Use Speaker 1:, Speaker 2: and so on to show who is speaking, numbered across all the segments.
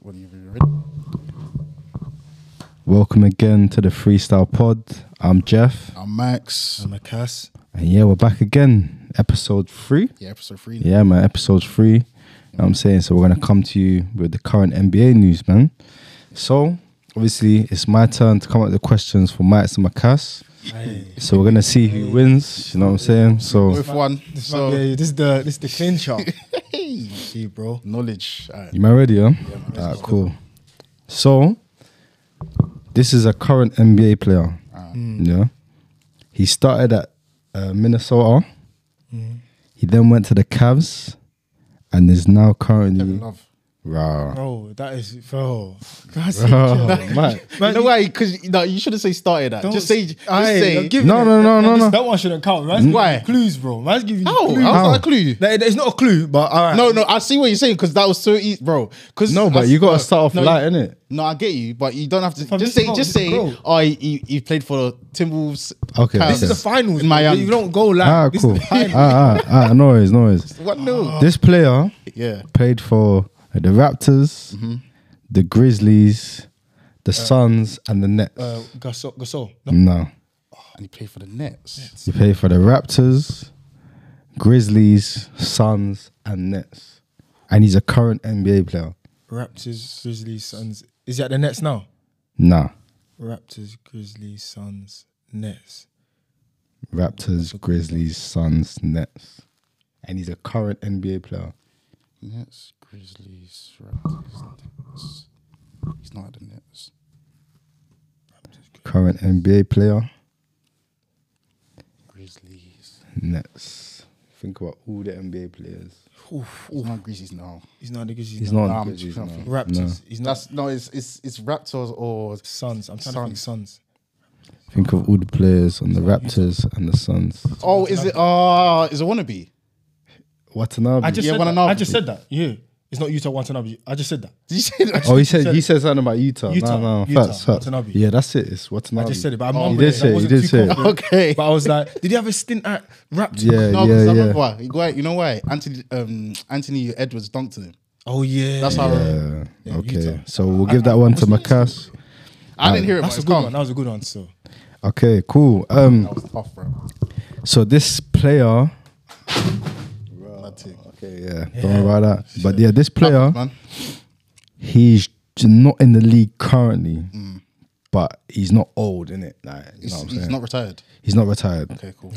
Speaker 1: Whenever you're ready. Welcome again to the Freestyle Pod. I'm Jeff,
Speaker 2: I'm Max.
Speaker 3: I'm a cuss.
Speaker 1: and yeah, we're back again. Episode three.
Speaker 2: Yeah, episode three.
Speaker 1: Yeah, man, episode three. You know what I'm saying? So, we're going to come to you with the current NBA news, man. So, obviously, it's my turn to come up with the questions for Max and Macass.
Speaker 3: Hey.
Speaker 1: So, we're going to see who wins. You know what I'm saying? So,
Speaker 2: With one.
Speaker 3: This,
Speaker 2: So
Speaker 3: might be- this is the this is the clincher. Gee, bro.
Speaker 2: knowledge. Alright.
Speaker 1: you man ready, yeah? All right, cool. So, this is a current NBA player. Yeah. He started at uh, Minnesota. He then went to the Cavs and is now
Speaker 2: Kevin
Speaker 1: currently.
Speaker 2: Love.
Speaker 1: Wow.
Speaker 3: Bro, that is bro. That's
Speaker 1: Oh, man.
Speaker 2: You know why? Because no, you shouldn't say started at.
Speaker 3: Don't
Speaker 2: Just say.
Speaker 3: s-
Speaker 2: Just
Speaker 3: Aye,
Speaker 2: say.
Speaker 3: look, give
Speaker 1: No,
Speaker 3: it-
Speaker 1: no, no,
Speaker 3: that-
Speaker 1: no, no.
Speaker 3: That one shouldn't count. Man's giving
Speaker 2: Why?
Speaker 3: you clues, bro. Man's giving you
Speaker 2: How?
Speaker 3: clues.
Speaker 2: How's that a clue?
Speaker 3: Like, it's not a clue, but all right.
Speaker 2: No, no. I see what you're saying because that was so easy, bro. Because
Speaker 1: No, but you got to start off
Speaker 2: no,
Speaker 1: light, innit?
Speaker 2: No, I get you, but you don't have to.
Speaker 3: Fam,
Speaker 2: just
Speaker 3: this
Speaker 2: say.
Speaker 3: is about-
Speaker 2: Just
Speaker 3: this
Speaker 2: say.
Speaker 3: is bro.
Speaker 2: Oh, he, he, he played for the Timberwolves.
Speaker 1: Okay,
Speaker 2: Cavs.
Speaker 3: This is the finals.
Speaker 2: In
Speaker 3: bro.
Speaker 2: Miami.
Speaker 3: You don't go like
Speaker 1: Ah,
Speaker 3: this is
Speaker 1: cool.
Speaker 3: the
Speaker 1: Ah,
Speaker 3: finals.
Speaker 1: ah, ah, no worries, no worries.
Speaker 2: What no?
Speaker 1: This player
Speaker 2: Yeah.
Speaker 1: played for the Raptors, the Grizzlies, the Suns, and the Nets.
Speaker 3: Uh, Gasol, Gasol. No.
Speaker 1: no.
Speaker 2: And he played for the Nets.
Speaker 1: You play for the Raptors, Grizzlies, Suns, and Nets. And he's a current NBA player.
Speaker 3: Raptors, Grizzlies, Suns. Is he at the Nets now?
Speaker 1: Nah.
Speaker 3: Raptors, Grizzlies, Suns, Nets.
Speaker 1: Raptors, Grizzlies, Suns, Nets. And he's a current NBA player.
Speaker 2: Nets, Grizzlies, Raptors. Nets. He's not at the Nets.
Speaker 1: Current NBA player,
Speaker 2: Grizzlies.
Speaker 1: Nets. Think about all the NBA players.
Speaker 2: He's not Grizzlies now.
Speaker 3: He's not at the Grizzlies.
Speaker 1: He's
Speaker 3: now.
Speaker 1: not
Speaker 2: Nah,
Speaker 1: on
Speaker 2: I'm
Speaker 1: the Grizzlies.
Speaker 2: trying
Speaker 1: no.
Speaker 2: to think.
Speaker 3: Raptors. He's not
Speaker 2: That's no. It's it's it's Raptors or
Speaker 3: Suns. I'm trying to think Suns.
Speaker 1: Think of all the players on the Raptors and the Suns.
Speaker 2: Oh, is it? Uh, is it wannabe?
Speaker 1: Watanabe.
Speaker 3: I just
Speaker 2: Yeah,
Speaker 3: said that.
Speaker 2: Watanabe.
Speaker 3: I just said that. Yeah, it's not Utah Watanabe. I just said that.
Speaker 2: Did you say that?
Speaker 1: oh, he said he said something about Utah.
Speaker 3: Utah,
Speaker 1: no, no,
Speaker 3: Utah,
Speaker 1: facts, facts.
Speaker 3: Watanabe.
Speaker 1: Yeah, that's it. It's Watanabe.
Speaker 3: I just said it, but I
Speaker 1: you
Speaker 3: mumbled
Speaker 1: did
Speaker 3: it. That
Speaker 1: say it. You
Speaker 3: wasn't
Speaker 1: did
Speaker 3: too
Speaker 1: say it.
Speaker 3: confident.
Speaker 2: Okay.
Speaker 3: But I was like, did he have a stint at Raptors?
Speaker 1: Yeah,
Speaker 2: No, because
Speaker 1: yeah,
Speaker 2: I
Speaker 1: yeah.
Speaker 2: remember why. You go out- You know why? Anthony, um, Anthony Edwards dunked him.
Speaker 3: Oh yeah.
Speaker 2: That's how. I remember.
Speaker 1: Yeah,
Speaker 3: Yeah,
Speaker 1: Uh, okay.
Speaker 3: Utah.
Speaker 1: So we'll give that one to Macass.
Speaker 2: I didn't hear it.
Speaker 3: That's
Speaker 2: That's
Speaker 3: a
Speaker 2: but
Speaker 3: good
Speaker 2: it's calm.
Speaker 3: one. That was a good one. So
Speaker 1: Okay, cool. Um,
Speaker 2: That was tough, bro.
Speaker 1: so this player. Oh, Okay, yeah, don't worry about that. But yeah, this player,
Speaker 2: Man,
Speaker 1: he's j- not in the league currently, but he's not old, innit? Like, you know
Speaker 2: Mm. he's,
Speaker 1: what I'm
Speaker 2: he's
Speaker 1: saying?
Speaker 2: not retired.
Speaker 1: he's not retired.
Speaker 2: Okay, cool.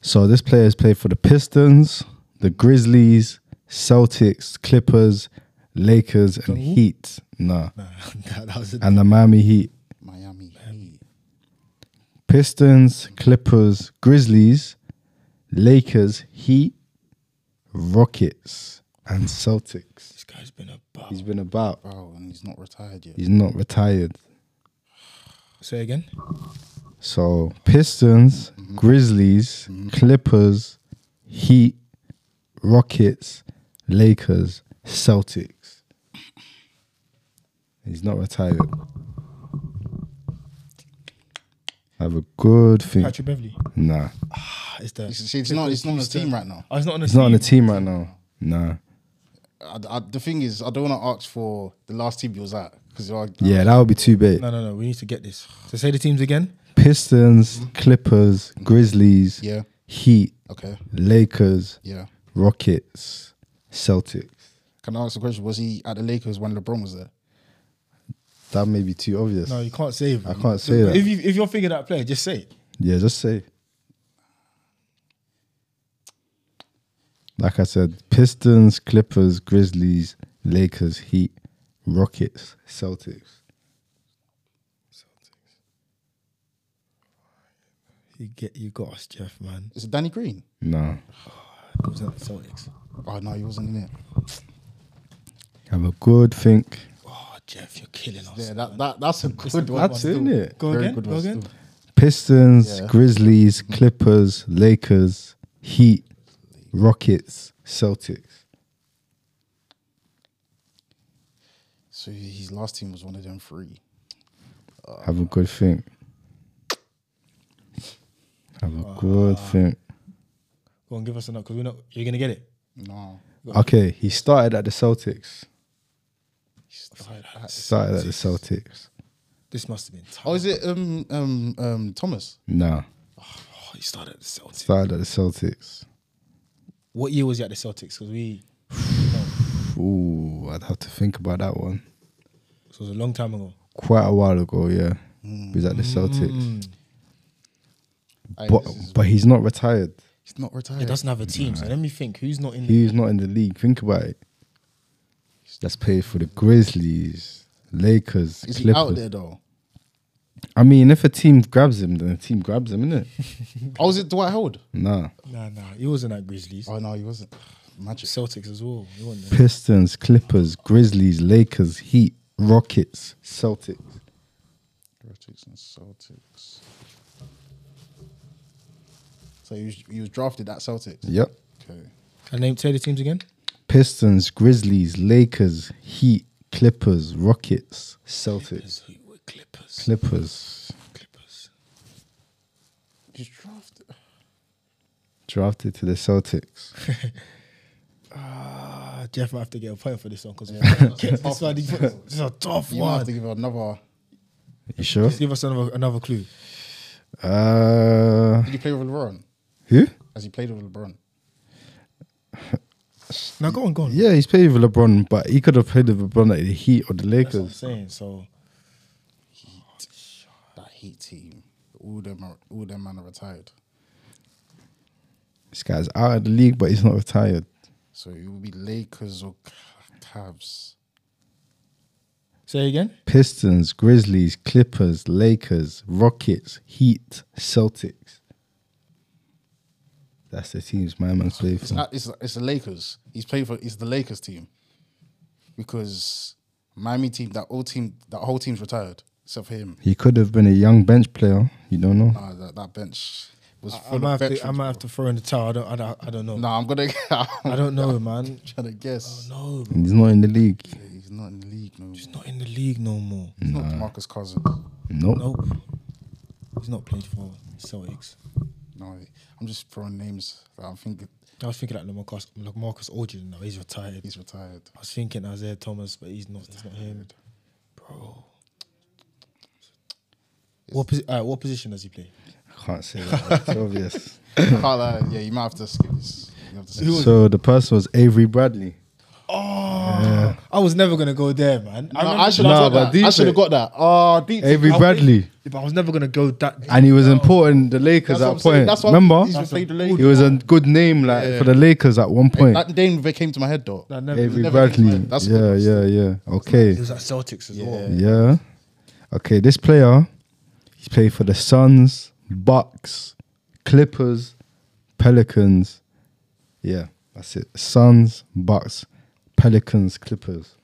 Speaker 1: So this player has played for the Pistons, the Grizzlies, Celtics, Clippers, Lakers, and Heat. Nah,
Speaker 3: that, that was. A,
Speaker 1: and the Miami Heat.
Speaker 2: Miami. Heat.
Speaker 1: Pistons, Clippers, Grizzlies, Lakers, Heat, Rockets, and Celtics.
Speaker 3: this guy's been a bar.
Speaker 1: He's been about.
Speaker 2: Wow, and he's not retired yet.
Speaker 1: He's not retired.
Speaker 3: Say again.
Speaker 1: So Pistons, Grizzlies, Clippers, Heat, Rockets, Lakers, Celtics. He's not retired. Have a good thing.
Speaker 3: Patrick Beverly.
Speaker 1: Nah.
Speaker 3: Ah, it's the.
Speaker 2: He's, he's not. He's not on the team right now.
Speaker 3: Oh, he's not on the
Speaker 1: He's
Speaker 3: team.
Speaker 1: not on the team right now. Nah.
Speaker 2: I, I, the tham is, I don't want to ask for the last team he was at because
Speaker 1: Yeah, that would be too big.
Speaker 3: No, no, no. We need to get this. So say the teams again.
Speaker 1: Pistons, Clippers, Grizzlies,
Speaker 2: Yeah.
Speaker 1: Heat,
Speaker 2: Okay.
Speaker 1: Lakers,
Speaker 2: Yeah.
Speaker 1: Rockets, Celtics.
Speaker 2: Can I ask a question? Was he at the Lakers when LeBron was there?
Speaker 1: That may be too obvious.
Speaker 3: No, you can't save.
Speaker 1: I can't say that.
Speaker 3: If you if you're figuring out player, just say it.
Speaker 1: Yeah, just say. Like I said, Pistons, Clippers, Grizzlies, Lakers, Heat, Rockets, Celtics.
Speaker 3: You get you got us, Jeff, man.
Speaker 2: Is it Danny Green?
Speaker 1: Nah.
Speaker 3: It was at the Celtics.
Speaker 2: Oh no, he wasn't in it.
Speaker 1: Have a good think.
Speaker 3: Oh, Jeff, you're killing us.
Speaker 2: Yeah, that, that that's a good one.
Speaker 1: That's it, innit?
Speaker 3: Go
Speaker 2: Very
Speaker 3: again.
Speaker 2: good
Speaker 3: Go
Speaker 2: one
Speaker 3: again.
Speaker 2: still.
Speaker 1: Pistons,
Speaker 2: Yeah.
Speaker 1: Grizzlies, Clippers, Lakers, Heat, Rockets, Celtics.
Speaker 2: So his last team was one of them three.
Speaker 1: Have a good think. Have a good
Speaker 2: Ah.
Speaker 1: think.
Speaker 3: Go on, give us a note because we're not. You're gonna get it.
Speaker 2: No.
Speaker 1: Okay, he started at the Celtics.
Speaker 2: started at-
Speaker 1: Started at the Celtics.
Speaker 3: This must have been tough.
Speaker 2: Oh, is it um um um Thomas?
Speaker 1: Nah,
Speaker 2: Oh, he started at the Celtics.
Speaker 1: started at the Celtics.
Speaker 3: What year was he at the Celtics? Because we,
Speaker 1: Ooh, I'd have to think about that one.
Speaker 3: this was a long time ago.
Speaker 1: Quite a while ago, yeah. He was at the
Speaker 2: Mm.
Speaker 1: Celtics,
Speaker 3: Mm.
Speaker 2: Aye,
Speaker 1: but
Speaker 2: this is-
Speaker 1: but he's not retired.
Speaker 2: he's not
Speaker 3: It
Speaker 2: retired.
Speaker 3: doesn't have a team. So let me think. Who's not in? The,
Speaker 1: He's not in the league. Think about it. That's paid for the Grizzlies, Lakers,
Speaker 2: is he
Speaker 1: Clippers.
Speaker 2: out there though?
Speaker 1: I mean, if a team grabs him, then a team grabs him, innit?
Speaker 2: Oh, was it Dwight Howard?
Speaker 1: nah.
Speaker 3: nah, nah. He wasn't at Grizzlies.
Speaker 2: Oh no, he wasn't. Magic.
Speaker 3: Celtics as well. He wasn't there.
Speaker 1: Pistons, Clippers, Grizzlies, Lakers, Heat, Rockets, Celtics.
Speaker 2: Celtics and Celtics. So he was, he was drafted at Celtics.
Speaker 1: Yep.
Speaker 2: Okay.
Speaker 3: Can I name tell the teams again?
Speaker 1: Pistons, Grizzlies, Lakers, Heat, Clippers, Rockets, Celtics.
Speaker 3: Clippers. who were Clippers.
Speaker 1: Clippers
Speaker 3: Clippers.
Speaker 2: He's drafted.
Speaker 1: drafted to the Celtics.
Speaker 3: Ah, Jeff might have to get a point for this one because this, one- this is a tough
Speaker 2: You might have to
Speaker 3: one.
Speaker 2: give him another.
Speaker 1: You sure?
Speaker 3: Just give us another another clue.
Speaker 1: Uh,
Speaker 2: Did he play with LeBron?
Speaker 1: who?
Speaker 2: Has he played with LeBron?
Speaker 3: Now go on, go on.
Speaker 1: Yeah, he's played with LeBron, but he could have played with LeBron at the Heat or the
Speaker 3: that's what I'm
Speaker 1: Lakers.
Speaker 3: saying. So
Speaker 2: That Heat team. All them, are, all them man are retired.
Speaker 1: This guy's out of the league, but he's not retired.
Speaker 2: So it would be Lakers or C- Cavs.
Speaker 3: say again.
Speaker 1: Pistons, Grizzlies, Clippers, Lakers, Rockets, Heat, Celtics. That's the teams my man's played
Speaker 2: It's,
Speaker 1: for.
Speaker 2: a- it's, it's the Lakers. He's played for. It's the Lakers team because Miami team. That whole team. That whole team's retired except for him.
Speaker 1: He could have been a young bench player. You don't know.
Speaker 2: Nah, that, that bench was.
Speaker 3: I, I
Speaker 2: full of
Speaker 3: might have to, I
Speaker 2: veterans,
Speaker 3: might have
Speaker 2: bro.
Speaker 3: to throw in the towel. I don't. I don't, I don't know.
Speaker 2: Nah, I'm gonna.
Speaker 3: I don't know, man.
Speaker 2: trying to guess.
Speaker 3: No, bro.
Speaker 1: He's not in the league.
Speaker 2: He's not in the league no more.
Speaker 3: he's not in the league no more.
Speaker 2: He's not Marcus Cousins.
Speaker 1: Nope.
Speaker 3: Nope. He's not playing for Celtics.
Speaker 2: No, I'm just throwing names. that I'm thinking
Speaker 3: I was thinking like Lamarcus, Lamarcus Aldridge now. He's retired.
Speaker 2: he's retired.
Speaker 3: I was thinking Isaiah Thomas, but he's not. He's not him, bro. What, posi- alright, what position does he play?
Speaker 1: I can't say that. It's obvious.
Speaker 2: Can't lie. Yeah, you might have to skip this. You have to skip this.
Speaker 1: So the person was Avery Bradley.
Speaker 3: I was never gonna go there, man. I,
Speaker 2: No,
Speaker 3: remember-
Speaker 2: I should have
Speaker 1: Oh! Nah, but
Speaker 2: got that. I
Speaker 1: deep
Speaker 2: should have
Speaker 1: it.
Speaker 2: got that. Oh, deep.
Speaker 1: Avery
Speaker 3: I was
Speaker 1: Bradley.
Speaker 3: thinking- but I was never gonna go that.
Speaker 1: And he was important in the Lakers
Speaker 2: That's what I'm
Speaker 1: at
Speaker 2: saying.
Speaker 1: point.
Speaker 2: That's what-
Speaker 1: Remember?
Speaker 2: he's played the Lakers.
Speaker 1: He was a good name like for the Lakers at one point.
Speaker 2: That name that came to my head though.
Speaker 3: I never,
Speaker 2: never came
Speaker 1: Avery
Speaker 2: to
Speaker 1: Bradley.
Speaker 2: mind. That's a
Speaker 1: yeah,
Speaker 2: good
Speaker 1: yeah, yeah. Okay.
Speaker 3: He was at Celtics as well.
Speaker 1: Yeah. Okay, this player, he's played for the Suns, Bucks, Clippers, Pelicans. Yeah, that's it. Suns, Bucks, Pelicans, Clippers.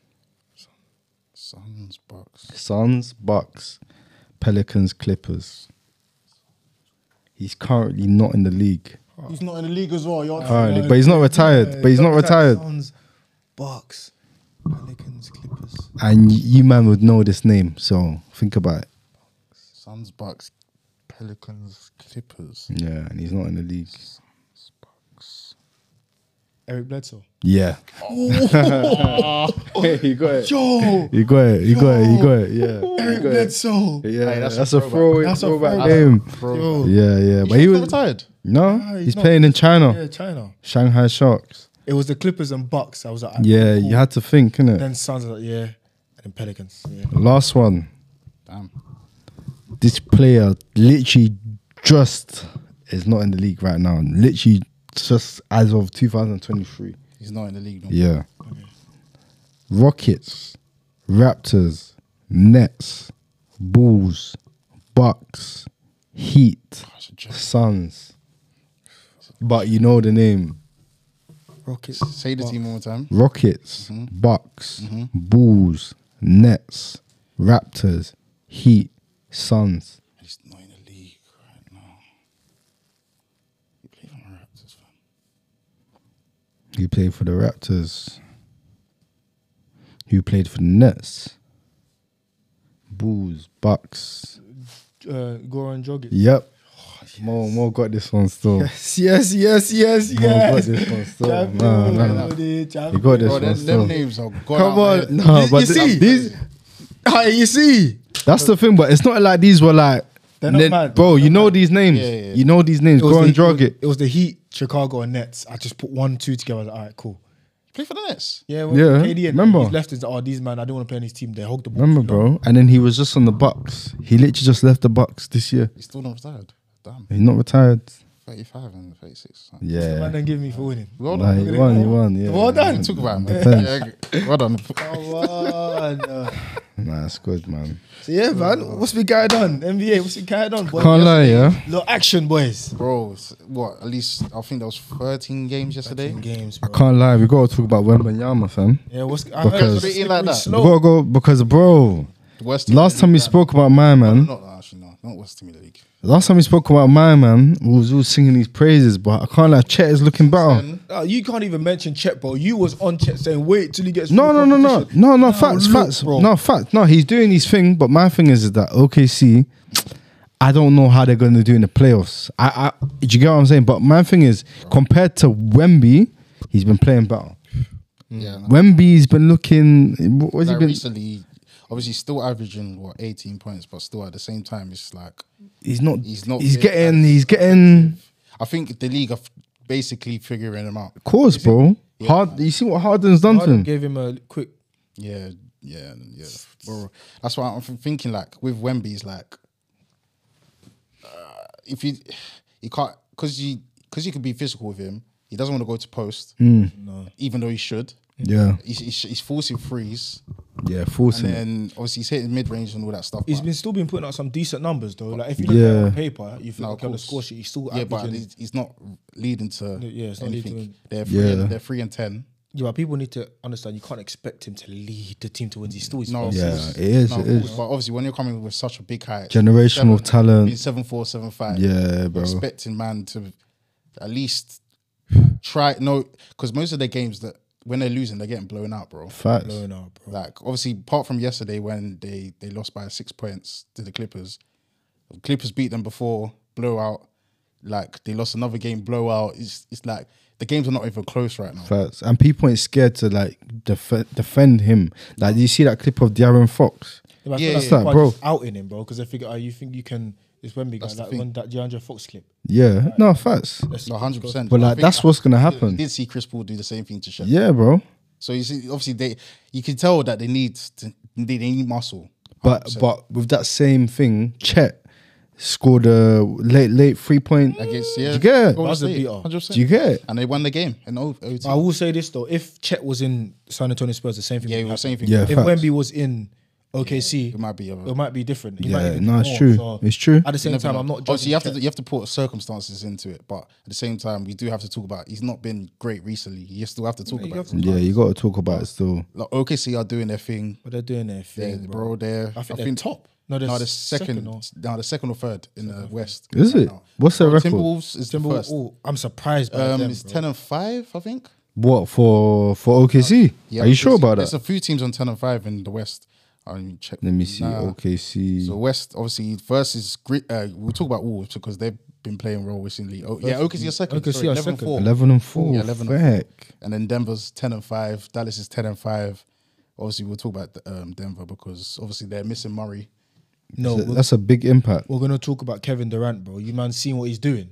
Speaker 2: Suns, Bucks.
Speaker 1: Suns, Bucks, Pelicans, Clippers. He's currently not in the league.
Speaker 2: He's not in the league as well. You're
Speaker 1: Currently, but he's not retired. but he's not retired.
Speaker 3: Suns, Bucks, Pelicans, Clippers.
Speaker 1: And y- you man would know this name, so think about it.
Speaker 2: Suns, Bucks, Pelicans, Clippers.
Speaker 1: Yeah, and he's not in the league.
Speaker 3: Eric Bledsoe.
Speaker 1: Yeah. you got it.
Speaker 3: Yo,
Speaker 1: You got it. You got it. You got it. Yeah.
Speaker 3: Eric Bledsoe.
Speaker 1: Yeah,
Speaker 2: Hey,
Speaker 1: that's,
Speaker 2: that's
Speaker 1: a
Speaker 2: a
Speaker 1: throwaway,
Speaker 3: That's a
Speaker 1: throwback
Speaker 3: throwback.
Speaker 1: name.
Speaker 2: Bro,
Speaker 1: Yeah, yeah, but
Speaker 2: he's
Speaker 1: he
Speaker 2: not
Speaker 1: was Oh.
Speaker 2: retired.
Speaker 1: no,
Speaker 3: he's
Speaker 1: he's,
Speaker 3: not.
Speaker 1: playing in China,
Speaker 3: Yeah, China.
Speaker 1: Shanghai Sharks.
Speaker 3: It was the Clippers and Bucks. I was like,
Speaker 1: Yeah,
Speaker 3: cool.
Speaker 1: you had to think, innit?
Speaker 3: Then Suns, I was like, yeah, and then Pelicans. Yeah.
Speaker 1: Last one.
Speaker 2: Damn.
Speaker 1: This player literally just is not in the league right now. Literally just as of 2023.
Speaker 2: He's not in the league no more.
Speaker 1: Yeah. Rockets, Raptors, Nets, Bulls, Bucks, Heat,
Speaker 2: I should check.
Speaker 1: Suns. But you know the name.
Speaker 3: Rockets.
Speaker 2: Say the team one more time.
Speaker 1: Rockets,
Speaker 3: Mm-hmm.
Speaker 1: Bucks, Bulls, Nets, Raptors, Heat, Suns.
Speaker 2: He's not in the league right now. You play for the Raptors, fam.
Speaker 1: Who played for the Raptors? Who played for the Nets? Bulls, Bucks.
Speaker 3: Uh, Goran Dragic.
Speaker 1: Yep.
Speaker 2: Oh,
Speaker 1: Mo, Mo got this one still. Mo
Speaker 3: Yes, yes, yes, yes,
Speaker 1: got
Speaker 3: yes.
Speaker 1: this one still.
Speaker 3: Champion,
Speaker 1: No, no, no.
Speaker 3: buddy,
Speaker 1: You got this
Speaker 2: Bro,
Speaker 1: one
Speaker 2: them,
Speaker 1: still.
Speaker 2: them names are gone.
Speaker 3: Come
Speaker 2: out
Speaker 3: on.
Speaker 2: there.
Speaker 1: Nah,
Speaker 3: you,
Speaker 1: but
Speaker 3: you
Speaker 1: th-
Speaker 3: see,
Speaker 1: these-
Speaker 3: Hey, you see,
Speaker 1: That's the thing, but it's not like these were like.
Speaker 3: They're not
Speaker 1: ne-
Speaker 3: mad.
Speaker 1: Bro, you know these names.
Speaker 2: Yeah, yeah, yeah.
Speaker 1: You know these names. Go and drug it.
Speaker 3: was the Heat, Chicago, and Nets. I just put one, two together. I was like, all right, cool.
Speaker 2: Play for the Nets.
Speaker 3: Yeah,
Speaker 1: Yeah,
Speaker 3: KD and
Speaker 1: remember.
Speaker 3: he's left is oh these man, I don't want to play on his team. They hogged the ball.
Speaker 1: Remember,
Speaker 3: too long.
Speaker 1: bro? And then he was just on the Bucks. He literally just left the Bucks this year.
Speaker 2: He's still not retired. Damn,
Speaker 1: He's not retired.
Speaker 2: 35 and 36. Son.
Speaker 3: The man
Speaker 1: Yeah.
Speaker 3: don't give me for winning.
Speaker 2: Well
Speaker 1: Nah,
Speaker 2: done.
Speaker 1: he won, he won. Yeah.
Speaker 2: Well done. Talk about him. Yeah, yeah, well done.
Speaker 3: Come on. uh,
Speaker 1: Nah, it's good, man.
Speaker 3: so yeah, man, what's we carried on? NBA, what's we carried on? Boy?
Speaker 1: Can't lie, yeah?
Speaker 3: Little action, boys.
Speaker 2: Bro, s- what? At least I think that was 13 games yesterday.
Speaker 3: Games,
Speaker 1: I
Speaker 3: bro.
Speaker 1: can't lie. We gotta talk about Wembanyama, fam.
Speaker 3: Yeah, what's I
Speaker 1: Because-
Speaker 3: it's
Speaker 2: Treat it like that.
Speaker 3: slippery
Speaker 1: We
Speaker 3: slope.
Speaker 1: gotta go because, bro.
Speaker 2: The West team
Speaker 1: Last
Speaker 2: in
Speaker 1: time
Speaker 2: the
Speaker 1: we
Speaker 2: league.
Speaker 1: spoke about my man,
Speaker 2: Not actually, no. Not West team in the league.
Speaker 1: last time we spoke about my man, we was all singing these praises, but I can't lie. Chet is looking better.
Speaker 3: Uh, you can't even mention Chet, bro. You was on Chet saying wait till he gets.
Speaker 1: No,
Speaker 3: full
Speaker 1: no, no, no,
Speaker 3: competition.
Speaker 1: no, no. Facts,
Speaker 3: look,
Speaker 1: facts,
Speaker 3: bro.
Speaker 1: no, facts. No, he's doing his thing. But my thing is, is that OKC. I don't know how they're going to do in the playoffs. I, I, do you get what I'm saying? But my thing is, compared to Wemby, he's been playing better.
Speaker 2: Yeah. no.
Speaker 1: Wemby's been looking. wh- What's
Speaker 2: Like
Speaker 1: Mm. he been?
Speaker 2: recently, obviously, still averaging what 18 points, but still at the same time, it's like
Speaker 1: He's not. He's
Speaker 2: he's not
Speaker 1: not. He's
Speaker 2: been
Speaker 1: getting.
Speaker 2: as-
Speaker 1: He's getting.
Speaker 2: I think the league are f- basically figuring him out.
Speaker 1: Course, bro. Hard. You see what Harden's done to
Speaker 3: Harden
Speaker 1: him.
Speaker 3: gave him a quick.
Speaker 2: Yeah, yeah, yeah. Bro, that's why I'm th- thinking like with Wemby, it's like uh, if you you can't because you because you can be physical with him. He doesn't want to go to post, even though he should.
Speaker 1: Yeah,
Speaker 2: He's, he's, he's forcing threes,
Speaker 1: yeah, forcing.
Speaker 2: and
Speaker 1: it.
Speaker 2: then obviously he's hitting mid range and all that stuff.
Speaker 3: He's
Speaker 2: but-
Speaker 3: been still been putting out some decent numbers though. Like if you look at
Speaker 1: Yeah.
Speaker 3: it on paper, you think
Speaker 2: No,
Speaker 3: no,
Speaker 2: of
Speaker 3: on the
Speaker 2: course.
Speaker 3: score sheet, he's still
Speaker 2: yeah, but
Speaker 3: averaging-
Speaker 2: he's, he's not leading to
Speaker 3: Yeah, it's not leading
Speaker 2: anything.
Speaker 3: to-
Speaker 2: they're three
Speaker 1: Yeah.
Speaker 2: and, they're three and ten.
Speaker 3: Yeah, but people need to understand you can't expect him to lead the team to wins. He's still his
Speaker 2: No,
Speaker 3: first.
Speaker 1: Yeah,
Speaker 2: it's-
Speaker 1: it is,
Speaker 2: no,
Speaker 1: it is.
Speaker 2: But obviously, when you're coming with such a big height,
Speaker 1: Generational
Speaker 2: being
Speaker 1: talent.
Speaker 2: seven four, seven five,
Speaker 1: Yeah, bro.
Speaker 2: expecting man to at least try. No, because most of the games that when they're losing, they're getting blown out, bro.
Speaker 1: Facts.
Speaker 3: No, no, bro.
Speaker 2: Like obviously, apart from yesterday when they they lost by six points to the Clippers, Clippers beat them before blowout. Like they lost another game blowout. It's it's like the games are not even close right now.
Speaker 1: Facts. And people ain't scared to like def- defend him. Like you see that clip of Darren Fox.
Speaker 3: Yeah, but I
Speaker 2: Yeah,
Speaker 3: feel
Speaker 2: yeah,
Speaker 3: like
Speaker 1: yeah.
Speaker 3: people
Speaker 1: Bro.
Speaker 3: are just outing him, bro, because they figure, oh, you think you can? It's Wemby guy,
Speaker 2: That's the
Speaker 3: like
Speaker 2: thing.
Speaker 3: when that DeAndre Fox clip.
Speaker 1: Yeah. No facts.
Speaker 3: That's-
Speaker 2: No, hundred percent.
Speaker 1: But like that's what's gonna happen.
Speaker 2: did see Chris Paul do the same thing to Shaq.
Speaker 1: Yeah, bro.
Speaker 2: So you see, obviously they, you can tell that they need to, they, they need muscle.
Speaker 1: But but with that same thing, Chet scored a late late three point.
Speaker 2: I guess yeah.
Speaker 1: you get it?
Speaker 2: Golden
Speaker 3: That's a
Speaker 2: State,
Speaker 3: beater.
Speaker 2: 100%.
Speaker 1: Do you get it?
Speaker 2: And they won the game. And O- OT.
Speaker 3: I will say this though: if Chet was in San Antonio Spurs, the same thing.
Speaker 2: yeah,
Speaker 3: would
Speaker 2: it was same
Speaker 3: happen.
Speaker 2: thing.
Speaker 1: Yeah,
Speaker 3: If
Speaker 1: facts.
Speaker 3: Wemby was in OKC,
Speaker 2: It might be. A,
Speaker 3: it might be different. He
Speaker 1: Yeah,
Speaker 3: might even
Speaker 1: no,
Speaker 3: do
Speaker 1: it's
Speaker 3: more.
Speaker 1: true.
Speaker 3: So
Speaker 1: It's true.
Speaker 3: At the same time, I'm not
Speaker 2: obviously
Speaker 3: judging.
Speaker 2: you have
Speaker 3: Chet.
Speaker 2: to you have to put circumstances into it, but at the same time we do have to talk about. He's not been great recently. You still have to talk
Speaker 3: you
Speaker 2: about.
Speaker 3: have
Speaker 2: it.
Speaker 3: to-
Speaker 1: Yeah, you gotta talk about it still.
Speaker 2: Like OKC are doing their thing.
Speaker 3: But they're doing their
Speaker 2: They're,
Speaker 3: thing,
Speaker 2: bro,
Speaker 3: bro.
Speaker 2: they're
Speaker 3: I think they're top. No, they're
Speaker 2: No, the
Speaker 3: second
Speaker 2: second.
Speaker 3: or-
Speaker 2: Now the second or third in the West.
Speaker 1: Is it?
Speaker 2: Now.
Speaker 1: What's their record?
Speaker 2: Timberwolves is the
Speaker 3: Timberwolves-
Speaker 2: first.
Speaker 3: oh, I'm surprised by
Speaker 2: Um,
Speaker 3: them.
Speaker 2: it's
Speaker 3: bro.
Speaker 2: ten and five, I think.
Speaker 1: What for for OKC? Are you sure
Speaker 2: there's-
Speaker 1: about
Speaker 2: There's
Speaker 1: that?
Speaker 2: a few teams on ten and five in the West. I mean, check.
Speaker 1: Let me see.
Speaker 2: Nah.
Speaker 1: OKC.
Speaker 2: So West, obviously, first is Gre- uh, we'll talk about Wolves because they've been playing role recently. Oh, yeah, OKC are second.
Speaker 3: OKC
Speaker 2: sorry,
Speaker 3: are
Speaker 2: 11 and
Speaker 3: second.
Speaker 2: four.
Speaker 1: Eleven and four.
Speaker 2: Yeah, 11 and
Speaker 1: Fact.
Speaker 2: And then Denver's ten and five. Dallas is ten and five. Obviously, we'll talk about um, Denver because obviously they're missing Murray.
Speaker 3: no,
Speaker 1: So
Speaker 3: we're-
Speaker 1: that's a big impact.
Speaker 3: We're gonna talk about Kevin Durant, bro. You man seen what he's doing.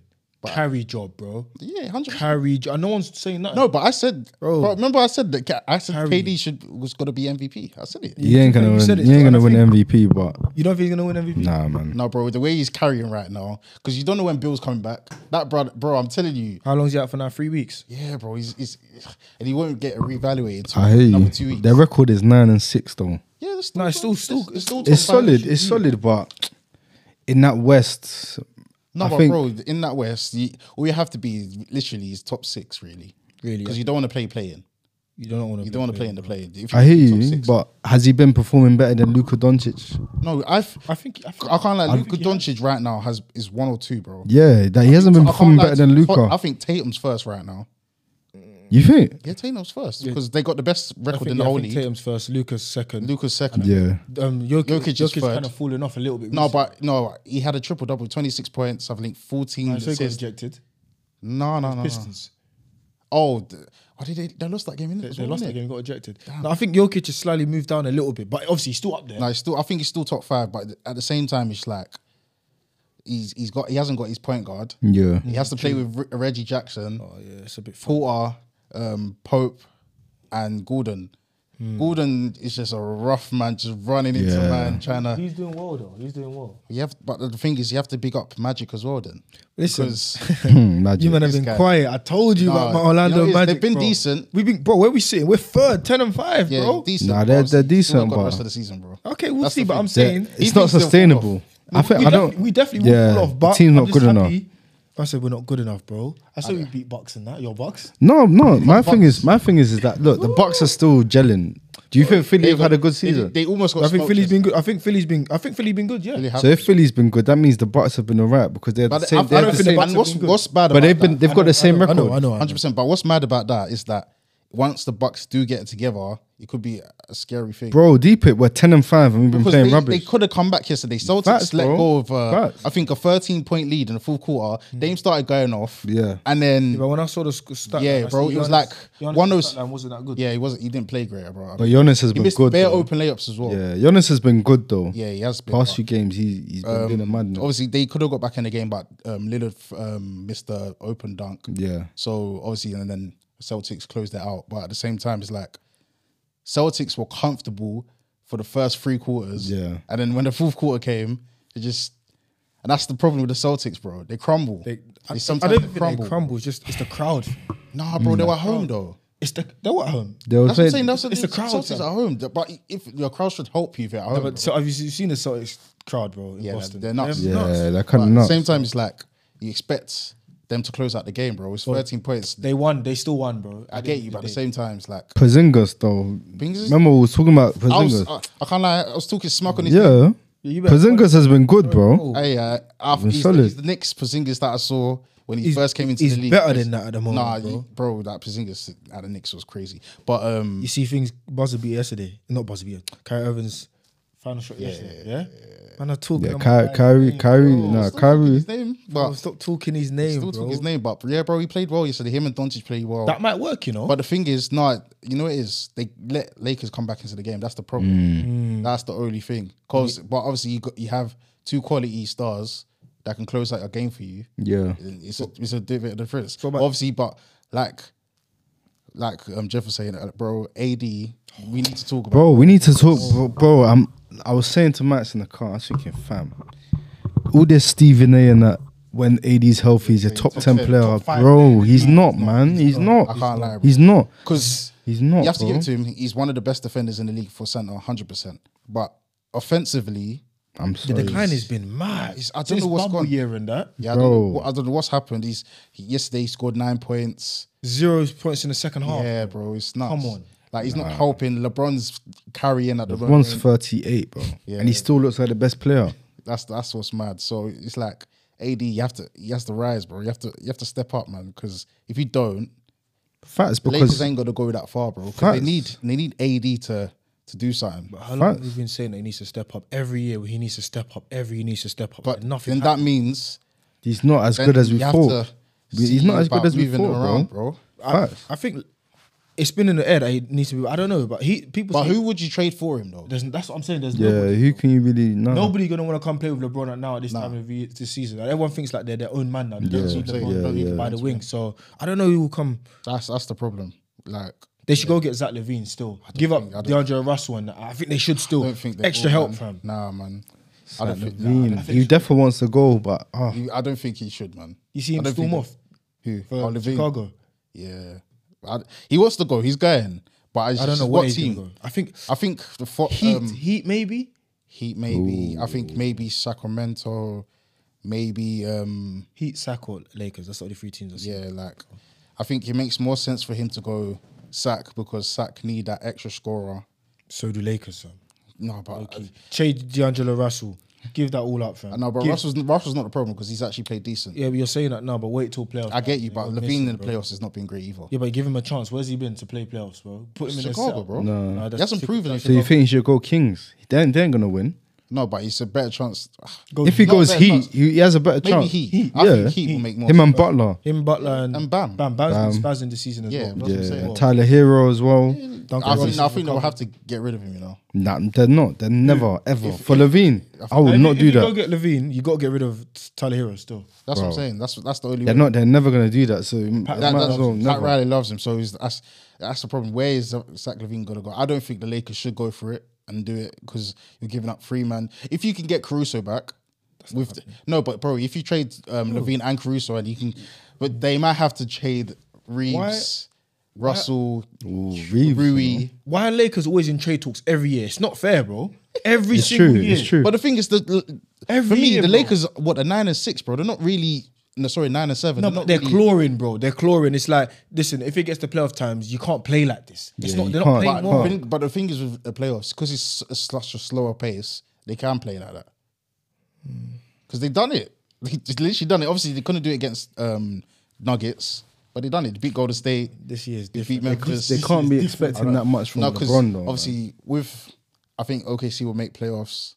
Speaker 3: Carry job, bro.
Speaker 2: Yeah, hundred.
Speaker 3: Carry job. No one's saying that.
Speaker 2: No, but I said,
Speaker 3: Bro.
Speaker 2: bro. remember I said that Ka- I said
Speaker 3: Harry.
Speaker 2: KD should was gonna be MVP. I said it.
Speaker 1: You ain't gonna
Speaker 3: You
Speaker 1: win.
Speaker 3: said it,
Speaker 1: You ain't
Speaker 3: so
Speaker 1: gonna
Speaker 3: I
Speaker 1: win MVP, but
Speaker 3: You don't think he's gonna win MVP?
Speaker 1: nah, man.
Speaker 2: No, bro, the way he's carrying right now, because you don't know when Bill's coming back. That bro, bro, I'm telling you,
Speaker 3: How long's he out for now? Three weeks.
Speaker 2: yeah, bro, he's, he's and he won't get reevaluated until
Speaker 1: I hear
Speaker 2: number
Speaker 1: you.
Speaker 2: two weeks.
Speaker 1: Their record is nine and six, though.
Speaker 2: yeah, that's still,
Speaker 3: No, it's still, still,
Speaker 2: it's still
Speaker 1: It's
Speaker 2: top five.
Speaker 1: solid. It's solid, but in that West,
Speaker 2: No,
Speaker 1: I
Speaker 2: but
Speaker 1: think-
Speaker 2: bro, in that West, you, all you have to be is literally is top six, really,
Speaker 3: Really,
Speaker 2: because you don't want to play playing.
Speaker 3: you don't want to.
Speaker 2: You don't want to play in the play. If
Speaker 1: I hear
Speaker 2: top
Speaker 1: you.
Speaker 2: six-
Speaker 1: But has he been performing better than Luka Doncic?
Speaker 2: no, I've,
Speaker 3: I think. I think
Speaker 2: I can't like Luka Doncic right now has is one or two, bro.
Speaker 1: Yeah, that he hasn't been
Speaker 2: I can't
Speaker 1: performing
Speaker 2: lie
Speaker 1: better
Speaker 2: to
Speaker 1: than
Speaker 2: you. I
Speaker 1: Luka.
Speaker 2: think Tatum's first right now.
Speaker 1: You think?
Speaker 2: Yeah, Tatum's first because they got the best
Speaker 3: I
Speaker 2: record
Speaker 3: think,
Speaker 2: in the
Speaker 3: yeah, I
Speaker 2: whole
Speaker 3: think
Speaker 2: league.
Speaker 3: Tatum's first, Lucas second.
Speaker 2: Lucas second.
Speaker 1: Yeah.
Speaker 3: um,
Speaker 2: Jokic
Speaker 3: Jokic, Jokic,
Speaker 2: is third.
Speaker 3: kind of falling off a little bit.
Speaker 2: No, but no, he had a triple double, twenty six points. I think fourteen
Speaker 3: I he got
Speaker 2: assists.
Speaker 3: rejected.
Speaker 2: No, no, no, no.
Speaker 3: Pistons.
Speaker 2: Oh, th- oh, did they? They lost that game. Innit?
Speaker 3: They,
Speaker 2: as
Speaker 3: they
Speaker 2: well,
Speaker 3: lost
Speaker 2: innit?
Speaker 3: that game, and got ejected. Now, I think Jokic has slightly moved down a little bit, but obviously he's still up there.
Speaker 2: No, he's still. I think he's still top five, but at the same time, it's like he's he's got he hasn't got his point guard.
Speaker 1: Yeah.
Speaker 2: He has to play with Re- Reggie Jackson,
Speaker 3: Oh yeah, it's a bit. Full.
Speaker 2: Porter, um, Pope, and Gordon.
Speaker 3: Hmm.
Speaker 2: Gordon is just a rough man, just running into
Speaker 1: Yeah.
Speaker 2: man, trying to.
Speaker 3: He's doing well though. He's doing well.
Speaker 2: You have, but the thing is, you have to big up Magic as well. Then,
Speaker 3: Listen,
Speaker 2: because
Speaker 1: Magic.
Speaker 3: you man have been
Speaker 2: guy.
Speaker 3: quiet. I told you
Speaker 2: Nah,
Speaker 3: about my
Speaker 2: you know
Speaker 3: Orlando
Speaker 2: what it is?
Speaker 3: Magic.
Speaker 2: They've been
Speaker 3: bro.
Speaker 2: decent.
Speaker 3: We've been, bro. Where we sitting? We're third, ten and five,
Speaker 2: yeah,
Speaker 3: bro.
Speaker 2: decent.
Speaker 1: Nah,
Speaker 2: but
Speaker 1: they're-
Speaker 2: obviously,
Speaker 1: they're decent,
Speaker 2: we've got the
Speaker 1: but-
Speaker 2: rest of the season, bro.
Speaker 3: Okay, we'll
Speaker 2: That's
Speaker 3: see.
Speaker 2: the
Speaker 3: But
Speaker 2: thing.
Speaker 3: I'm
Speaker 1: They're-
Speaker 3: saying
Speaker 2: He
Speaker 1: it's not
Speaker 2: thinks they'll
Speaker 1: sustainable. I think
Speaker 3: we
Speaker 1: I don't.
Speaker 3: defi- we definitely will fall off. But
Speaker 1: the team's not
Speaker 3: I'm
Speaker 1: good
Speaker 3: just
Speaker 1: enough.
Speaker 3: happy. I said we're not good enough, bro. I said we beat Bucks and that. Your Bucks.
Speaker 1: No, no. My thing is, my thing is, is that look, the Bucks are still gelling. Do you think Philly have had a good
Speaker 2: They,
Speaker 1: season?
Speaker 2: they almost got.
Speaker 3: I think
Speaker 2: smoked
Speaker 3: Philly's
Speaker 2: yesterday.
Speaker 3: been good. I think Philly's been. I think Philly's been good. Yeah.
Speaker 2: Really have.
Speaker 1: So if Philly's been good, that means the Bucks have been alright because they're the
Speaker 2: but
Speaker 1: same.
Speaker 2: I,
Speaker 1: they
Speaker 2: I
Speaker 1: have
Speaker 2: don't
Speaker 1: the
Speaker 2: think.
Speaker 1: same-
Speaker 3: same-
Speaker 2: And what's, what's bad?
Speaker 1: but
Speaker 2: about
Speaker 1: they've been
Speaker 2: that?
Speaker 1: they've got the same
Speaker 3: I
Speaker 1: record.
Speaker 3: know. I know. I know.
Speaker 2: hundred percent. But what's mad about that is that once the Bucks do get it together, it could be a scary thing.
Speaker 1: Bro, deep it. We're ten and five, and we've been
Speaker 2: because
Speaker 1: playing
Speaker 2: they,
Speaker 1: rubbish.
Speaker 2: could have come back yesterday. Celtics
Speaker 1: Facts,
Speaker 2: let
Speaker 1: bro.
Speaker 2: go of uh,
Speaker 1: Facts. Mm.
Speaker 2: I think a thirteen point lead in the fourth quarter. Dame started going off.
Speaker 1: Yeah.
Speaker 2: and then
Speaker 3: But when I saw the sc- stat,
Speaker 2: Yeah,
Speaker 3: line, I
Speaker 2: bro,
Speaker 3: see
Speaker 2: it was
Speaker 3: Giannis-
Speaker 2: like
Speaker 3: Giannis'
Speaker 2: one of those-
Speaker 3: stat line wasn't that good.
Speaker 2: yeah, he wasn't. He didn't play great, bro.
Speaker 1: but Giannis has
Speaker 2: he
Speaker 1: been
Speaker 2: missed
Speaker 1: good.
Speaker 2: bare
Speaker 1: though.
Speaker 2: open layups as well. Yeah,
Speaker 1: Yeah, Giannis has been good though.
Speaker 2: he has been.
Speaker 1: Past
Speaker 2: but
Speaker 1: few games, he's he's
Speaker 2: Um,
Speaker 1: been doing a madness.
Speaker 2: Obviously, they could have got back in the game, but um, Lillard um, missed the open dunk.
Speaker 1: Yeah,
Speaker 2: So obviously, and then Celtics closed that out. But at the same time, it's like Celtics were comfortable for the first three quarters.
Speaker 1: Yeah.
Speaker 2: And then when the fourth quarter came, they just and that's the problem with the Celtics, bro. They crumble. They,
Speaker 3: They, I,
Speaker 2: sometimes
Speaker 3: I
Speaker 2: they
Speaker 3: don't think
Speaker 2: crumble.
Speaker 3: they crumble. It's just it's the crowd.
Speaker 2: Nah, bro, they were at home though.
Speaker 3: It's the they were at home.
Speaker 1: they were
Speaker 2: That's what I'm
Speaker 1: Mm. saying.
Speaker 2: saying. That's
Speaker 3: It's
Speaker 2: the
Speaker 3: the crowd,
Speaker 2: Celtics at
Speaker 3: fam.
Speaker 2: home. But if your crowd should help you if you're at home.
Speaker 3: But so have you se- seen the Celtics crowd, bro? In
Speaker 2: Yeah,
Speaker 3: Boston,
Speaker 2: they're nuts.
Speaker 1: Yeah,
Speaker 3: nuts.
Speaker 1: that
Speaker 2: bro.
Speaker 1: kind of
Speaker 2: But at the
Speaker 1: nuts.
Speaker 2: same time, it's like you expect them to close out the game, bro. It's 13 points.
Speaker 3: They won. They still won, bro.
Speaker 2: I get you, but at the same time, it's like
Speaker 1: Porzingis though.
Speaker 2: Porzingis-
Speaker 1: Remember we were talking about
Speaker 2: I was,
Speaker 1: Porzingis.
Speaker 2: I, I can't lie. I was talking smack on his name.
Speaker 1: Yeah,
Speaker 3: Yeah, you better-
Speaker 1: Porzingis has been good, bro.
Speaker 2: Hey, uh, Alf, he's,
Speaker 1: solid.
Speaker 2: he's the next Porzingis that I saw when he
Speaker 3: He's-
Speaker 2: first came into
Speaker 3: he's
Speaker 2: the league.
Speaker 3: better than that at the moment,
Speaker 2: Nah,
Speaker 3: bro.
Speaker 2: you- bro, that Porzingis at the Knicks was crazy. But um,
Speaker 3: You see things buzzer beat yesterday. Not buzzer beat. Kyrie Irving's final shot yesterday. Yeah. Man, I talking.
Speaker 1: Yeah,
Speaker 3: I'm
Speaker 1: Ky-
Speaker 3: like,
Speaker 1: Kyrie, Kyrie, nah,
Speaker 2: still talking
Speaker 1: Kyrie.
Speaker 2: his name,
Speaker 3: bro,
Speaker 2: but
Speaker 3: stop talking his name,
Speaker 2: still
Speaker 3: bro.
Speaker 2: talking his name. But yeah, bro, he played well yesterday. Him and Doncic played well.
Speaker 3: That might work, you know.
Speaker 2: but the thing is, nah, you know what it is. They let Lakers come back into the game. That's the problem.
Speaker 1: Mm.
Speaker 2: That's the only thing. Cause, but obviously you got you have two quality stars that can close out a game for you.
Speaker 1: Yeah,
Speaker 2: It's a, it's a bit of difference.
Speaker 3: about-
Speaker 2: Obviously, but like like um, Jeff was saying, uh, bro, AD, we need to talk about.
Speaker 1: bro, we need to talk, bro. bro I'm, I was saying to Max in the car, I was thinking, fam, all this Stephen A. and that when AD's healthy, he's a top ten
Speaker 2: ten,
Speaker 1: player,
Speaker 2: top five.
Speaker 1: bro. He's not, man. He's
Speaker 2: I
Speaker 1: not.
Speaker 2: can't lie, bro.
Speaker 1: He's not.
Speaker 2: Because
Speaker 1: He's not.
Speaker 2: you have to
Speaker 1: bro.
Speaker 2: give it to him. He's one of the best defenders in the league for centre, hundred percent. But offensively,
Speaker 1: I'm
Speaker 3: the
Speaker 1: sorry,
Speaker 3: decline has been
Speaker 2: I
Speaker 3: mad.
Speaker 2: don't
Speaker 3: Since
Speaker 2: know what's
Speaker 3: bubble
Speaker 2: gone-
Speaker 3: year and that.
Speaker 2: yeah, I don't, know,
Speaker 1: Bro.
Speaker 2: what- I don't know what's happened. He's he, yesterday he scored nine points.
Speaker 3: Zero points in the second
Speaker 1: Oh,
Speaker 3: half.
Speaker 2: Yeah, bro, it's nuts.
Speaker 3: Come on.
Speaker 2: like he's not helping. LeBron's carrying at the moment.
Speaker 1: one's 38, bro, and he still looks like the best player.
Speaker 2: That's that's what's mad. So it's like AD, you have to you have to rise, bro. You have to you have to step up, man. Because if you don't,
Speaker 1: Facts
Speaker 2: Lakers
Speaker 1: because
Speaker 2: ain't gonna go that far, bro. 'cause they
Speaker 1: Facts.
Speaker 2: need they need AD to to do something.
Speaker 3: But how long
Speaker 1: Facts.
Speaker 3: have we been saying that he needs to step up? Every year he needs to step up. Every he needs to step up.
Speaker 2: But
Speaker 3: But nothing.
Speaker 2: then that means
Speaker 1: he's not as
Speaker 2: then
Speaker 1: good as we
Speaker 2: you have
Speaker 1: thought.
Speaker 2: to
Speaker 1: We- He's
Speaker 2: see
Speaker 1: not as
Speaker 2: about
Speaker 1: good as we
Speaker 2: moving them
Speaker 1: thought,
Speaker 2: around,
Speaker 1: bro.
Speaker 2: bro.
Speaker 3: I,
Speaker 1: Facts.
Speaker 3: I think it's been in the air that he needs to be. I don't know, but he people.
Speaker 2: But
Speaker 3: say-
Speaker 2: who would you trade for him though?
Speaker 3: There's, that's what I'm saying. There's
Speaker 1: Yeah,
Speaker 3: nobody.
Speaker 1: who can you really? No,
Speaker 3: Nobody gonna want to come play with LeBron at now at this time of year, this season. Like, everyone thinks like they're their own man now. They don't
Speaker 2: Yeah,
Speaker 3: need
Speaker 2: yeah,
Speaker 3: LeBron, they don't
Speaker 2: yeah,
Speaker 3: need to buy
Speaker 2: yeah.
Speaker 3: the wing. So I don't know who will come.
Speaker 2: That's that's the problem. Like
Speaker 3: They should go get Zach Levine still. Give up DeAndre Russell and that. I think they should still.
Speaker 2: I don't think um, they
Speaker 3: extra
Speaker 2: will,
Speaker 3: help
Speaker 2: man.
Speaker 3: from.
Speaker 2: Nah, man. I don't think. nah,
Speaker 1: Levine, he definitely wants to go, but ah,
Speaker 2: you- I don't think he should, man.
Speaker 3: You see
Speaker 2: I
Speaker 3: him
Speaker 2: don't
Speaker 3: storm
Speaker 2: think-
Speaker 3: off
Speaker 2: Who?
Speaker 3: for
Speaker 2: Oh, Levine.
Speaker 3: Chicago.
Speaker 2: Yeah, I, he wants to go. He's going, but I,
Speaker 3: I don't know
Speaker 2: what
Speaker 3: what, he's gonna
Speaker 2: team. Um,
Speaker 3: go. I think
Speaker 2: I think the fo-
Speaker 3: Heat,
Speaker 2: um,
Speaker 3: Heat maybe.
Speaker 2: Heat maybe. I think maybe Sacramento, maybe um
Speaker 3: Heat, Sac, or Lakers. That's the only three teams I see.
Speaker 2: yeah, like I think it makes more sense for him to go Sac because Sac need that extra scorer.
Speaker 3: So do Lakers. Son.
Speaker 2: No, but
Speaker 3: Trade D'Angelo Russell. Give that all up, fam.
Speaker 2: No, uh, but
Speaker 3: Give-
Speaker 2: Russell's, Russell's not the problem because he's actually played decent.
Speaker 3: Yeah, but you're saying that now, but wait till playoffs.
Speaker 2: I get you, but
Speaker 3: You're
Speaker 2: Levine
Speaker 3: missing,
Speaker 2: in the
Speaker 3: bro.
Speaker 2: playoffs has not been great either.
Speaker 3: Yeah, but give him a chance. Where's he been to play playoffs, bro? Put him in
Speaker 2: Chicago,
Speaker 3: a setup.
Speaker 2: bro.
Speaker 1: No.
Speaker 3: Nah,
Speaker 2: He
Speaker 3: that's
Speaker 2: hasn't
Speaker 3: typical-
Speaker 2: proven
Speaker 3: that's
Speaker 2: it.
Speaker 1: So you think he should go Kings? They ain't, they ain't gonna win.
Speaker 2: No, but it's a better chance.
Speaker 3: Go-
Speaker 1: If he
Speaker 2: Not
Speaker 1: goes
Speaker 2: better
Speaker 1: Heat,
Speaker 2: chance.
Speaker 1: he, he has a better
Speaker 2: Maybe
Speaker 1: chance.
Speaker 2: Heat. I think Heat will make more
Speaker 1: Him and Butler.
Speaker 3: Him, Butler, and,
Speaker 2: And Bam.
Speaker 3: Bam, Bam's been
Speaker 1: Bam.
Speaker 3: spazzing this season as
Speaker 2: Yeah,
Speaker 3: well.
Speaker 2: that's what I'm
Speaker 1: Yeah,
Speaker 2: saying.
Speaker 1: and Tyler Hero as well.
Speaker 2: I think, I
Speaker 3: Robinson
Speaker 2: think they'll have to get rid of him, you know.
Speaker 1: Nah, they're not. They're never ever for Levine. I would
Speaker 3: If-
Speaker 1: not
Speaker 3: if
Speaker 1: do
Speaker 3: you Go
Speaker 1: that.
Speaker 3: get Levine. You got to get rid of Tyler Hero still.
Speaker 2: That's what I'm
Speaker 1: Bro.
Speaker 2: saying. That's that's the only
Speaker 1: They're
Speaker 2: way.
Speaker 1: not. They're never gonna do that. So might
Speaker 2: That,
Speaker 1: as
Speaker 2: that's,
Speaker 1: well
Speaker 2: Pat
Speaker 1: never.
Speaker 2: Riley loves him, so he's, that's that's the problem. Where is Zach Levine gonna go? I don't think the Lakers should go for it and do it because you're giving up three man. If you can get Caruso back, with no, but bro, if you trade um, Levine and Caruso, and you can, but they might have to trade Reeves, Russell,
Speaker 1: Reeves,
Speaker 2: Rui.
Speaker 3: Why are Lakers always in trade talks every year? It's not fair, bro. Every
Speaker 1: It's
Speaker 3: single
Speaker 1: true.
Speaker 3: year.
Speaker 1: It's true.
Speaker 2: But the thing is, the for
Speaker 3: Every
Speaker 2: me,
Speaker 3: year,
Speaker 2: the
Speaker 3: bro.
Speaker 2: Lakers what a nine and six, bro. They're not really. No, sorry, nine and seven.
Speaker 3: No,
Speaker 2: not
Speaker 3: but they're
Speaker 2: really-
Speaker 3: clawing, bro. They're clawing. It's like, listen, if it gets to playoff times, you can't play like this. It's
Speaker 1: Yeah,
Speaker 3: not.
Speaker 1: you
Speaker 3: They're
Speaker 1: can't.
Speaker 3: not playing
Speaker 1: But-
Speaker 3: well.
Speaker 2: But, but the thing is with the playoffs, because it's s- such a slower pace, they can play like that.
Speaker 1: Hmm.
Speaker 2: Because they've done it. They've literally done it. Obviously, they couldn't do it against um, Nuggets, but they done it. They beat Golden State.
Speaker 3: This year is
Speaker 2: They beat
Speaker 3: different.
Speaker 2: Memphis.
Speaker 1: They can't be expecting that much from
Speaker 2: No, because
Speaker 1: LeBron though.
Speaker 2: obviously with, I think OKC will make playoffs.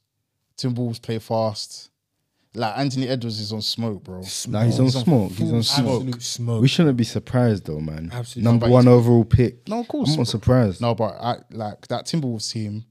Speaker 2: Timberwolves play fast. Like Anthony Edwards is on smoke, bro.
Speaker 1: man. Nah, he's on smoke. He's on smoke.
Speaker 3: Absolute smoke.
Speaker 1: We shouldn't be surprised though, man.
Speaker 3: Absolutely.
Speaker 1: Number
Speaker 2: Nobody's-
Speaker 1: one overall pick.
Speaker 2: No, of course.
Speaker 1: I'm not surprised.
Speaker 2: No, but I like that Timberwolves team.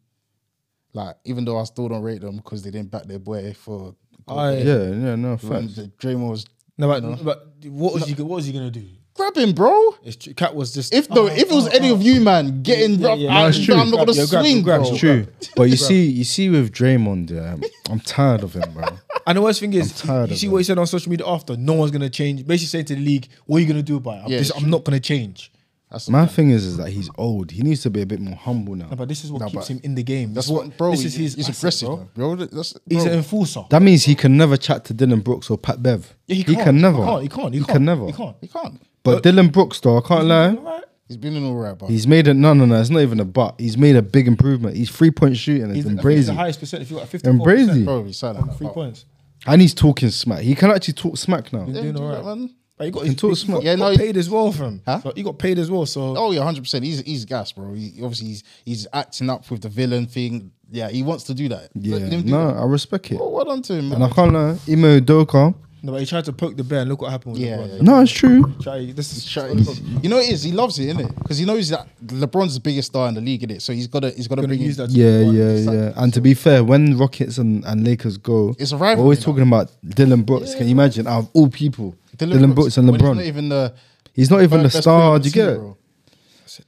Speaker 2: Like, even though I still don't rate them because they didn't back their boy for
Speaker 3: I,
Speaker 1: Yeah, yeah, no
Speaker 2: when
Speaker 1: fact.
Speaker 2: the Draymond was
Speaker 3: No, but, but what was you? What was he gonna do?
Speaker 2: grab him, bro.
Speaker 3: It's tr- Cat was just
Speaker 2: If no, if it was any of you, man, getting
Speaker 3: Oh, Yeah,
Speaker 2: rough,
Speaker 3: yeah.
Speaker 2: I'm,
Speaker 3: No, it's true.
Speaker 2: I'm not gonna
Speaker 3: Grab- yeah, grab-
Speaker 2: swing,
Speaker 3: grab-
Speaker 2: bro.
Speaker 3: it's
Speaker 1: True, but you see, you see with Draymond, yeah, I'm- I'm tired of him, bro.
Speaker 3: oh. And the worst thing is,
Speaker 1: I'm tired
Speaker 3: you
Speaker 1: of
Speaker 3: see
Speaker 1: them.
Speaker 3: what he said on social media after. No one's gonna change. Basically saying to the league, "What are you gonna do about it? I'm,
Speaker 2: Yeah,
Speaker 3: just-
Speaker 2: it's
Speaker 3: I'm not gonna change."
Speaker 2: That's
Speaker 1: My thing is, is that he's old. He needs to be a bit more humble now.
Speaker 3: No, but this is what
Speaker 2: No,
Speaker 3: keeps
Speaker 2: but
Speaker 3: him in the game.
Speaker 2: that's
Speaker 3: This is
Speaker 2: what, bro.
Speaker 3: This is
Speaker 2: he-
Speaker 3: his.
Speaker 2: he's
Speaker 3: asset,
Speaker 2: aggressive,
Speaker 3: bro.
Speaker 2: bro. bro. That's
Speaker 3: He's
Speaker 2: bro.
Speaker 3: an enforcer.
Speaker 1: That means he can never chat to Dylan Brooks or Pat Bev.
Speaker 3: Yeah, he, can't.
Speaker 1: can never.
Speaker 3: He can't. He can't. He, can't.
Speaker 1: can never.
Speaker 3: He can't. Uh,
Speaker 2: he can't.
Speaker 1: But Dylan Brooks, though, I can't lie.
Speaker 3: Alright.
Speaker 2: He's been in all right, but
Speaker 1: He's made it. No, no, no. It's not even a but. He's made a big improvement. He's three point shooting. It's
Speaker 3: He's,
Speaker 1: been
Speaker 3: the- he's the
Speaker 1: brazy.
Speaker 3: highest percent. If you got fifty,
Speaker 1: And brazy.
Speaker 2: bro. He's silent.
Speaker 3: three points.
Speaker 1: And he's talking smack. He can actually talk smack now.
Speaker 2: Yeah,
Speaker 3: Doing
Speaker 2: do
Speaker 3: alright.
Speaker 2: that, man.
Speaker 3: But he got,
Speaker 1: Can
Speaker 3: his,
Speaker 1: talk
Speaker 3: he
Speaker 1: smack.
Speaker 3: got, yeah,
Speaker 2: Yeah, no,
Speaker 3: got
Speaker 2: he-
Speaker 3: paid as well from.
Speaker 2: Huh?
Speaker 3: So he got paid as well. So
Speaker 2: Oh yeah, hundred percent. He's he's gas, bro. He, obviously, he's he's acting up with the villain thing. Yeah, he wants to do that.
Speaker 1: Yeah,
Speaker 2: Let him do
Speaker 1: no,
Speaker 2: that.
Speaker 1: I respect it.
Speaker 2: Bro, well done to him, man.
Speaker 1: And I can't lie. Imo Doka.
Speaker 3: no, but he tried to poke the bear. and Look what happened with
Speaker 2: Yeah,
Speaker 3: LeBron.
Speaker 2: yeah.
Speaker 1: No, it's true.
Speaker 3: Try- this is
Speaker 2: Shut- he's- You know it is. He loves it, innit? Because he knows that LeBron's the biggest star in the league, innit? So he's got to he's got to
Speaker 3: gonna
Speaker 2: bring
Speaker 3: use that. to
Speaker 1: Yeah,
Speaker 3: LeBron.
Speaker 1: yeah,
Speaker 2: exactly.
Speaker 1: yeah. And to be fair, when Rockets and, and Lakers go,
Speaker 2: It's a
Speaker 1: We're
Speaker 2: rivalry
Speaker 1: always
Speaker 2: now.
Speaker 1: talking about Dylan Brooks. Can you imagine? Out of all people, Dylan, Brooks, and
Speaker 2: when he's
Speaker 1: LeBron.
Speaker 2: not even the
Speaker 1: He's not even the
Speaker 2: best player
Speaker 1: star.
Speaker 2: on
Speaker 1: Do you
Speaker 2: team,
Speaker 1: get it?
Speaker 2: bro.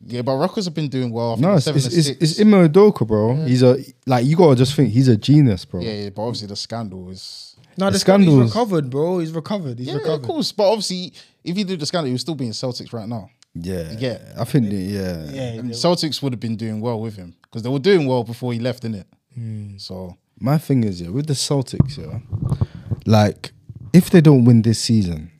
Speaker 2: Yeah, but Rockets have been doing well. I think
Speaker 1: No,
Speaker 2: they're
Speaker 1: it's
Speaker 2: seven
Speaker 1: it's,
Speaker 2: and
Speaker 1: it's,
Speaker 2: six.
Speaker 1: it's Imo Doka, bro. He's a like you gotta just think he's a genius, bro.
Speaker 2: yeah, yeah, but obviously the scandal is.
Speaker 3: No,
Speaker 1: The
Speaker 3: the scandal.
Speaker 1: scandals.
Speaker 3: He's recovered, bro. He's recovered. He's
Speaker 2: Yeah,
Speaker 3: recovered.
Speaker 2: of course. But obviously, if you do the scandal, you'll still be in Celtics right now.
Speaker 1: yeah,
Speaker 2: Yeah.
Speaker 1: I think yeah.
Speaker 3: Yeah,
Speaker 2: And
Speaker 3: yeah.
Speaker 2: Celtics would have been doing well with him because they were doing well before he left, innit?
Speaker 1: Hmm.
Speaker 2: So
Speaker 1: My thing is, yeah, with the Celtics, yeah, like if they don't win this season,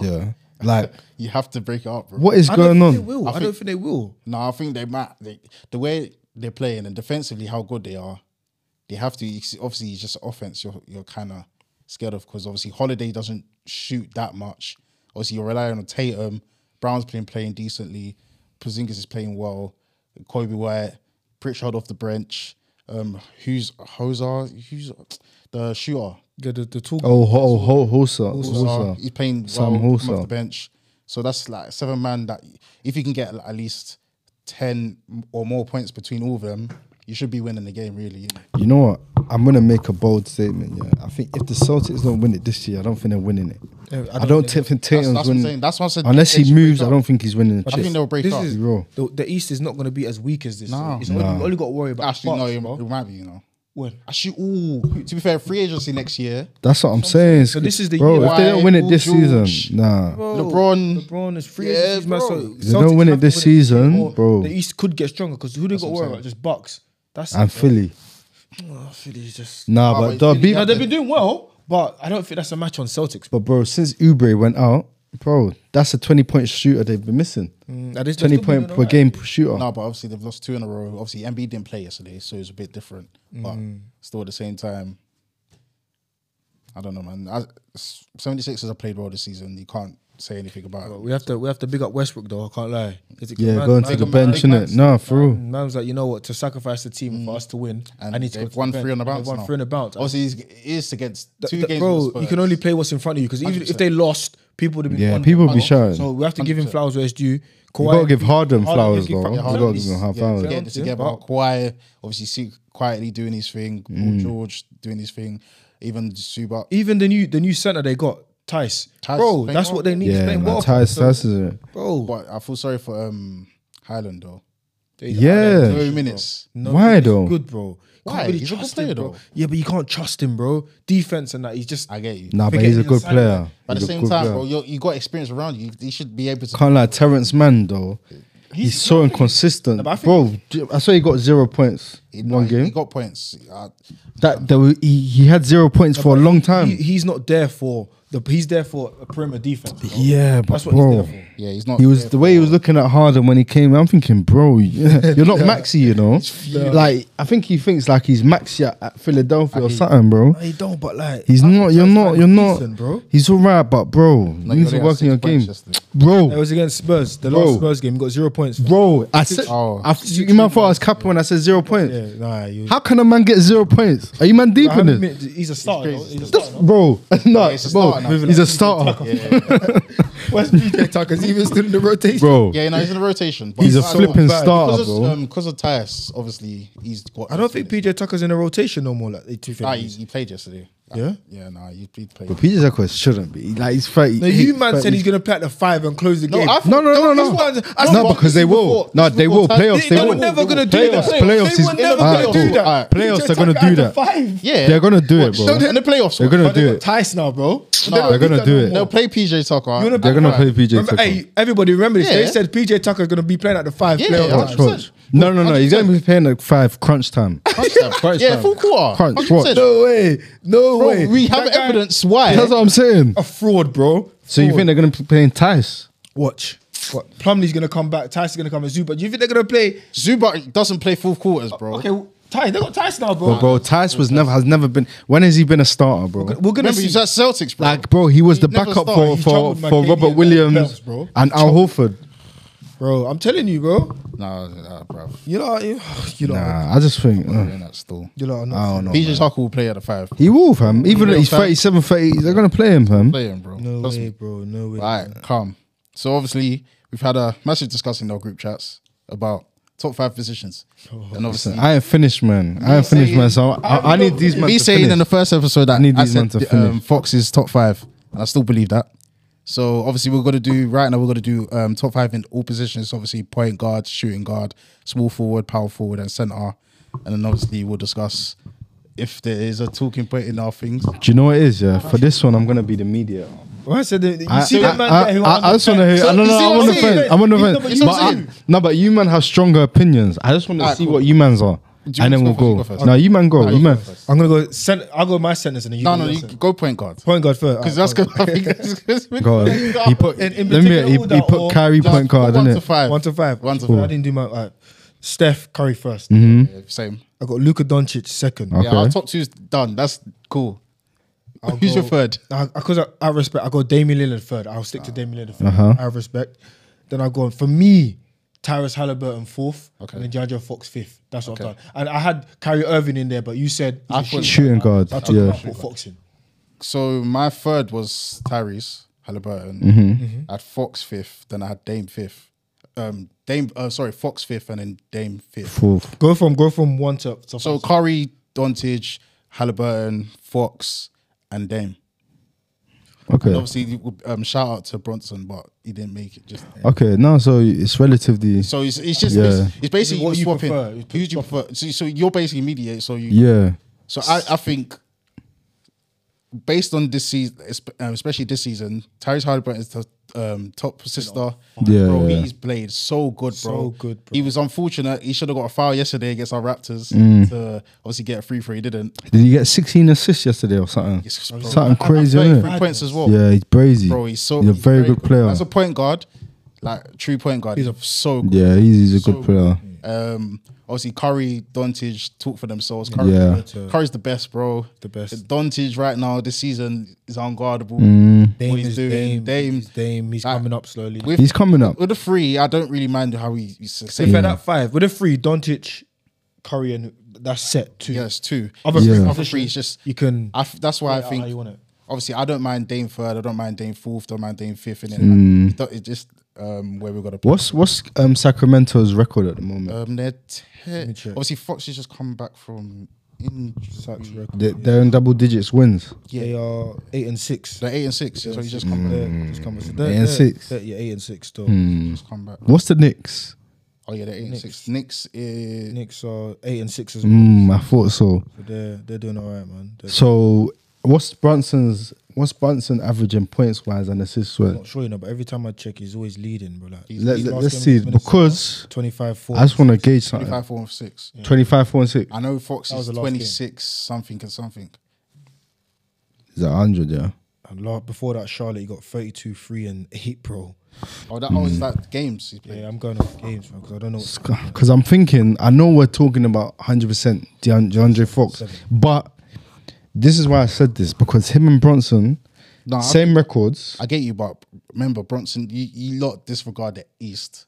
Speaker 1: yeah, like
Speaker 2: you have to break it up, bro.
Speaker 1: what is
Speaker 3: I don't
Speaker 1: going
Speaker 3: think they
Speaker 1: on?
Speaker 3: will. I, don't think they will.
Speaker 2: No, I think they might. They, the way they're playing and defensively how good they are, they have to. it's- Obviously, it's just offense. You're you're kind of scared of because obviously Holiday doesn't shoot that much. Obviously, you're relying on Tatum. Brown's been playing decently. Porzingis is playing well. Kobe White, Pritchard off the bench. Um, who's Hozar? Who's the shooter?
Speaker 3: Yeah, the, the two
Speaker 1: Oh, ho, ho, Hosa,
Speaker 2: Hozar.
Speaker 1: Hosa.
Speaker 2: He's playing
Speaker 1: Sam
Speaker 2: well come
Speaker 1: Hozar.
Speaker 2: off the bench. So that's like seven man that if you can get like at least ten or more points between all of them, you should be winning the game really.
Speaker 1: You know what? I'm gonna make a bold statement. Yeah, I think if the Celtics don't win it this year, I don't think they're winning it.
Speaker 3: Yeah, I
Speaker 1: I don't,
Speaker 3: don't
Speaker 1: think, think
Speaker 2: That's, that's
Speaker 1: Tatum's
Speaker 2: what I'm saying.
Speaker 1: winning.
Speaker 2: That's what I said.
Speaker 1: Unless
Speaker 2: They
Speaker 1: he
Speaker 2: should break
Speaker 1: moves, I
Speaker 2: up.
Speaker 1: don't think he's winning the
Speaker 2: I think
Speaker 1: chip.
Speaker 2: they'll break
Speaker 3: This
Speaker 2: up.
Speaker 3: is
Speaker 1: Bro.
Speaker 3: the, the East is not going to be as weak as this.
Speaker 2: No.
Speaker 3: it's only, you only got to worry about
Speaker 2: Actually, no,
Speaker 3: Bucks,
Speaker 2: it,
Speaker 3: bro.
Speaker 2: it might be. You know,
Speaker 3: When?
Speaker 2: actually, ooh. To be fair, free agency next year.
Speaker 1: That's what I'm saying.
Speaker 3: So this is the
Speaker 1: bro.
Speaker 3: year
Speaker 1: If they don't
Speaker 2: why
Speaker 1: win it
Speaker 2: Paul
Speaker 1: this
Speaker 2: George-
Speaker 1: season, nah.
Speaker 3: Bro,
Speaker 2: LeBron-
Speaker 3: LeBron is free.
Speaker 2: Yeah,
Speaker 3: agency, man,
Speaker 2: bro.
Speaker 3: so
Speaker 1: If they don't
Speaker 3: Celtics
Speaker 1: win it
Speaker 3: have to
Speaker 1: this season,
Speaker 3: or
Speaker 1: bro.
Speaker 3: The East could get stronger because who they got to
Speaker 2: what I'm
Speaker 3: worry
Speaker 2: saying.
Speaker 3: about? Just Bucks. That's
Speaker 1: And
Speaker 3: it, bro.
Speaker 1: Philly,
Speaker 3: Oh, Philly's just.
Speaker 1: nah.
Speaker 2: Oh,
Speaker 1: But
Speaker 2: but
Speaker 1: they'll
Speaker 2: Philly
Speaker 1: beat-
Speaker 3: No, they've been doing well, but I don't think that's a match on Celtics.
Speaker 1: But bro, since Ubre went out, bro, that's a twenty point shooter they've been missing.
Speaker 2: Mm,
Speaker 3: At this- they're
Speaker 1: Twenty
Speaker 3: still
Speaker 1: point
Speaker 3: doing
Speaker 1: per
Speaker 3: alright.
Speaker 1: game shooter.
Speaker 2: No, but obviously they've
Speaker 3: Mm.
Speaker 2: lost two in a row. Obviously, Embiid didn't play yesterday, so it's a bit different. But still, at the same time, I don't know, man. I, 76ers have played well this season. You can't say anything about
Speaker 3: But
Speaker 2: it.
Speaker 3: we have to we have to big up Westbrook though. I can't lie. 'Cause it-
Speaker 1: Yeah,
Speaker 3: man-
Speaker 1: going
Speaker 3: man-
Speaker 1: to the
Speaker 2: man-
Speaker 1: bench, innit?
Speaker 2: man-
Speaker 1: No, for real.
Speaker 3: Man was like, you know what? To sacrifice the team
Speaker 1: Mm.
Speaker 3: for us to win,
Speaker 2: And
Speaker 3: I need to go
Speaker 2: they've
Speaker 3: to
Speaker 2: won
Speaker 3: the bench.
Speaker 2: three on the bounce
Speaker 3: They've Won
Speaker 2: now.
Speaker 3: three on the bounce.
Speaker 2: Obviously, he's, it's against two
Speaker 3: Th-
Speaker 2: games.
Speaker 3: bro,
Speaker 2: with
Speaker 3: you can only play what's in front of you because even if they lost, people would have been.
Speaker 1: Yeah,
Speaker 3: on
Speaker 1: people
Speaker 3: them.
Speaker 1: would be shouting.
Speaker 3: So oh, we have to give him flowers where it's due.
Speaker 1: You
Speaker 3: Kawhi,
Speaker 1: gotta give Harden flowers
Speaker 3: give
Speaker 1: though.
Speaker 3: fucking
Speaker 1: You
Speaker 2: Spurs.
Speaker 1: gotta give him
Speaker 2: Yeah,
Speaker 1: hard flowers.
Speaker 2: Getting it together. Kawhi, obviously, Su- quietly doing his thing. Paul
Speaker 1: Mm.
Speaker 2: George doing his thing. Even Zubac.
Speaker 3: even the new the new center they got, Tice.
Speaker 2: Tice
Speaker 3: bro,
Speaker 2: playing
Speaker 3: that's
Speaker 2: well.
Speaker 3: what they need. He's
Speaker 1: Yeah,
Speaker 3: playing well
Speaker 1: man,
Speaker 3: for
Speaker 1: Tice,
Speaker 3: them.
Speaker 1: Tice is it.
Speaker 3: bro.
Speaker 2: But I feel sorry for um, Highland, though.
Speaker 1: Yeah.
Speaker 2: No minutes.
Speaker 3: No,
Speaker 1: Why
Speaker 3: he's
Speaker 1: though?
Speaker 3: Good, bro. Can't
Speaker 2: Why?
Speaker 3: really
Speaker 2: He's a good
Speaker 3: trust
Speaker 2: player,
Speaker 3: him, bro.
Speaker 2: though.
Speaker 3: Yeah, but you can't trust him, bro. Defense and that. He's just
Speaker 2: I get you.
Speaker 1: Nah, but
Speaker 3: Forget
Speaker 1: he's a
Speaker 3: he's a
Speaker 1: good
Speaker 3: signing.
Speaker 1: player.
Speaker 2: But at the
Speaker 1: He's a
Speaker 2: same
Speaker 1: good
Speaker 2: time,
Speaker 1: player.
Speaker 2: bro, you're, you got experience around you. You should be able to.
Speaker 1: Can't like Terrence Mann though. He's, so inconsistent,
Speaker 3: but I
Speaker 1: bro. d- I saw he got zero points
Speaker 2: he-
Speaker 1: in one
Speaker 2: He
Speaker 1: game.
Speaker 2: got points. Uh,
Speaker 1: That, that we- he, he had zero points for a long time.
Speaker 3: he, he's not there for the. He's there for a perimeter defense. bro.
Speaker 1: yeah, but
Speaker 3: that's what
Speaker 1: bro,
Speaker 3: he's there for.
Speaker 2: yeah, he's not.
Speaker 1: He was the way he was looking at Harden when he came. I'm thinking, bro, you're not Maxi, you know. Like I think he thinks like he's Maxi at, at Philadelphia or something, bro.
Speaker 3: He don't, but like
Speaker 1: He's not. You're not. You're not.
Speaker 3: decent, bro.
Speaker 1: He's all right, but
Speaker 2: he
Speaker 1: bro, you need to
Speaker 2: only had
Speaker 1: work
Speaker 2: six
Speaker 1: on your
Speaker 2: points
Speaker 1: game,
Speaker 2: yesterday.
Speaker 3: That
Speaker 1: bro.
Speaker 3: was against Spurs. The
Speaker 1: Bro.
Speaker 3: last Spurs game, he got zero points.
Speaker 1: Bro, I said.
Speaker 2: Oh.
Speaker 1: I, you man thought I was capping when I said zero points.
Speaker 3: Yeah, nah, you.
Speaker 1: How can a man get zero points? Are you man deep
Speaker 3: I
Speaker 1: in it?
Speaker 3: admit, he's a starter. though. He's a
Speaker 1: That's-
Speaker 3: starter.
Speaker 1: Bro, no,
Speaker 2: it's a
Speaker 1: bro,
Speaker 2: starter now.
Speaker 1: he's a starter,
Speaker 3: Where's PJ Tucker's even still in the rotation?
Speaker 1: bro.
Speaker 2: Yeah, no, he's in the rotation. But
Speaker 1: He's a
Speaker 2: I-
Speaker 1: flipping
Speaker 3: bad.
Speaker 1: starter,
Speaker 2: Because of,
Speaker 1: bro.
Speaker 2: um, because of Tyus, obviously, he's got.
Speaker 3: I don't think PJ Tucker's in the rotation no more. Like they two
Speaker 2: Nah, he, he played yesterday. Like,
Speaker 3: Yeah?
Speaker 2: Yeah, nah, he, he played.
Speaker 1: But PJ Zucker shouldn't be. Like he's thirty.
Speaker 3: No, you man said he's gonna play at the five and close the game.
Speaker 2: I-
Speaker 1: No, no, no, no,
Speaker 3: This
Speaker 1: no.
Speaker 3: one- I said-
Speaker 1: No, because they will.
Speaker 2: before-
Speaker 1: No,
Speaker 2: this
Speaker 1: they
Speaker 2: before
Speaker 1: will.
Speaker 2: time-
Speaker 1: Playoffs, they
Speaker 3: They were
Speaker 1: will.
Speaker 3: never gonna do
Speaker 1: Playoffs,
Speaker 3: that.
Speaker 1: playoffs.
Speaker 3: They
Speaker 1: is-
Speaker 3: were never
Speaker 1: Alright,
Speaker 3: gonna do
Speaker 1: cool.
Speaker 3: that.
Speaker 1: Alright, Playoffs are
Speaker 3: PJ
Speaker 1: gonna
Speaker 3: Tucker
Speaker 1: do
Speaker 3: at the
Speaker 1: that.
Speaker 3: Five.
Speaker 2: yeah.
Speaker 1: They're gonna do it,
Speaker 2: What,
Speaker 1: bro.
Speaker 2: In the playoffs,
Speaker 1: They're gonna
Speaker 3: But they
Speaker 1: do
Speaker 3: got
Speaker 1: it.
Speaker 3: Tice now, bro.
Speaker 2: Nah,
Speaker 1: They're gonna do it.
Speaker 2: They'll play PJ Tucker.
Speaker 3: wanna-
Speaker 1: They're gonna play PJ
Speaker 3: Remember,
Speaker 1: Zucker.
Speaker 3: hey, everybody, remember this. They
Speaker 2: Yeah.
Speaker 3: said PJ Tucker's gonna be playing at the five.
Speaker 2: Yeah,
Speaker 3: playoff
Speaker 2: yeah,
Speaker 3: time.
Speaker 1: Watch,
Speaker 2: Hundred
Speaker 1: watch.
Speaker 2: percent.
Speaker 1: No, no, no. He's gonna be
Speaker 2: 100%.
Speaker 1: playing like five crunch time.
Speaker 2: Crunch time.
Speaker 1: Crunch
Speaker 2: yeah,
Speaker 1: time.
Speaker 2: full quarter.
Speaker 1: Crunch,
Speaker 2: 100%.
Speaker 1: watch.
Speaker 3: No way. No
Speaker 2: Bro,
Speaker 3: way.
Speaker 2: we have
Speaker 3: That guy-
Speaker 2: evidence why.
Speaker 1: That's what I'm saying.
Speaker 3: A fraud, bro.
Speaker 1: So you
Speaker 3: Fraud.
Speaker 1: think they're gonna be playing Tice?
Speaker 3: Watch. What? Plumlee's gonna come back. Tyson's gonna come and Zubac. You think they're gonna play?
Speaker 2: Zubac doesn't play full quarters, bro.
Speaker 3: Okay, Ty. They got Tyson now, bro.
Speaker 1: But bro, Tice was never has never been. When has he been a starter, bro?
Speaker 3: We're gonna
Speaker 2: Remember,
Speaker 3: see.
Speaker 2: he's at Celtics, bro.
Speaker 1: Like, bro, he was the
Speaker 2: never
Speaker 1: backup
Speaker 2: started.
Speaker 1: for
Speaker 3: He
Speaker 1: for
Speaker 3: juggled my
Speaker 1: for
Speaker 3: KD
Speaker 1: Robert
Speaker 3: and Bells,
Speaker 1: Williams
Speaker 3: bro.
Speaker 1: and Al Horford.
Speaker 3: bro, I'm telling you, bro.
Speaker 2: nah, nah, bro.
Speaker 3: You know, you you know,
Speaker 1: Nah, I just think. uh,
Speaker 2: They're not still.
Speaker 3: you know.
Speaker 1: I
Speaker 3: No,
Speaker 1: don't know.
Speaker 2: PJ Tucker will play at the five.
Speaker 1: He will, fam. Even though
Speaker 2: will,
Speaker 1: he's
Speaker 2: fam.
Speaker 1: 37, 30, they're going to play him, fam.
Speaker 2: Play him, bro.
Speaker 3: no
Speaker 2: Trust
Speaker 3: way,
Speaker 2: me.
Speaker 3: bro. No way.
Speaker 2: All right, calm. So obviously, we've had a massive discussion in our group chats about top five positions, and obviously,
Speaker 1: I ain't finished, man. I ain't finished, man. So I, I, I need these men
Speaker 2: me
Speaker 1: to
Speaker 2: saying
Speaker 1: finish.
Speaker 2: in the first episode that I,
Speaker 1: need these men
Speaker 2: said
Speaker 1: to
Speaker 2: the, um,
Speaker 1: finish.
Speaker 2: Fox is top five, and I still believe that. So obviously, we're gonna do right now. We're gonna do um, top five in all positions. Obviously, point guard, shooting guard, small forward, power forward, and center. And then obviously, we'll discuss if there is a talking point in our things.
Speaker 1: Do you know what it is? Yeah, for this one, I'm gonna be the media.
Speaker 3: Well, I said that- you
Speaker 1: I,
Speaker 3: see
Speaker 1: I,
Speaker 3: that man
Speaker 1: I,
Speaker 3: there who
Speaker 1: I, I just want to hear.
Speaker 2: So,
Speaker 1: I don't
Speaker 2: you
Speaker 1: know.
Speaker 2: see
Speaker 1: I'm
Speaker 2: what
Speaker 1: on
Speaker 2: I'm
Speaker 1: the
Speaker 2: saying?
Speaker 1: fence. I'm on the
Speaker 3: You know,
Speaker 1: fence.
Speaker 3: but you
Speaker 1: But
Speaker 3: see
Speaker 1: I-
Speaker 3: what I'm
Speaker 1: No, but you man have stronger opinions. I just want to
Speaker 2: Alright,
Speaker 1: see
Speaker 2: cool.
Speaker 1: what you man's are,
Speaker 2: you
Speaker 1: and
Speaker 2: want
Speaker 1: then
Speaker 2: to go
Speaker 1: we'll
Speaker 2: first? You
Speaker 1: go.
Speaker 2: go first.
Speaker 1: No, you man go. You man.
Speaker 3: I'm gonna go. Sen- I'll go my sentence and then you.
Speaker 2: No,
Speaker 3: go
Speaker 2: no,
Speaker 3: your
Speaker 2: you
Speaker 3: sentence.
Speaker 2: go point guard
Speaker 3: Point guard first.
Speaker 2: because
Speaker 3: All
Speaker 2: that's
Speaker 3: right,
Speaker 2: gonna. I think that's gonna-
Speaker 1: Go on. He put.
Speaker 3: In- in
Speaker 1: Let me.
Speaker 3: particular
Speaker 1: He,
Speaker 3: order
Speaker 1: he put
Speaker 3: or
Speaker 1: Kyrie
Speaker 2: Just
Speaker 1: point guard,
Speaker 2: one to
Speaker 1: didn't it?
Speaker 2: five.
Speaker 3: One to five.
Speaker 2: One to
Speaker 3: I
Speaker 2: five. Mm-hmm.
Speaker 3: didn't do my. all right. Steph Curry 1st
Speaker 2: Yeah, Same.
Speaker 3: I got Luka Doncic second.
Speaker 1: Okay.
Speaker 2: Yeah, our top two's done. That's cool. Who's your
Speaker 3: go-
Speaker 2: third? Ah.
Speaker 3: Because I, I, respect, I go Damian Lillard third. I'll stick to Damian Lillard 3rd
Speaker 2: Uh-huh.
Speaker 3: I respect. Then I go on for me, Tyrese Halliburton fourth,
Speaker 2: Okay.
Speaker 3: and then Jaja Fox fifth. That's what I've
Speaker 2: Okay.
Speaker 3: done. And I had Kyrie Irving in there, but you said I
Speaker 2: put-
Speaker 1: Shooting guard.
Speaker 3: I took him
Speaker 1: Yeah.
Speaker 3: out for Fox in.
Speaker 2: So my third was Tyrese Halliburton.
Speaker 3: Mm-hmm.
Speaker 2: I had Fox fifth, then I had Dame fifth. Um, Dame, uh, sorry, Fox fifth, and then Dame fifth.
Speaker 1: Fourth.
Speaker 3: Go from go from one to, to
Speaker 2: So
Speaker 3: five.
Speaker 2: Curry, Dontage, Halliburton, Fox, and Dame. And
Speaker 1: Okay.
Speaker 2: obviously, um, shout out to Bronson, but he didn't make it. Just
Speaker 1: Okay. No, so it's relatively.
Speaker 2: so it's, it's just
Speaker 1: Yeah.
Speaker 2: it's, it's basically
Speaker 3: What
Speaker 2: you
Speaker 3: you
Speaker 2: swapping.
Speaker 3: prefer.
Speaker 2: Who do you prefer? So, so you're basically mediate. So you
Speaker 1: Yeah.
Speaker 2: So I, I think, based on this season, especially this season, Tyrese Halliburton is the um, top sister.
Speaker 1: Yeah,
Speaker 2: bro,
Speaker 1: yeah.
Speaker 2: he's played so good, bro.
Speaker 3: So good, bro.
Speaker 2: He was unfortunate. He should have got a foul yesterday against our Raptors
Speaker 1: Mm.
Speaker 2: to obviously get a free for He didn't.
Speaker 1: Did he get 16 assists yesterday or something?
Speaker 2: Yes, bro.
Speaker 1: Something crazy, isn't
Speaker 2: Three
Speaker 1: it?
Speaker 2: points as well,
Speaker 1: Yeah, he's brazy.
Speaker 2: bro. He's so
Speaker 1: he's a
Speaker 2: he's
Speaker 1: very good player.
Speaker 2: As a point guard, like true point guard, he's so good.
Speaker 1: Yeah, he's, he's a
Speaker 2: So-
Speaker 1: good player.
Speaker 2: Um, obviously Curry, Doncic talk for themselves. Curry,
Speaker 1: Yeah.
Speaker 2: Curry's the best, bro.
Speaker 3: The best.
Speaker 2: Doncic right now this season is unguardable.
Speaker 3: Dame
Speaker 2: what he's
Speaker 3: is
Speaker 2: doing,
Speaker 3: Dame.
Speaker 2: Dame.
Speaker 3: He's Dame. He's
Speaker 2: Ah.
Speaker 3: coming up slowly.
Speaker 2: With,
Speaker 1: Mm. He's coming up.
Speaker 2: with the three, I don't really mind how he, he's
Speaker 3: So if at that five, with a three, Doncic, Curry, and that's set two.
Speaker 2: Yes, two.
Speaker 3: Other
Speaker 1: Yeah.
Speaker 3: three,
Speaker 2: Other
Speaker 3: other
Speaker 2: three
Speaker 3: three,
Speaker 2: is just
Speaker 3: you can.
Speaker 2: I f- that's why I
Speaker 3: how
Speaker 2: think.
Speaker 3: you want it.
Speaker 2: Obviously, I don't mind Dame third. I don't mind Dame fourth. Don't mind Dame fifth. And
Speaker 1: Mm.
Speaker 2: it just um, where we got to. play.
Speaker 1: What's what's um, Sacramento's record at the moment?
Speaker 2: Um, they're te-
Speaker 3: check.
Speaker 2: obviously Fox has just come back from injury.
Speaker 3: That's record.
Speaker 1: They, they're in double digits wins.
Speaker 3: They are eight and six.
Speaker 2: They're eight and six. So he's just come
Speaker 1: Mm.
Speaker 3: They're-
Speaker 2: back.
Speaker 3: just come- they're-
Speaker 1: Eight and
Speaker 3: they're-
Speaker 1: six. Hmm.
Speaker 3: they're- yeah, eight and six still.
Speaker 2: Just come back.
Speaker 1: What's the Knicks?
Speaker 2: Oh yeah, they're eight and six. Knicks is
Speaker 3: Knicks are eight and six as well.
Speaker 1: Mm, I thought so.
Speaker 3: So they're they're doing all right, man. They're
Speaker 1: So what's Brunson's? What's Brunson averaging points wise and assists wise?
Speaker 3: not sure, you know, but every time I check, he's always leading, bro. Like
Speaker 1: Let,
Speaker 3: his last
Speaker 1: let, us
Speaker 3: game
Speaker 1: see
Speaker 3: against Minnesota,
Speaker 1: because
Speaker 3: 25 4.
Speaker 1: I just want to gauge something.
Speaker 2: twenty-five, four, and six.
Speaker 1: 25, 4 and 6
Speaker 2: I know Fox
Speaker 3: That was
Speaker 2: is
Speaker 3: the last
Speaker 2: twenty-six something and something.
Speaker 1: is at 100. Yeah,
Speaker 3: And la- before that, Charlotte, he got 32 3 and 8, bro.
Speaker 2: Oh, that oh, is that games he's played.
Speaker 3: Yeah, I'm going off games, man, because I don't know. What,
Speaker 1: because I'm thinking. I know we're talking about 100 percent DeAndre Fox, but this is why I said this because him and Brunson,
Speaker 2: No, I-
Speaker 1: same records.
Speaker 2: I get you, but remember Bronson, you, you lot disregard the East.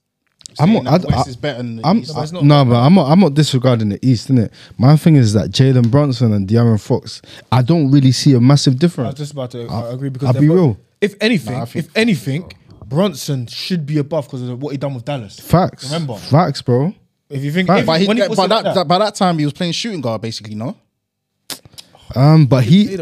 Speaker 1: I'm
Speaker 2: Saying
Speaker 1: not-
Speaker 2: that
Speaker 1: I- I-
Speaker 2: West is better than the
Speaker 1: I'm,
Speaker 2: East.
Speaker 1: I- no, but I'm not, I'm not disregarding the East, innit? My thing is that Jalen Brunson and De'Aaron Fox, I don't really see a massive
Speaker 3: I was
Speaker 1: difference.
Speaker 3: just about to
Speaker 1: I'll-
Speaker 3: I agree because
Speaker 1: I'll
Speaker 3: they're
Speaker 1: be
Speaker 3: both-
Speaker 1: real.
Speaker 3: If anything,
Speaker 2: Nah, I think-
Speaker 3: if anything, Brunson should be above because of what he done with Dallas.
Speaker 1: Facts.
Speaker 3: Remember.
Speaker 1: Facts, bro.
Speaker 3: If you think,
Speaker 1: Right,
Speaker 3: if,
Speaker 2: But, he,
Speaker 3: when he
Speaker 2: that,
Speaker 3: was
Speaker 2: but that,
Speaker 3: like that,
Speaker 2: that- by that time, he was playing shooting guard, basically, no?
Speaker 1: Um, but he,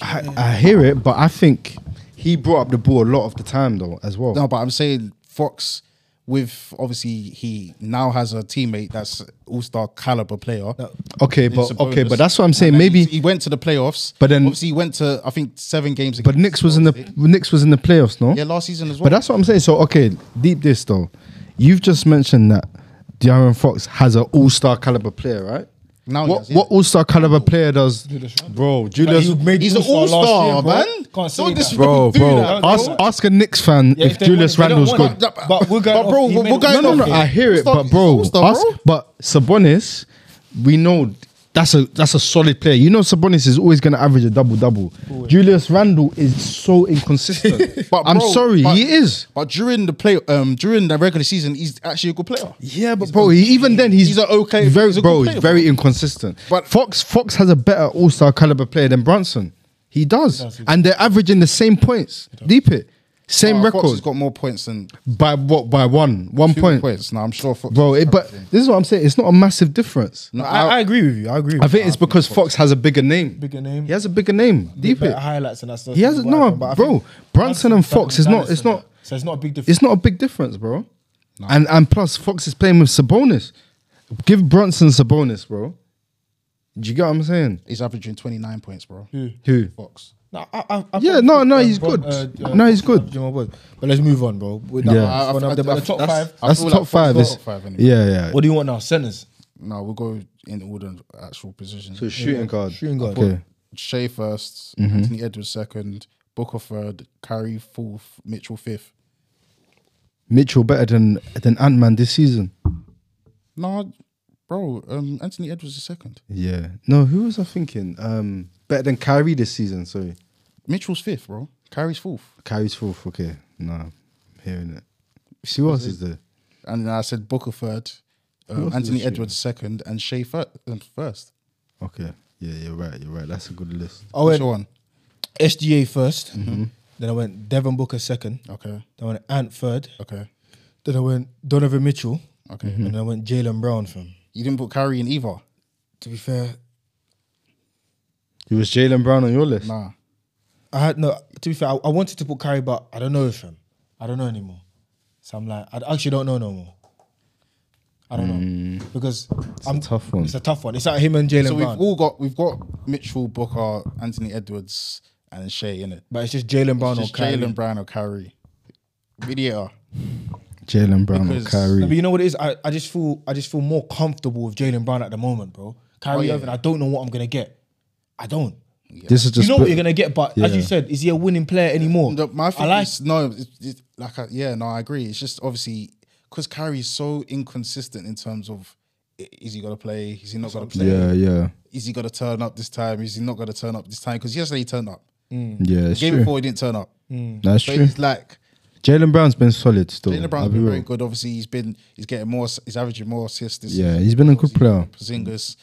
Speaker 1: I, I hear it, but I think he brought up the ball a lot of the time though as well.
Speaker 2: No, but I'm saying Fox, with obviously he now has a teammate that's all star caliber player.
Speaker 1: okay,
Speaker 2: It's
Speaker 1: but
Speaker 2: a
Speaker 1: okay,
Speaker 2: bonus.
Speaker 1: but that's what I'm
Speaker 2: And
Speaker 1: saying.
Speaker 2: then
Speaker 1: Maybe,
Speaker 2: he, he went to the playoffs,
Speaker 1: But then-
Speaker 2: obviously he went to I think seven games.
Speaker 1: but Knicks was in the Knicks was in the playoffs, no?
Speaker 2: yeah last season as well.
Speaker 1: But that's what I'm saying. So okay, deep this though. You've just mentioned that De'Aaron Fox has an all-star caliber player, right?
Speaker 2: Now he
Speaker 1: what,
Speaker 2: has, yeah.
Speaker 1: what all-star caliber player does, bro? Julius,
Speaker 3: Like, you made
Speaker 2: he's an
Speaker 3: all-star
Speaker 2: all star,
Speaker 3: last year, bro.
Speaker 2: man.
Speaker 3: Can't say
Speaker 2: Don't
Speaker 3: that.
Speaker 2: disrespect-
Speaker 1: bro,
Speaker 2: do
Speaker 1: bro.
Speaker 2: that,
Speaker 1: Ask ask a Knicks fan
Speaker 3: Yeah,
Speaker 1: if,
Speaker 3: if they
Speaker 1: Julius
Speaker 3: want it, they
Speaker 1: Randle's
Speaker 3: don't want
Speaker 1: good.
Speaker 3: it. But we're going
Speaker 2: But bro,
Speaker 3: off- he
Speaker 2: we're-
Speaker 3: made
Speaker 2: we're going
Speaker 1: No, no,
Speaker 2: off
Speaker 1: no.
Speaker 2: here.
Speaker 1: I hear it,
Speaker 2: All-star-
Speaker 1: but bro,
Speaker 2: all-star,
Speaker 1: us- but Sabonis, we know that's a that's a solid player. You know, Sabonis is always going to average a double double. Julius Randle is so inconsistent.
Speaker 2: But
Speaker 1: I'm
Speaker 2: bro,
Speaker 1: sorry,
Speaker 2: but-
Speaker 1: he is.
Speaker 2: But during the play, um, during the regular season, he's actually a good player.
Speaker 1: Yeah, but bro, he, even then he's,
Speaker 2: he's a okay-
Speaker 1: Very,
Speaker 2: he's a good
Speaker 1: bro,
Speaker 2: player,
Speaker 1: he's very inconsistent.
Speaker 2: But-
Speaker 1: But Fox Fox has a better All Star caliber player than Brunson. He does, and they're averaging the same points. Deep it, same
Speaker 2: Nah, Uh, Fox
Speaker 1: record
Speaker 2: has got more points than
Speaker 1: by what by one one
Speaker 2: two
Speaker 1: point,
Speaker 2: points. Now I'm sure, Fox
Speaker 1: bro. It, but this is what I'm saying. It's not a massive difference.
Speaker 2: No, I,
Speaker 3: I, I agree with you. I agree. With
Speaker 1: I think it's because Fox has a bigger name.
Speaker 3: bigger name.
Speaker 1: He has a bigger name. Deep
Speaker 3: better
Speaker 1: it.
Speaker 3: highlights and that stuff.
Speaker 1: He has
Speaker 3: That's
Speaker 1: no,
Speaker 3: what happened, but I
Speaker 1: bro,
Speaker 3: think
Speaker 1: Brunson and
Speaker 3: better
Speaker 1: Fox
Speaker 3: than
Speaker 1: is not-
Speaker 3: Dallas
Speaker 1: it's
Speaker 3: and
Speaker 1: not-
Speaker 3: that. So it's not a big difference.
Speaker 1: It's not a big difference, bro. And and plus Fox is playing with Sabonis. Give Brunson Sabonis, bro. Do you get what I'm saying?
Speaker 2: he's averaging 29 points, bro.
Speaker 1: Who?
Speaker 2: Fox.
Speaker 3: No, I, I, I
Speaker 1: Yeah,
Speaker 3: thought-
Speaker 1: no, no,
Speaker 3: um,
Speaker 1: he's
Speaker 3: Bron-
Speaker 1: good. No, he's good.
Speaker 3: Jamal was. But let's move on, bro. With that
Speaker 1: Yeah.
Speaker 3: one,
Speaker 1: I-
Speaker 2: I-
Speaker 3: one of the-
Speaker 2: I-
Speaker 3: but
Speaker 2: I-
Speaker 3: the top
Speaker 2: that's-
Speaker 3: five.
Speaker 2: I
Speaker 1: That's
Speaker 2: feel
Speaker 1: the
Speaker 2: like
Speaker 1: top five.
Speaker 2: Fox is
Speaker 1: It's-
Speaker 2: top five anyway.
Speaker 1: yeah, yeah.
Speaker 3: What do you want now? Centers,
Speaker 2: No, we'll go in order of actual positions.
Speaker 1: So shooting guard.
Speaker 3: shooting guard.
Speaker 1: Okay.
Speaker 2: Shea 1st Anthony Edwards second, Booker third, Curry fourth, Mitchell fifth.
Speaker 1: Mitchell better than than Ant Man this season.
Speaker 2: No, bro, um, Anthony Edwards is second.
Speaker 1: Yeah. No, who was I thinking? Um, better than Kyrie this season. Sorry,
Speaker 2: Mitchell's fifth, bro. Curry's fourth.
Speaker 1: Kyrie's fourth. Okay. Nah, I'm hearing it. See what else is there?
Speaker 2: And then I said Booker third, um, Anthony Edwards second, and Shea fir- um, first.
Speaker 1: Okay. Yeah, you're right. You're right. That's a good list.
Speaker 3: I
Speaker 2: Which
Speaker 3: went
Speaker 2: one?
Speaker 3: SGA 1st
Speaker 2: Mm-hmm.
Speaker 3: Then I went Devin Booker second.
Speaker 2: Okay,
Speaker 3: Then I went Ant third.
Speaker 2: okay,
Speaker 3: Then I went Donovan Mitchell.
Speaker 2: okay.
Speaker 3: And then I went Jalen Brown from.
Speaker 2: You didn't put Curry in either.
Speaker 3: To be fair,
Speaker 1: It was Jalen Brown on your list.
Speaker 2: Nah.
Speaker 3: I had no. To be fair, I, I wanted to put Curry, but I don't know if him. I don't know anymore. So I'm like, I actually don't know no more. I don't know because it's
Speaker 1: a tough one.
Speaker 3: It's a tough one. It's like him and Jalen
Speaker 2: Mm. So we've
Speaker 3: Brown,
Speaker 2: all got we've got Mitchell, Booker, Anthony Edwards, and Shea in it.
Speaker 3: but it's just Jalen Brown or
Speaker 2: Just
Speaker 3: Kyrie.
Speaker 2: Jalen Brown or Curry. Mediator.
Speaker 1: Jalen Brown or
Speaker 2: Because-
Speaker 1: Kyrie.
Speaker 3: No, but you know what it is? I, I just feel I just feel more comfortable with Jalen Brown at the moment, bro. Kyrie
Speaker 2: Oh, yeah.
Speaker 3: Irving, I don't know what I'm gonna get. I don't.
Speaker 1: This is just
Speaker 3: you know what
Speaker 1: bit-
Speaker 3: you're gonna get, but as you
Speaker 1: Yeah.
Speaker 3: said, is he a winning player anymore?
Speaker 2: No, my thing
Speaker 3: I like
Speaker 2: is, no, it's, it's, like I, yeah, no, I agree. It's just obviously because Kyrie's so inconsistent in terms of i- is he gonna play? Is he not gonna play?
Speaker 1: Yeah, yeah,
Speaker 2: Is he gonna turn up this time? Is he not gonna turn up this time? Because yesterday he turned up.
Speaker 1: yeah. It's
Speaker 2: Game
Speaker 1: true.
Speaker 2: before he didn't turn up.
Speaker 3: Mm.
Speaker 1: That's
Speaker 2: So
Speaker 1: true.
Speaker 2: it's like
Speaker 1: Jalen Brown's been solid still.
Speaker 2: Jalen
Speaker 1: I'll
Speaker 2: Brown's
Speaker 1: be
Speaker 2: been
Speaker 1: real.
Speaker 2: very good. Obviously, he's been he's getting more. ass- He's averaging more assists. This
Speaker 1: Yeah, he's been a good player.
Speaker 2: Porzingis.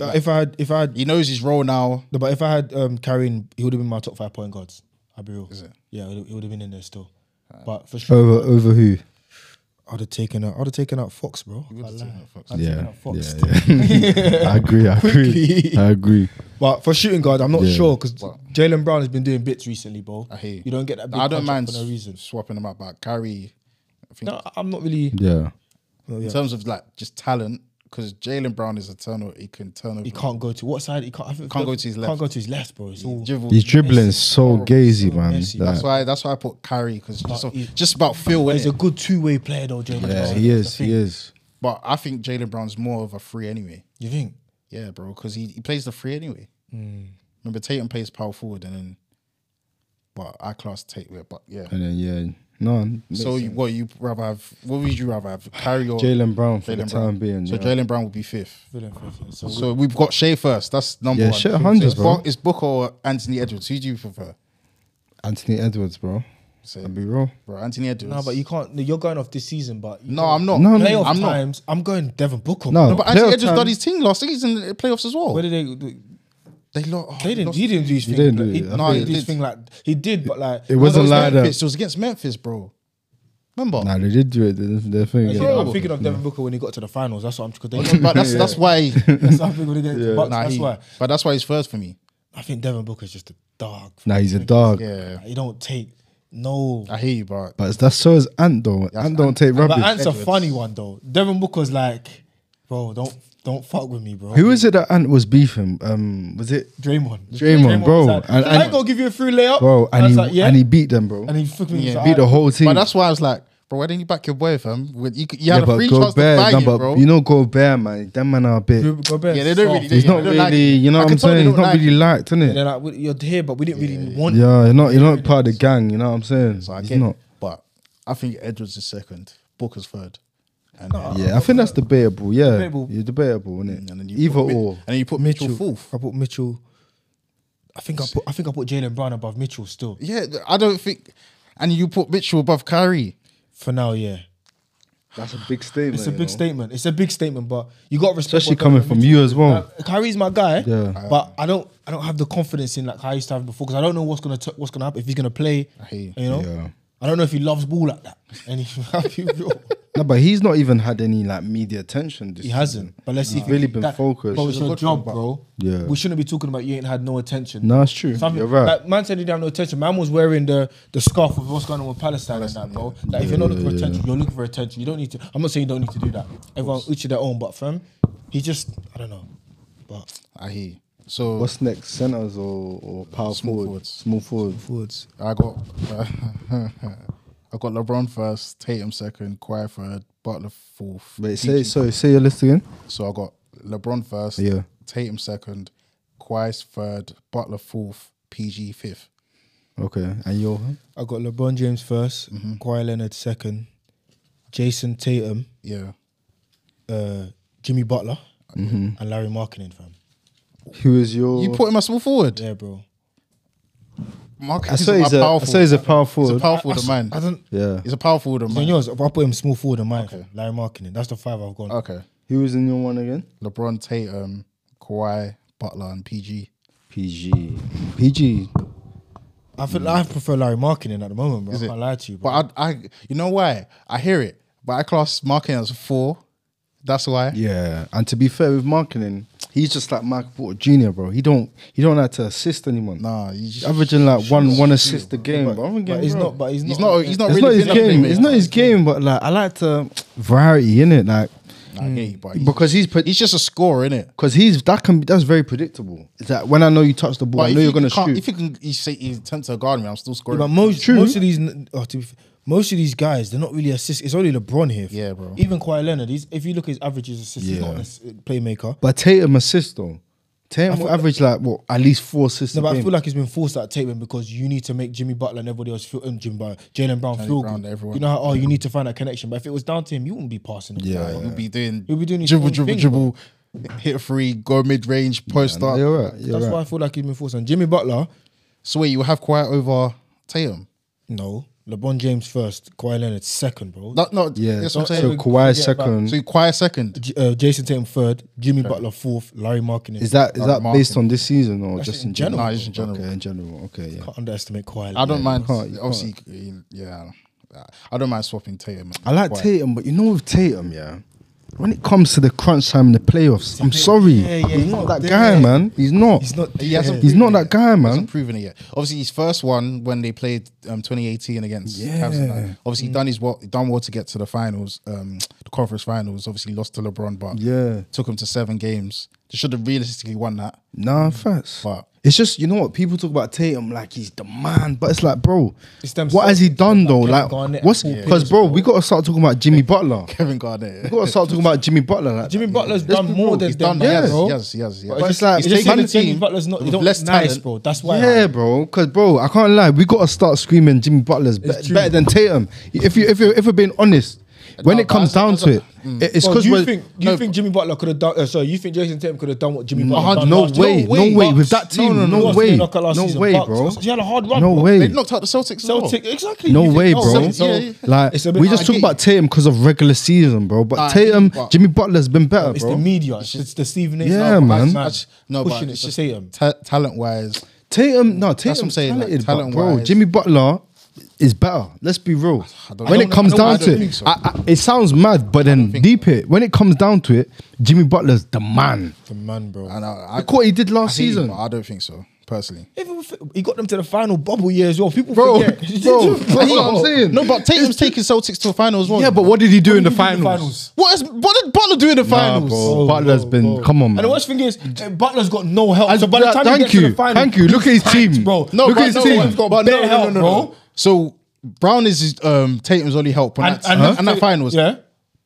Speaker 3: Uh, if I had, if I had,
Speaker 2: He knows his role now.
Speaker 3: no, but if I had um, carrying, he would have been my top five point guards. I'll be real.
Speaker 2: Is it?
Speaker 3: Yeah, it would- it would have been in there still. But for sure,
Speaker 1: Over over who?
Speaker 3: I'd have taken out. I'd have taken out Fox, bro. I'd lie. I'd have taken
Speaker 1: Yeah,
Speaker 3: out Fox.
Speaker 1: yeah, yeah. I agree. I agree.
Speaker 3: Quickly.
Speaker 1: I agree.
Speaker 3: But for shooting guard, I'm not
Speaker 1: Yeah.
Speaker 3: sure because Jalen Brown has been doing bits recently, bro.
Speaker 2: I hear you.
Speaker 3: don't get that. Big
Speaker 2: I don't mind
Speaker 3: for no reason.
Speaker 2: swapping him out, but Kyrie, I think
Speaker 3: No, I'm not really.
Speaker 1: Yeah,
Speaker 3: well, yeah.
Speaker 2: in terms of like just talent, because Jalen Brown is a turnover. He can turn over.
Speaker 3: He can't go to what side? He can't. I think-
Speaker 2: Can't go to his
Speaker 3: Can't
Speaker 2: left.
Speaker 3: go to his left, bro. It's all.
Speaker 2: dribble.
Speaker 1: his dribbling is so gazy, man.
Speaker 3: messy.
Speaker 1: Like,
Speaker 2: That's why. That's why I put Kyrie because just,
Speaker 3: But he-
Speaker 2: just about feel.
Speaker 3: But he's a
Speaker 2: innit?
Speaker 3: good two-way player, though, Jalen.
Speaker 1: yeah,
Speaker 3: Brown.
Speaker 1: he
Speaker 3: That's
Speaker 1: is.
Speaker 3: the
Speaker 1: He
Speaker 3: thing.
Speaker 1: is.
Speaker 2: But I think Jalen Brown's more of a free anyway.
Speaker 3: You think?
Speaker 2: Yeah, bro, because he, he plays the free anyway.
Speaker 3: Hmm.
Speaker 2: Remember, Tatum plays power forward, and then, but I class Tatum. But yeah.
Speaker 1: And then yeah, no.
Speaker 2: So you, what you rather have? What would you rather have? Kyrie or
Speaker 1: Jalen Brown for the
Speaker 2: Jalen
Speaker 1: time
Speaker 2: Brown?
Speaker 1: being.
Speaker 2: So
Speaker 1: yeah.
Speaker 2: Jalen Brown will be fifth.
Speaker 3: Feeling fifth, yeah. So,
Speaker 2: So we've got Shea first. That's number
Speaker 1: Yeah,
Speaker 2: one.
Speaker 1: Shea hundreds,
Speaker 2: it's,
Speaker 1: bro.
Speaker 2: Bo- it's Booker or Anthony Edwards. Who do you prefer?
Speaker 1: Anthony Edwards, bro.
Speaker 2: Say,
Speaker 1: I'll be real.
Speaker 2: bro, Anthony Edwards.
Speaker 3: no, but you can't. no, You're going off this season, but you
Speaker 2: No,
Speaker 3: can't-
Speaker 2: I'm not.
Speaker 1: No, no,
Speaker 3: Playoff
Speaker 2: I'm not.
Speaker 3: times, I'm going Devin Booker.
Speaker 1: No.
Speaker 3: bro.
Speaker 2: No, but Anthony
Speaker 1: Playoff
Speaker 2: Edwards
Speaker 1: time.
Speaker 2: done his thing last season in the playoffs as well.
Speaker 3: Where did they? do-
Speaker 2: they lo- oh,
Speaker 3: They didn't.
Speaker 2: lost-
Speaker 3: He didn't do his thing.
Speaker 1: didn't
Speaker 3: like,
Speaker 1: do
Speaker 3: he,
Speaker 1: it. I
Speaker 3: no, he
Speaker 2: think
Speaker 3: did
Speaker 2: he
Speaker 3: his
Speaker 2: did.
Speaker 3: thing like he did, but like
Speaker 1: It
Speaker 3: No,
Speaker 2: No,
Speaker 1: wasn't
Speaker 2: it was
Speaker 1: like that.
Speaker 2: Memphis. It was against Memphis, bro. Remember?
Speaker 1: Nah, they did do it. They- They think.
Speaker 3: Yeah,
Speaker 2: Bro.
Speaker 3: I'm thinking of Devin Booker when he got to the finals. That's what I'm because they.
Speaker 2: but that's that's why.
Speaker 3: that's what I'm thinking when they get to the Bucks.
Speaker 2: nah,
Speaker 3: That's
Speaker 2: he-
Speaker 3: why
Speaker 2: But that's why he's first for me.
Speaker 3: I think Devin Booker's just a dog.
Speaker 1: Nah, he's a dog.
Speaker 2: Yeah,
Speaker 3: He don't take no.
Speaker 2: I hear you, but
Speaker 1: But that's so is Ant though. Ant don't take
Speaker 3: But
Speaker 1: rubbish.
Speaker 3: Ant's a funny one though. Devin Booker's like, bro, don't don't fuck with me, bro.
Speaker 1: Who is it that Ant was beefing? Um, was it
Speaker 3: Draymond.
Speaker 1: Draymond, bro.
Speaker 3: was Like,
Speaker 1: And-
Speaker 3: I
Speaker 1: and-
Speaker 3: ain't gonna give you a free layup,
Speaker 1: bro?
Speaker 3: I
Speaker 1: And
Speaker 3: was
Speaker 1: he
Speaker 3: like, yeah.
Speaker 1: and he beat them, bro.
Speaker 3: and he fucking
Speaker 2: Yeah.
Speaker 3: was like,
Speaker 1: beat the whole team.
Speaker 2: but that's why I was like, bro, why didn't you back your boy, fam? When You, you had a
Speaker 1: but
Speaker 2: free chance to
Speaker 1: Gobert,
Speaker 2: bag
Speaker 1: nah,
Speaker 2: it,
Speaker 1: but
Speaker 2: bro.
Speaker 1: You know, Gobert, man. Them man are a bit.
Speaker 3: Go back.
Speaker 2: yeah, they don't really.
Speaker 1: He's
Speaker 2: they
Speaker 1: not
Speaker 2: don't
Speaker 1: really.
Speaker 2: like it.
Speaker 1: you know
Speaker 2: I
Speaker 1: what
Speaker 2: can
Speaker 1: I'm
Speaker 2: tell they
Speaker 1: saying? He's
Speaker 2: don't
Speaker 1: not
Speaker 2: like
Speaker 1: really
Speaker 2: it.
Speaker 1: liked, innit?
Speaker 3: They're like, you're here, but we didn't really want. you.
Speaker 1: Yeah, you're not. You're not part of the gang. You know what I'm saying?
Speaker 2: So I
Speaker 1: He's
Speaker 2: get
Speaker 1: not.
Speaker 2: it. But I think Edwards is second, Booker's third. And, then-
Speaker 1: Yeah, I think that's debatable. Yeah,
Speaker 3: Debatable.
Speaker 1: you're debatable,
Speaker 2: and
Speaker 1: isn't
Speaker 2: then
Speaker 1: it?
Speaker 2: you
Speaker 1: Either
Speaker 2: put Mi-
Speaker 1: or.
Speaker 2: And then you put Mitchell, fourth.
Speaker 3: I put Mitchell. I think I put I think I put Jalen Brown above Mitchell still.
Speaker 2: Yeah, th- I don't think. And you put Mitchell above Kyrie.
Speaker 3: For now, yeah.
Speaker 1: That's a big statement.
Speaker 3: It's a
Speaker 1: you
Speaker 3: big
Speaker 1: know?
Speaker 3: statement. It's a big statement, but you got to respect.
Speaker 1: especially
Speaker 3: what Donovan
Speaker 1: coming from you as well.
Speaker 3: Like, Kyrie's my guy,
Speaker 1: Yeah.
Speaker 3: but I don't I don't have the confidence in like I used to have before because I don't know what's gonna t- what's gonna happen if he's gonna play.
Speaker 2: hear you.
Speaker 3: You know,
Speaker 1: Yeah.
Speaker 3: I don't know if he loves ball like that. And he,
Speaker 1: No, but he's not even had any like media attention. This
Speaker 3: he hasn't. But let's see.
Speaker 1: He's
Speaker 3: if
Speaker 1: really
Speaker 3: he,
Speaker 1: been focused.
Speaker 3: Bro,
Speaker 1: He's
Speaker 3: it's
Speaker 1: a
Speaker 3: your
Speaker 1: good
Speaker 3: job,
Speaker 1: one, but-
Speaker 3: bro.
Speaker 1: Yeah.
Speaker 3: we shouldn't be talking about you ain't had no attention.
Speaker 1: No, it's true.
Speaker 3: Something-
Speaker 1: You're right.
Speaker 3: Like, man said he didn't have no attention. Man was wearing the, the scarf of what's going on with Palestine and that, bro. Like, if you're not looking for attention, you're looking for attention. You don't need to. I'm not saying you don't need to do that. Everyone each to their own, but fam, he just I don't know. But
Speaker 2: I hear. you. So
Speaker 1: What's next? Centers or, or power
Speaker 2: Small
Speaker 1: forward?
Speaker 2: forwards.
Speaker 1: Small forward.
Speaker 3: forwards,
Speaker 2: I got. I got LeBron first, Tatum second, Kawhi third, Butler fourth.
Speaker 1: Wait, say
Speaker 2: PG.
Speaker 1: so. Say your list again.
Speaker 2: So I got LeBron first,
Speaker 1: Yeah.
Speaker 2: Tatum second, Kawhi third, Butler fourth, PG fifth.
Speaker 1: Okay, and your
Speaker 3: I got LeBron James 1st
Speaker 2: Mm-hmm.
Speaker 3: Kawhi Leonard second, Jason Tatum,
Speaker 2: Yeah.
Speaker 3: uh, Jimmy Butler,
Speaker 2: Mm-hmm.
Speaker 3: and Larry Markkinen, fam.
Speaker 1: who is your?
Speaker 2: You put him as small forward.
Speaker 3: Yeah, bro.
Speaker 2: Marcus
Speaker 1: I
Speaker 2: is
Speaker 1: say he's a. I
Speaker 2: powerful.
Speaker 1: say he's a power forward.
Speaker 2: He's a powerful
Speaker 3: I- I-
Speaker 2: man.
Speaker 3: I don't.
Speaker 1: yeah.
Speaker 2: He's a powerful man.
Speaker 3: So yours, I'll put him small forward in mine. fam. Larry Markkinen. That's the five I've gone.
Speaker 2: Okay.
Speaker 1: Who is in your one again?
Speaker 2: LeBron, Tatum, Kawhi, Butler, and PG.
Speaker 1: PG. PG.
Speaker 3: I feel I prefer Larry Markkinen at the moment, bro.
Speaker 2: Is
Speaker 3: I
Speaker 2: it?
Speaker 3: can't lie to you, bro.
Speaker 2: But I, I, you know why? I hear it, but I class marking as four. That's why.
Speaker 1: Yeah, and to be fair with marketing, he's just like Michael Porter Jr. Bro, he don't he don't have to assist anyone.
Speaker 2: Nah, you just,
Speaker 1: Averaging like one one assist a game, but, I'm
Speaker 3: but
Speaker 1: getting
Speaker 3: he's
Speaker 1: bro.
Speaker 3: not. But he's not.
Speaker 2: he's not. He's not really.
Speaker 1: It's not his game. It's not his game, but like I like to variety in it, like
Speaker 2: I get you, but he's,
Speaker 1: because he's pre-
Speaker 2: he's just a scorer, is it?
Speaker 1: because he's that can that's very predictable. It's like when I know you touch the ball, I know you're gonna shoot.
Speaker 2: If you can, you say you attempt to guard me, I'm still
Speaker 3: Yeah,
Speaker 2: scoring.
Speaker 3: but most most of these oh, to be f- most of these guys they're not really assist. It's only LeBron here.
Speaker 2: Yeah, bro.
Speaker 3: Even Kawhi Leonard. He's, if you look at his averages, assist, he's
Speaker 1: Yeah.
Speaker 3: not a s- uh, playmaker.
Speaker 1: But Tatum assist though. Tatum will average like what at least four assists.
Speaker 3: No,
Speaker 1: a
Speaker 3: but I
Speaker 1: game.
Speaker 3: feel like it's been forced at Tatum because you need to make Jimmy Butler and everybody else feel and Jimmy Butler, Jalen Brown feel
Speaker 2: Brown,
Speaker 3: good.
Speaker 2: everyone.
Speaker 3: You know how oh you need to find that connection. But if it was down to him, you wouldn't be passing him.
Speaker 1: Yeah,
Speaker 2: You'll be doing
Speaker 3: He'll be doing his
Speaker 2: dribble,
Speaker 3: own
Speaker 2: dribble,
Speaker 3: thing,
Speaker 2: dribble, hit a three, go mid range, post up.
Speaker 1: you're right. You're
Speaker 3: That's
Speaker 1: right.
Speaker 3: why I feel like he's been forced on. Jimmy Butler,
Speaker 2: So wait, you have Kawhi over Tatum?
Speaker 3: no. LeBron James first, Kawhi Leonard second, bro.
Speaker 2: No, no.
Speaker 1: Yeah.
Speaker 2: That's what I'm
Speaker 1: so
Speaker 2: saying.
Speaker 1: Kawhi
Speaker 3: forget about-
Speaker 1: second.
Speaker 2: So you Kawhi second.
Speaker 3: J- uh, Jason Tatum third, Jimmy Butler fourth, Larry Markkinen.
Speaker 1: Is that is
Speaker 2: Mark
Speaker 1: that based
Speaker 2: Martin.
Speaker 1: on this season or just
Speaker 3: in
Speaker 1: in general?
Speaker 2: general. Nah, just in general.
Speaker 1: Okay, in general. Okay, yeah.
Speaker 3: Can't underestimate Kawhi.
Speaker 2: I don't mind.
Speaker 1: can't- you
Speaker 2: obviously, yeah. I don't mind swapping Tatum. and
Speaker 1: I like
Speaker 2: Kawhi.
Speaker 1: Tatum, but you know with Tatum, yeah. When it comes to the crunch time in the playoffs, I'm sorry,
Speaker 3: yeah, yeah,
Speaker 1: he's
Speaker 3: he's
Speaker 1: not
Speaker 3: not
Speaker 1: that
Speaker 3: there.
Speaker 1: guy, man. He's not.
Speaker 3: He's not.
Speaker 2: He hasn't.
Speaker 1: He's not
Speaker 2: proven it
Speaker 1: that guy,
Speaker 2: yet.
Speaker 1: man.
Speaker 2: Hasn't proven it yet. Obviously, his first one when they played um, 2018 against.
Speaker 1: Yeah.
Speaker 2: Cavs and that. Obviously, he done his well, done well to get to the finals, um, the conference finals. Obviously, lost to LeBron, but
Speaker 1: Yeah.
Speaker 2: took him to seven games. They should have realistically won that.
Speaker 1: Nah, facts.
Speaker 2: But-
Speaker 1: It's just you know what people talk about Tatum like he's the man, but it's like, bro,
Speaker 3: It's them
Speaker 1: what has
Speaker 3: sort-
Speaker 1: he done though?
Speaker 3: Kevin
Speaker 1: Like,
Speaker 3: Garnett and
Speaker 1: what's
Speaker 3: Paul
Speaker 1: because
Speaker 3: Pierce,
Speaker 1: bro, we gotta start talking about Jimmy Butler.
Speaker 2: Kevin Garnett.
Speaker 1: We gotta start talking about Jimmy Butler. Like,
Speaker 3: Jimmy
Speaker 1: that.
Speaker 3: Butler's
Speaker 1: Let's
Speaker 3: done
Speaker 1: be
Speaker 3: more
Speaker 1: real.
Speaker 3: than
Speaker 2: He's done
Speaker 3: them,
Speaker 2: that.
Speaker 3: yeah, bro.
Speaker 2: Yes, yes, yes.
Speaker 1: But it's like-
Speaker 3: it's
Speaker 1: it's
Speaker 3: just
Speaker 1: like
Speaker 3: like
Speaker 1: the
Speaker 3: Jimmy
Speaker 2: team
Speaker 3: Butler's not. They
Speaker 2: with
Speaker 3: don't
Speaker 2: less
Speaker 3: less nice,
Speaker 2: talent-
Speaker 3: bro. That's why.
Speaker 1: Yeah, bro. Because bro, I can't lie. We gotta start screaming Jimmy Butler's be-
Speaker 3: true.
Speaker 1: better than Tatum. If you if you if we're being honest, when
Speaker 2: No,
Speaker 1: it
Speaker 2: but
Speaker 1: comes
Speaker 2: that's-
Speaker 1: down
Speaker 2: that's
Speaker 1: to
Speaker 2: a- Mm.
Speaker 1: it, it- it's
Speaker 3: Bro,
Speaker 1: because
Speaker 3: do you
Speaker 1: we're
Speaker 3: think do you think Jimmy Butler could have done? Uh, sorry, you think Jason Tatum could have done what Jimmy
Speaker 1: No,
Speaker 3: Butler done
Speaker 1: no
Speaker 3: last
Speaker 1: way,
Speaker 3: year?
Speaker 1: no way, with that
Speaker 3: Bucks-
Speaker 1: team, no
Speaker 3: Bucks
Speaker 1: way.
Speaker 3: didn't knock out last
Speaker 1: No
Speaker 3: season.
Speaker 1: way,
Speaker 3: Bucks-
Speaker 1: bro.
Speaker 3: He had a hard run.
Speaker 1: no
Speaker 3: bro.
Speaker 1: way.
Speaker 2: They knocked out the Celtics. as well.
Speaker 3: Celtic, exactly.
Speaker 1: No
Speaker 3: You
Speaker 1: way,
Speaker 3: think-
Speaker 1: bro.
Speaker 3: oh, so- so-
Speaker 2: Yeah, yeah.
Speaker 1: Like
Speaker 3: It's a bit
Speaker 1: we
Speaker 3: like-
Speaker 1: just
Speaker 2: I
Speaker 1: talk
Speaker 2: get
Speaker 1: about Tatum because of regular season, bro. But
Speaker 2: I get you,
Speaker 1: Tatum,
Speaker 2: but-
Speaker 1: Jimmy Butler's been better,
Speaker 3: It's
Speaker 1: bro.
Speaker 3: the media. It's, it's the Stephen A.
Speaker 1: Yeah,
Speaker 3: Smith.
Speaker 1: man.
Speaker 2: I just- no, but
Speaker 3: pushing it
Speaker 2: it's
Speaker 3: to
Speaker 2: just
Speaker 3: Tatum.
Speaker 2: talent wise.
Speaker 1: Tatum, no, Tatum's
Speaker 2: what I'm saying, like,
Speaker 1: talented, but bro.
Speaker 2: talent-wise.
Speaker 1: Jimmy Butler is better. Let's be real.
Speaker 2: I don't-
Speaker 1: When
Speaker 2: I
Speaker 1: it
Speaker 2: don't-
Speaker 1: comes
Speaker 2: I don't- I
Speaker 1: down
Speaker 2: don't
Speaker 1: to it,
Speaker 2: think so.
Speaker 1: I- I- it sounds mad, but then deep it. When it comes down to it, Jimmy Butler's the man.
Speaker 3: The man, bro.
Speaker 2: And I, I,
Speaker 1: Look what he did last
Speaker 2: I hear you,
Speaker 1: season.
Speaker 2: but I don't think so personally.
Speaker 3: Even with- he got them to the final bubble year as well. People
Speaker 1: Bro,
Speaker 3: forget.
Speaker 1: bro, that's what I'm saying.
Speaker 2: No, but Tatum's taking Celtics to a final as well.
Speaker 1: Yeah, but what did he do in the
Speaker 3: did he do in
Speaker 1: finals?
Speaker 3: the finals?
Speaker 2: What, is, what did Butler do in the finals?
Speaker 1: bro. Butler's been- come on,
Speaker 3: Oh, And the
Speaker 1: man.
Speaker 3: worst thing is, uh, Butler's got no help.
Speaker 1: Mm. And
Speaker 3: so by the
Speaker 1: that-
Speaker 3: time
Speaker 1: thank
Speaker 3: you get to
Speaker 1: you,
Speaker 3: the final,
Speaker 1: thank you. Look at his
Speaker 3: cracked,
Speaker 1: team.
Speaker 3: bro.
Speaker 1: No,
Speaker 3: No,
Speaker 1: Look
Speaker 3: but
Speaker 1: at his
Speaker 3: no
Speaker 1: team.
Speaker 3: one's got bare help, bro.
Speaker 2: So Brown is his, um, Tatum's only help on
Speaker 3: And,
Speaker 2: that,
Speaker 3: and,
Speaker 2: and that finals.
Speaker 3: Yeah.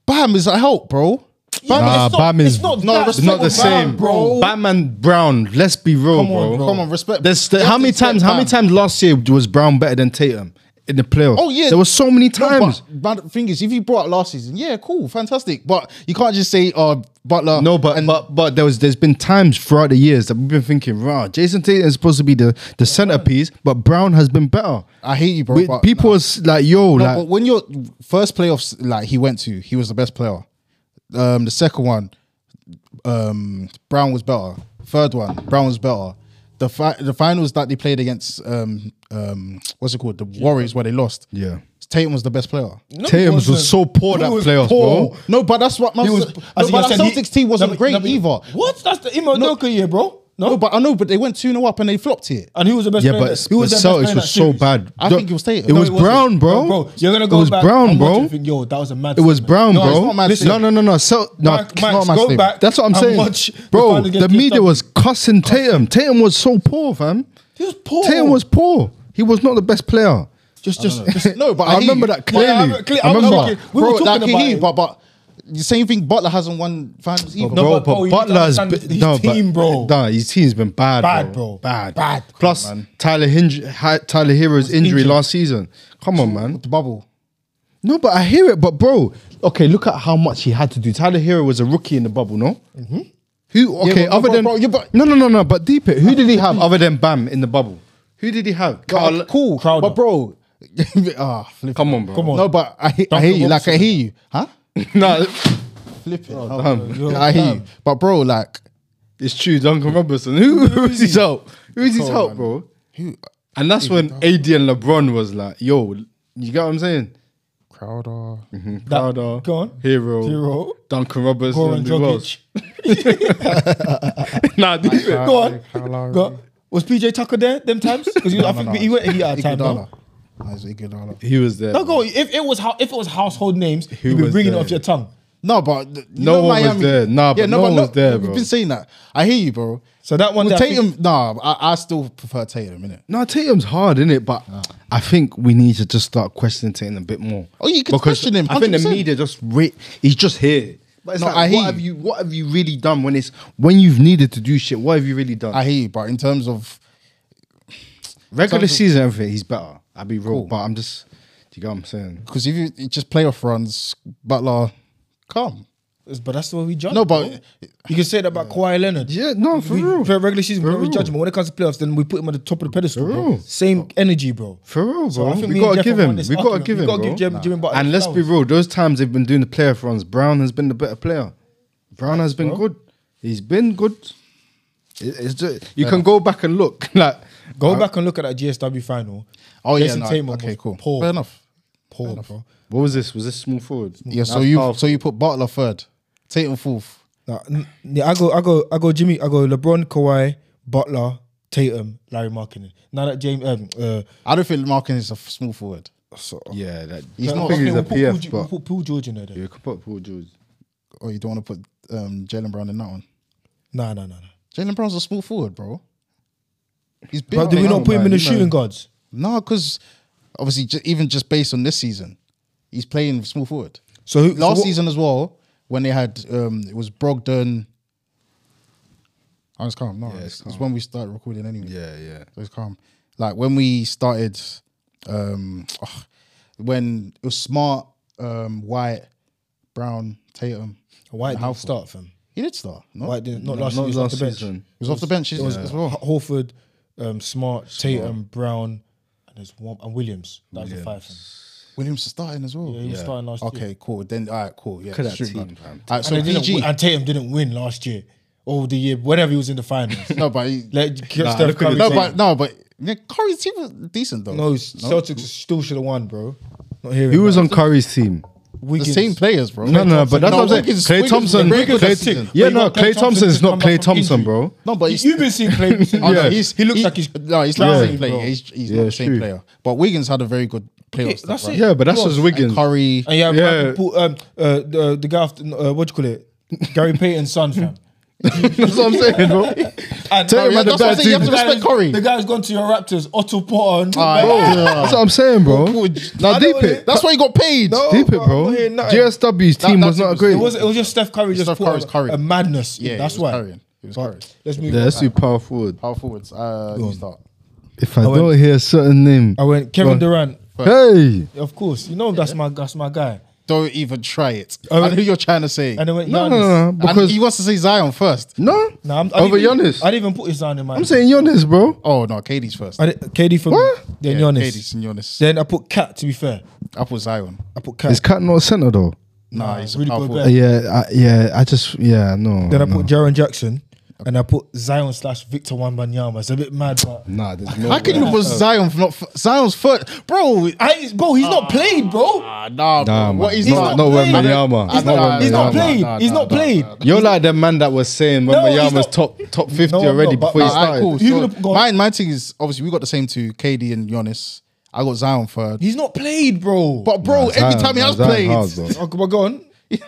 Speaker 2: Bam is a help, bro.
Speaker 3: Yeah, but
Speaker 1: Nah,
Speaker 3: it's not-
Speaker 1: Bam is
Speaker 3: it's not,
Speaker 2: No,
Speaker 3: that-
Speaker 2: it's
Speaker 1: It's not the
Speaker 2: Bam,
Speaker 1: same,
Speaker 3: bro.
Speaker 1: Bam and Brown. Let's be real,
Speaker 3: Come on,
Speaker 1: bro.
Speaker 3: bro.
Speaker 2: Come on, respect.
Speaker 1: There's the,
Speaker 2: You
Speaker 1: how
Speaker 2: have to
Speaker 1: many
Speaker 2: respect
Speaker 1: times? How
Speaker 2: Bam.
Speaker 1: many times last year was Brown better than Tatum in the playoffs?
Speaker 2: Oh yeah,
Speaker 1: there were so many times.
Speaker 2: No, but, but the thing is, if you brought up last season, yeah, cool, fantastic. But you can't just say, "Uh, Butler."
Speaker 1: No, but but but there was there's been times throughout the years that we've been thinking, rah, Jason Tatum is supposed to be the the centerpiece, but Brown has been better.
Speaker 2: I hate you, bro.
Speaker 1: We-
Speaker 2: but
Speaker 1: people
Speaker 2: nah.
Speaker 1: was like, yo,
Speaker 2: No,
Speaker 1: like
Speaker 2: but when your first playoffs, like he went to, he was the best player. Um, the second one, um, Brown was better. Third one, Brown was better. The fi- the finals that they played against, um, um, what's it called? The Warriors, where they lost.
Speaker 1: Yeah.
Speaker 2: Tatum was the best player.
Speaker 3: No, he
Speaker 1: Tatum was
Speaker 3: wasn't.
Speaker 1: so poor
Speaker 3: He
Speaker 1: that
Speaker 3: was
Speaker 1: playoffs,
Speaker 3: poor.
Speaker 1: bro.
Speaker 2: No, but that's what. Man,
Speaker 3: He was-
Speaker 2: no,
Speaker 3: as he
Speaker 2: but that
Speaker 3: said, he-
Speaker 2: Celtics team wasn't
Speaker 3: no, but-
Speaker 2: great
Speaker 3: no, but-
Speaker 2: either.
Speaker 3: What? That's the Imo Doka year, bro. No,
Speaker 2: No, but I know, but they went 2 0 up and they flopped it.
Speaker 3: and he was the best.
Speaker 1: yeah,
Speaker 3: player.
Speaker 1: but,
Speaker 3: in that-
Speaker 1: but
Speaker 3: he was the best player
Speaker 1: Celtics
Speaker 3: in that
Speaker 1: was so
Speaker 3: series.
Speaker 1: bad.
Speaker 2: I
Speaker 1: Don't-
Speaker 2: think it was Tatum.
Speaker 1: It
Speaker 2: No,
Speaker 1: was
Speaker 2: it wasn't.
Speaker 1: Brown, bro.
Speaker 3: No, Oh, bro, you're gonna go
Speaker 1: It was
Speaker 3: back
Speaker 1: Brown,
Speaker 3: and watch
Speaker 1: bro.
Speaker 3: and think, Yo, that was a mad.
Speaker 1: It was
Speaker 3: statement.
Speaker 1: Brown,
Speaker 2: No, it's
Speaker 1: bro.
Speaker 2: not my
Speaker 1: no,
Speaker 2: statement.
Speaker 1: no, no, no. So no,
Speaker 3: Mike- Mike,
Speaker 2: not my
Speaker 3: go
Speaker 2: statement.
Speaker 3: back.
Speaker 1: that's what I'm
Speaker 3: and
Speaker 1: saying,
Speaker 3: watch the
Speaker 1: bro.
Speaker 3: final
Speaker 1: The,
Speaker 3: against
Speaker 1: media
Speaker 3: Kentucky.
Speaker 1: was cussing Tatum. Tatum was so poor, fam.
Speaker 3: He was poor.
Speaker 1: Tatum was poor. He was not the best player.
Speaker 3: just, just, just
Speaker 2: No, but
Speaker 1: I
Speaker 2: hear
Speaker 1: remember
Speaker 2: you.
Speaker 1: that clearly.
Speaker 3: I cle-
Speaker 1: I
Speaker 3: I was
Speaker 1: remember.
Speaker 3: thinking- we were
Speaker 2: Bro,
Speaker 3: talking
Speaker 2: like, I
Speaker 3: about
Speaker 2: hear you,
Speaker 3: it.
Speaker 2: but but the same thing. Butler hasn't won finals either.
Speaker 1: bro,
Speaker 3: No,
Speaker 1: but, oh,
Speaker 3: but, bro, you need to
Speaker 1: Butler's
Speaker 3: understand
Speaker 1: been-
Speaker 3: his
Speaker 1: no, but-
Speaker 3: team, bro.
Speaker 1: Nah, his team's been bad,
Speaker 3: Bad,
Speaker 1: bro.
Speaker 3: bro.
Speaker 1: Bad,
Speaker 3: Bad.
Speaker 1: Plus
Speaker 2: Come on, man.
Speaker 1: Tyler Hinge, Hi- Tyler Hero's injury
Speaker 3: injured.
Speaker 1: last season. Come on, man.
Speaker 2: the bubble.
Speaker 1: No, but I hear it. But bro, okay, look at how much he had to do. Tyler Hero was a rookie in the bubble, no? Mm-hmm. Who?
Speaker 2: Yeah,
Speaker 1: Okay,
Speaker 2: but-
Speaker 1: other
Speaker 2: but-
Speaker 1: than
Speaker 2: bro, yeah, but-
Speaker 1: no, no, no, no. But deep it. Who did he have other than Bam in the bubble? Who did he have? Carl-
Speaker 2: But, cool,
Speaker 3: Crowder.
Speaker 2: but bro, ah, flip
Speaker 1: Come
Speaker 2: it.
Speaker 1: on, bro. Come
Speaker 3: on.
Speaker 2: No, but I, he- I hear you. Like I hear you, huh?
Speaker 1: no,
Speaker 2: Flip it.
Speaker 1: damn.
Speaker 2: I hear you, but bro, like
Speaker 1: it's true. Duncan Robinson. Who, who's his help? Who's his help, bro?
Speaker 2: who?
Speaker 1: And that's when AD and LeBron was like, "Yo, you get what I'm saying?"
Speaker 2: Crowder.
Speaker 3: That-
Speaker 1: Crowder,
Speaker 3: go on.
Speaker 1: Hero,
Speaker 3: Hero.
Speaker 1: Duncan Robertson,
Speaker 3: Goran
Speaker 1: who else?
Speaker 3: Dragic.
Speaker 1: nah, deep it.
Speaker 3: Go on, go. on. Was PJ Tucker there them times? Because I think he went he out of time. No?
Speaker 2: Iguodala. No, it's Iguodala.
Speaker 1: He was there.
Speaker 3: no, go. on. If it was how if it was household names, you'd be
Speaker 1: was
Speaker 3: bringing
Speaker 1: there?
Speaker 3: it off your tongue.
Speaker 2: No, but th- you
Speaker 1: No
Speaker 2: know
Speaker 1: one was
Speaker 2: Miami.
Speaker 1: there. Nah, but no one was there, bro.
Speaker 2: You've been saying that. I hear you, bro.
Speaker 3: So that one
Speaker 2: Well,
Speaker 3: there, I think-
Speaker 2: Tatum. Nah, I, I still prefer Tatum, innit?
Speaker 1: No, Tatum's hard, isn't it? But I think we need to just start questioning Tatum a bit more.
Speaker 2: Oh, you can
Speaker 1: Because
Speaker 2: question him,
Speaker 1: I think the
Speaker 2: 100%.
Speaker 1: media just re- he's just here. But it's
Speaker 2: No,
Speaker 1: like,
Speaker 2: I hear
Speaker 1: what have
Speaker 2: you.
Speaker 1: you what have you really done when it's when you've needed to do shit? What have you really done?
Speaker 2: I hear you, but in terms of
Speaker 1: Regular
Speaker 2: Something-
Speaker 1: season, everything he's better. I'll be real, but I'm just. Do you get what I'm saying?
Speaker 2: because if you it's just playoff runs, Butler, calm.
Speaker 3: It's- But that's the way we judge.
Speaker 2: No,
Speaker 3: bro.
Speaker 2: but
Speaker 3: you can say that about Kawhi Leonard.
Speaker 1: Yeah, no, for
Speaker 3: we,
Speaker 1: real,
Speaker 3: For regular season, we
Speaker 1: For
Speaker 3: we judge
Speaker 1: real.
Speaker 3: him. But when it comes to playoffs, then we put him at the top of the pedestal. bro.
Speaker 1: real.
Speaker 3: Same energy, bro.
Speaker 1: for real, bro.
Speaker 3: So I think
Speaker 1: we
Speaker 3: me and
Speaker 1: gotta
Speaker 3: Jeff
Speaker 1: give
Speaker 3: are on
Speaker 1: him.
Speaker 3: this
Speaker 1: We gotta
Speaker 3: argument.
Speaker 1: give
Speaker 3: We
Speaker 1: him.
Speaker 3: gotta
Speaker 1: bro.
Speaker 3: give Jim- Jimmy Butler
Speaker 1: and
Speaker 3: his
Speaker 1: let's be
Speaker 3: flowers.
Speaker 1: real. Those times they've been doing the playoff runs, Brown has been the better player. Brown has been good. He's been good. It- it's just- you can go back and look. Like
Speaker 3: Go
Speaker 1: I-
Speaker 3: back and look at that GSW final.
Speaker 2: oh
Speaker 3: Jason
Speaker 2: yeah, no,
Speaker 3: Tatum
Speaker 2: okay,
Speaker 3: was
Speaker 2: cool,
Speaker 3: poor.
Speaker 2: fair enough.
Speaker 3: Poor, bro.
Speaker 1: What was this? Was this small forward?
Speaker 2: Yeah, so
Speaker 1: That's
Speaker 2: you
Speaker 1: powerful.
Speaker 2: so you put Butler third, Tatum fourth.
Speaker 3: Nah, n- yeah, I go, I go, I go. Jimmy, I go. LeBron, Kawhi, Butler, Tatum, Larry Markkinen. Now that James, um, uh,
Speaker 2: I don't think Markin is a f- small forward.
Speaker 3: so,
Speaker 1: yeah, that,
Speaker 2: He's
Speaker 1: I
Speaker 2: not-
Speaker 1: think he's a
Speaker 3: we'll put Paul
Speaker 1: PF,
Speaker 3: Ge-
Speaker 1: but
Speaker 3: we'll put Paul George in there. Then.
Speaker 1: you could put Paul George.
Speaker 2: Oh, you don't want to put um, Jalen Brown in that one.
Speaker 3: Nah, nah, nah, nah.
Speaker 2: Jalen Brown's a small forward, bro. He's big.
Speaker 3: But do we
Speaker 2: man.
Speaker 3: not put him in the
Speaker 2: You know.
Speaker 3: shooting guards?
Speaker 2: No, because obviously, ju- even just based on this season, he's playing small forward.
Speaker 3: So who, so
Speaker 2: Last
Speaker 3: what-
Speaker 2: season as well, when they had um, it was Brogdon. I was calm. No, it's,
Speaker 1: it's
Speaker 2: it's when we started recording anyway.
Speaker 1: Yeah, yeah.
Speaker 2: So it's calm. Like when we started, um, ugh, when it was Smart, um, White, Brown, Tatum.
Speaker 3: White
Speaker 2: How
Speaker 3: didn't start for him.
Speaker 2: He did start. No,
Speaker 3: White didn't. Not
Speaker 1: No,
Speaker 3: last
Speaker 1: not
Speaker 3: year. He was
Speaker 1: last
Speaker 3: off the bench.
Speaker 1: season.
Speaker 2: he was off the bench he was, as well.
Speaker 3: H- Horford, um, Smart, Tatum, Brown, and there's one and Williams. That was the five. for him.
Speaker 2: Williams starting as well.
Speaker 3: Yeah, he was starting last year.
Speaker 2: Okay, cool. Then all right, cool. Yeah,
Speaker 1: Look at that
Speaker 2: shoot,
Speaker 1: team,
Speaker 2: man.
Speaker 1: fam.
Speaker 2: All right, so
Speaker 3: and, they didn't
Speaker 2: PG.
Speaker 3: win- and Tatum didn't win last year or the year whenever he was in the finals.
Speaker 2: no, but he,
Speaker 3: Let
Speaker 1: Nah,
Speaker 3: Steph
Speaker 1: look at
Speaker 3: Curry
Speaker 1: the
Speaker 2: no,
Speaker 3: take
Speaker 2: but
Speaker 3: it.
Speaker 2: no, but yeah, Curry's team was decent though.
Speaker 3: no, Celtics still should have won, bro. Not hearing
Speaker 1: Who was
Speaker 3: that.
Speaker 1: on Curry's team?
Speaker 2: the
Speaker 3: Wiggins.
Speaker 2: same players, bro.
Speaker 1: No, no, no, but that's
Speaker 2: No,
Speaker 1: what I'm saying.
Speaker 2: Wiggins-
Speaker 1: Clay
Speaker 2: Wiggins-
Speaker 1: Thompson,
Speaker 2: Wiggins-
Speaker 1: Clay
Speaker 2: Wiggins-
Speaker 1: T- yeah, no,
Speaker 3: But you got
Speaker 1: Clay
Speaker 3: Klay
Speaker 1: Thompson is
Speaker 3: Thompson
Speaker 1: not
Speaker 3: come
Speaker 1: Clay
Speaker 3: back from
Speaker 1: Thompson,
Speaker 3: injury.
Speaker 1: bro.
Speaker 2: No, but he's,
Speaker 3: You've been seeing Clay.
Speaker 2: oh, no,
Speaker 1: Yeah.
Speaker 2: he's,
Speaker 3: he looks
Speaker 2: he-
Speaker 3: like he's
Speaker 2: no, he's not the
Speaker 3: drowning,
Speaker 2: same player.
Speaker 3: bro.
Speaker 2: He's, he's
Speaker 1: Yeah,
Speaker 2: not the
Speaker 1: it's
Speaker 2: same
Speaker 1: true.
Speaker 2: player. But Wiggins had a very good playoff.
Speaker 3: Yeah,
Speaker 2: stuff,
Speaker 3: that's
Speaker 2: right?
Speaker 3: it.
Speaker 1: Yeah, but that's
Speaker 3: He
Speaker 1: just
Speaker 3: was.
Speaker 1: Wiggins.
Speaker 2: And Curry.
Speaker 3: And yeah,
Speaker 1: Yeah.
Speaker 3: yeah. Paul, um, uh, the the guy after, uh, what do you call it, Gary Payton's son, fam.
Speaker 1: That's what I'm saying, bro.
Speaker 3: And
Speaker 1: Tell him
Speaker 2: yeah,
Speaker 1: at the
Speaker 2: that's what I'm
Speaker 1: back,
Speaker 2: saying, you have
Speaker 1: dude.
Speaker 2: to
Speaker 3: the guy
Speaker 2: respect
Speaker 3: who's-
Speaker 2: Curry. Ah,
Speaker 3: The guy's gone to your Raptors, Otto Potter. And
Speaker 2: Alright.
Speaker 1: That's what I'm saying, bro. Now
Speaker 3: I
Speaker 1: deep
Speaker 3: don't
Speaker 1: it.
Speaker 3: wanna-
Speaker 2: That's why he got paid.
Speaker 1: Deep it,
Speaker 3: bro,
Speaker 1: bro.
Speaker 3: Oh, I'm not hearing nothing.
Speaker 1: GSW's team
Speaker 2: that
Speaker 1: was
Speaker 2: team
Speaker 1: not
Speaker 2: was-
Speaker 1: great.
Speaker 3: It was it was just Steph Curry just
Speaker 2: Steph
Speaker 3: put
Speaker 2: Curry's
Speaker 3: a,
Speaker 2: Curry.
Speaker 3: a madness.
Speaker 2: Yeah,
Speaker 3: Yeah,
Speaker 2: it
Speaker 3: that's
Speaker 2: was
Speaker 3: why.
Speaker 2: Curry. It was
Speaker 3: But
Speaker 2: Curry.
Speaker 3: Let's move.
Speaker 1: Yeah,
Speaker 3: on.
Speaker 1: that's too powerful.
Speaker 2: Power forwards. Uh, you start.
Speaker 1: If I
Speaker 3: went-
Speaker 1: don't hear a certain name,
Speaker 3: I went Kevin Durant.
Speaker 1: hey,
Speaker 3: Of course, you know that's my that's my guy.
Speaker 2: Don't even try it.
Speaker 1: Uh,
Speaker 3: Oh,
Speaker 2: I know you're trying to say.
Speaker 3: And then went
Speaker 1: no,
Speaker 3: Giannis.
Speaker 1: no, no, no,
Speaker 2: And he
Speaker 1: because
Speaker 2: wants to say Zion first.
Speaker 1: no,
Speaker 3: Nah, I'm, I
Speaker 1: over
Speaker 3: didn't even-
Speaker 1: Giannis.
Speaker 3: I didn't even put his down in my.
Speaker 1: I'm saying Giannis, bro.
Speaker 2: Oh no, KD's first.
Speaker 3: I didn't- KD for
Speaker 1: What?
Speaker 3: me. Then
Speaker 2: yeah,
Speaker 3: Giannis.
Speaker 2: KD's and Giannis.
Speaker 3: Then I put Cat. To be fair,
Speaker 2: I put Zion.
Speaker 3: I put
Speaker 1: Is
Speaker 3: Cat.
Speaker 1: Cat not center though?
Speaker 2: Nah, he's
Speaker 3: really
Speaker 2: a power
Speaker 3: good
Speaker 1: Uh,
Speaker 2: forward.
Speaker 3: bet.
Speaker 1: Yeah, I, yeah. I just yeah no.
Speaker 3: Then I
Speaker 1: no.
Speaker 3: put Jaron Jackson, and I put Zion slash Victor Wembanyama. It's a bit mad, but.
Speaker 1: nah. There's no.
Speaker 2: How can you
Speaker 1: way.
Speaker 2: put Zion for not f- Zion's first, bro?
Speaker 3: I, bro, he's not played, bro.
Speaker 2: Ah, nah, bro.
Speaker 1: Nah, man.
Speaker 2: what is
Speaker 1: He's not-
Speaker 2: that?
Speaker 1: no
Speaker 3: played.
Speaker 1: Wembanyama.
Speaker 3: He's
Speaker 1: It's
Speaker 2: not
Speaker 3: not, he's not
Speaker 2: Wembanyama.
Speaker 3: played.
Speaker 2: Nah, nah,
Speaker 3: he's not
Speaker 2: nah,
Speaker 3: played.
Speaker 1: You're like the man that was saying when
Speaker 3: No, he's
Speaker 1: Mayama's
Speaker 3: not-
Speaker 1: top top fifty
Speaker 3: No, I'm
Speaker 1: already
Speaker 3: not, but-
Speaker 1: before you
Speaker 3: Nah,
Speaker 2: Alright,
Speaker 1: started.
Speaker 2: cool.
Speaker 3: You
Speaker 2: So
Speaker 3: gonna- go on.
Speaker 2: my, my thing is obviously we got the same two, KD and Giannis. I got Zion third.
Speaker 3: He's not played, bro.
Speaker 2: But bro, every
Speaker 1: Zion-
Speaker 2: time he
Speaker 1: nah,
Speaker 2: has
Speaker 1: Zion
Speaker 2: played,
Speaker 1: hard, bro.
Speaker 3: Oh, but go on.
Speaker 2: I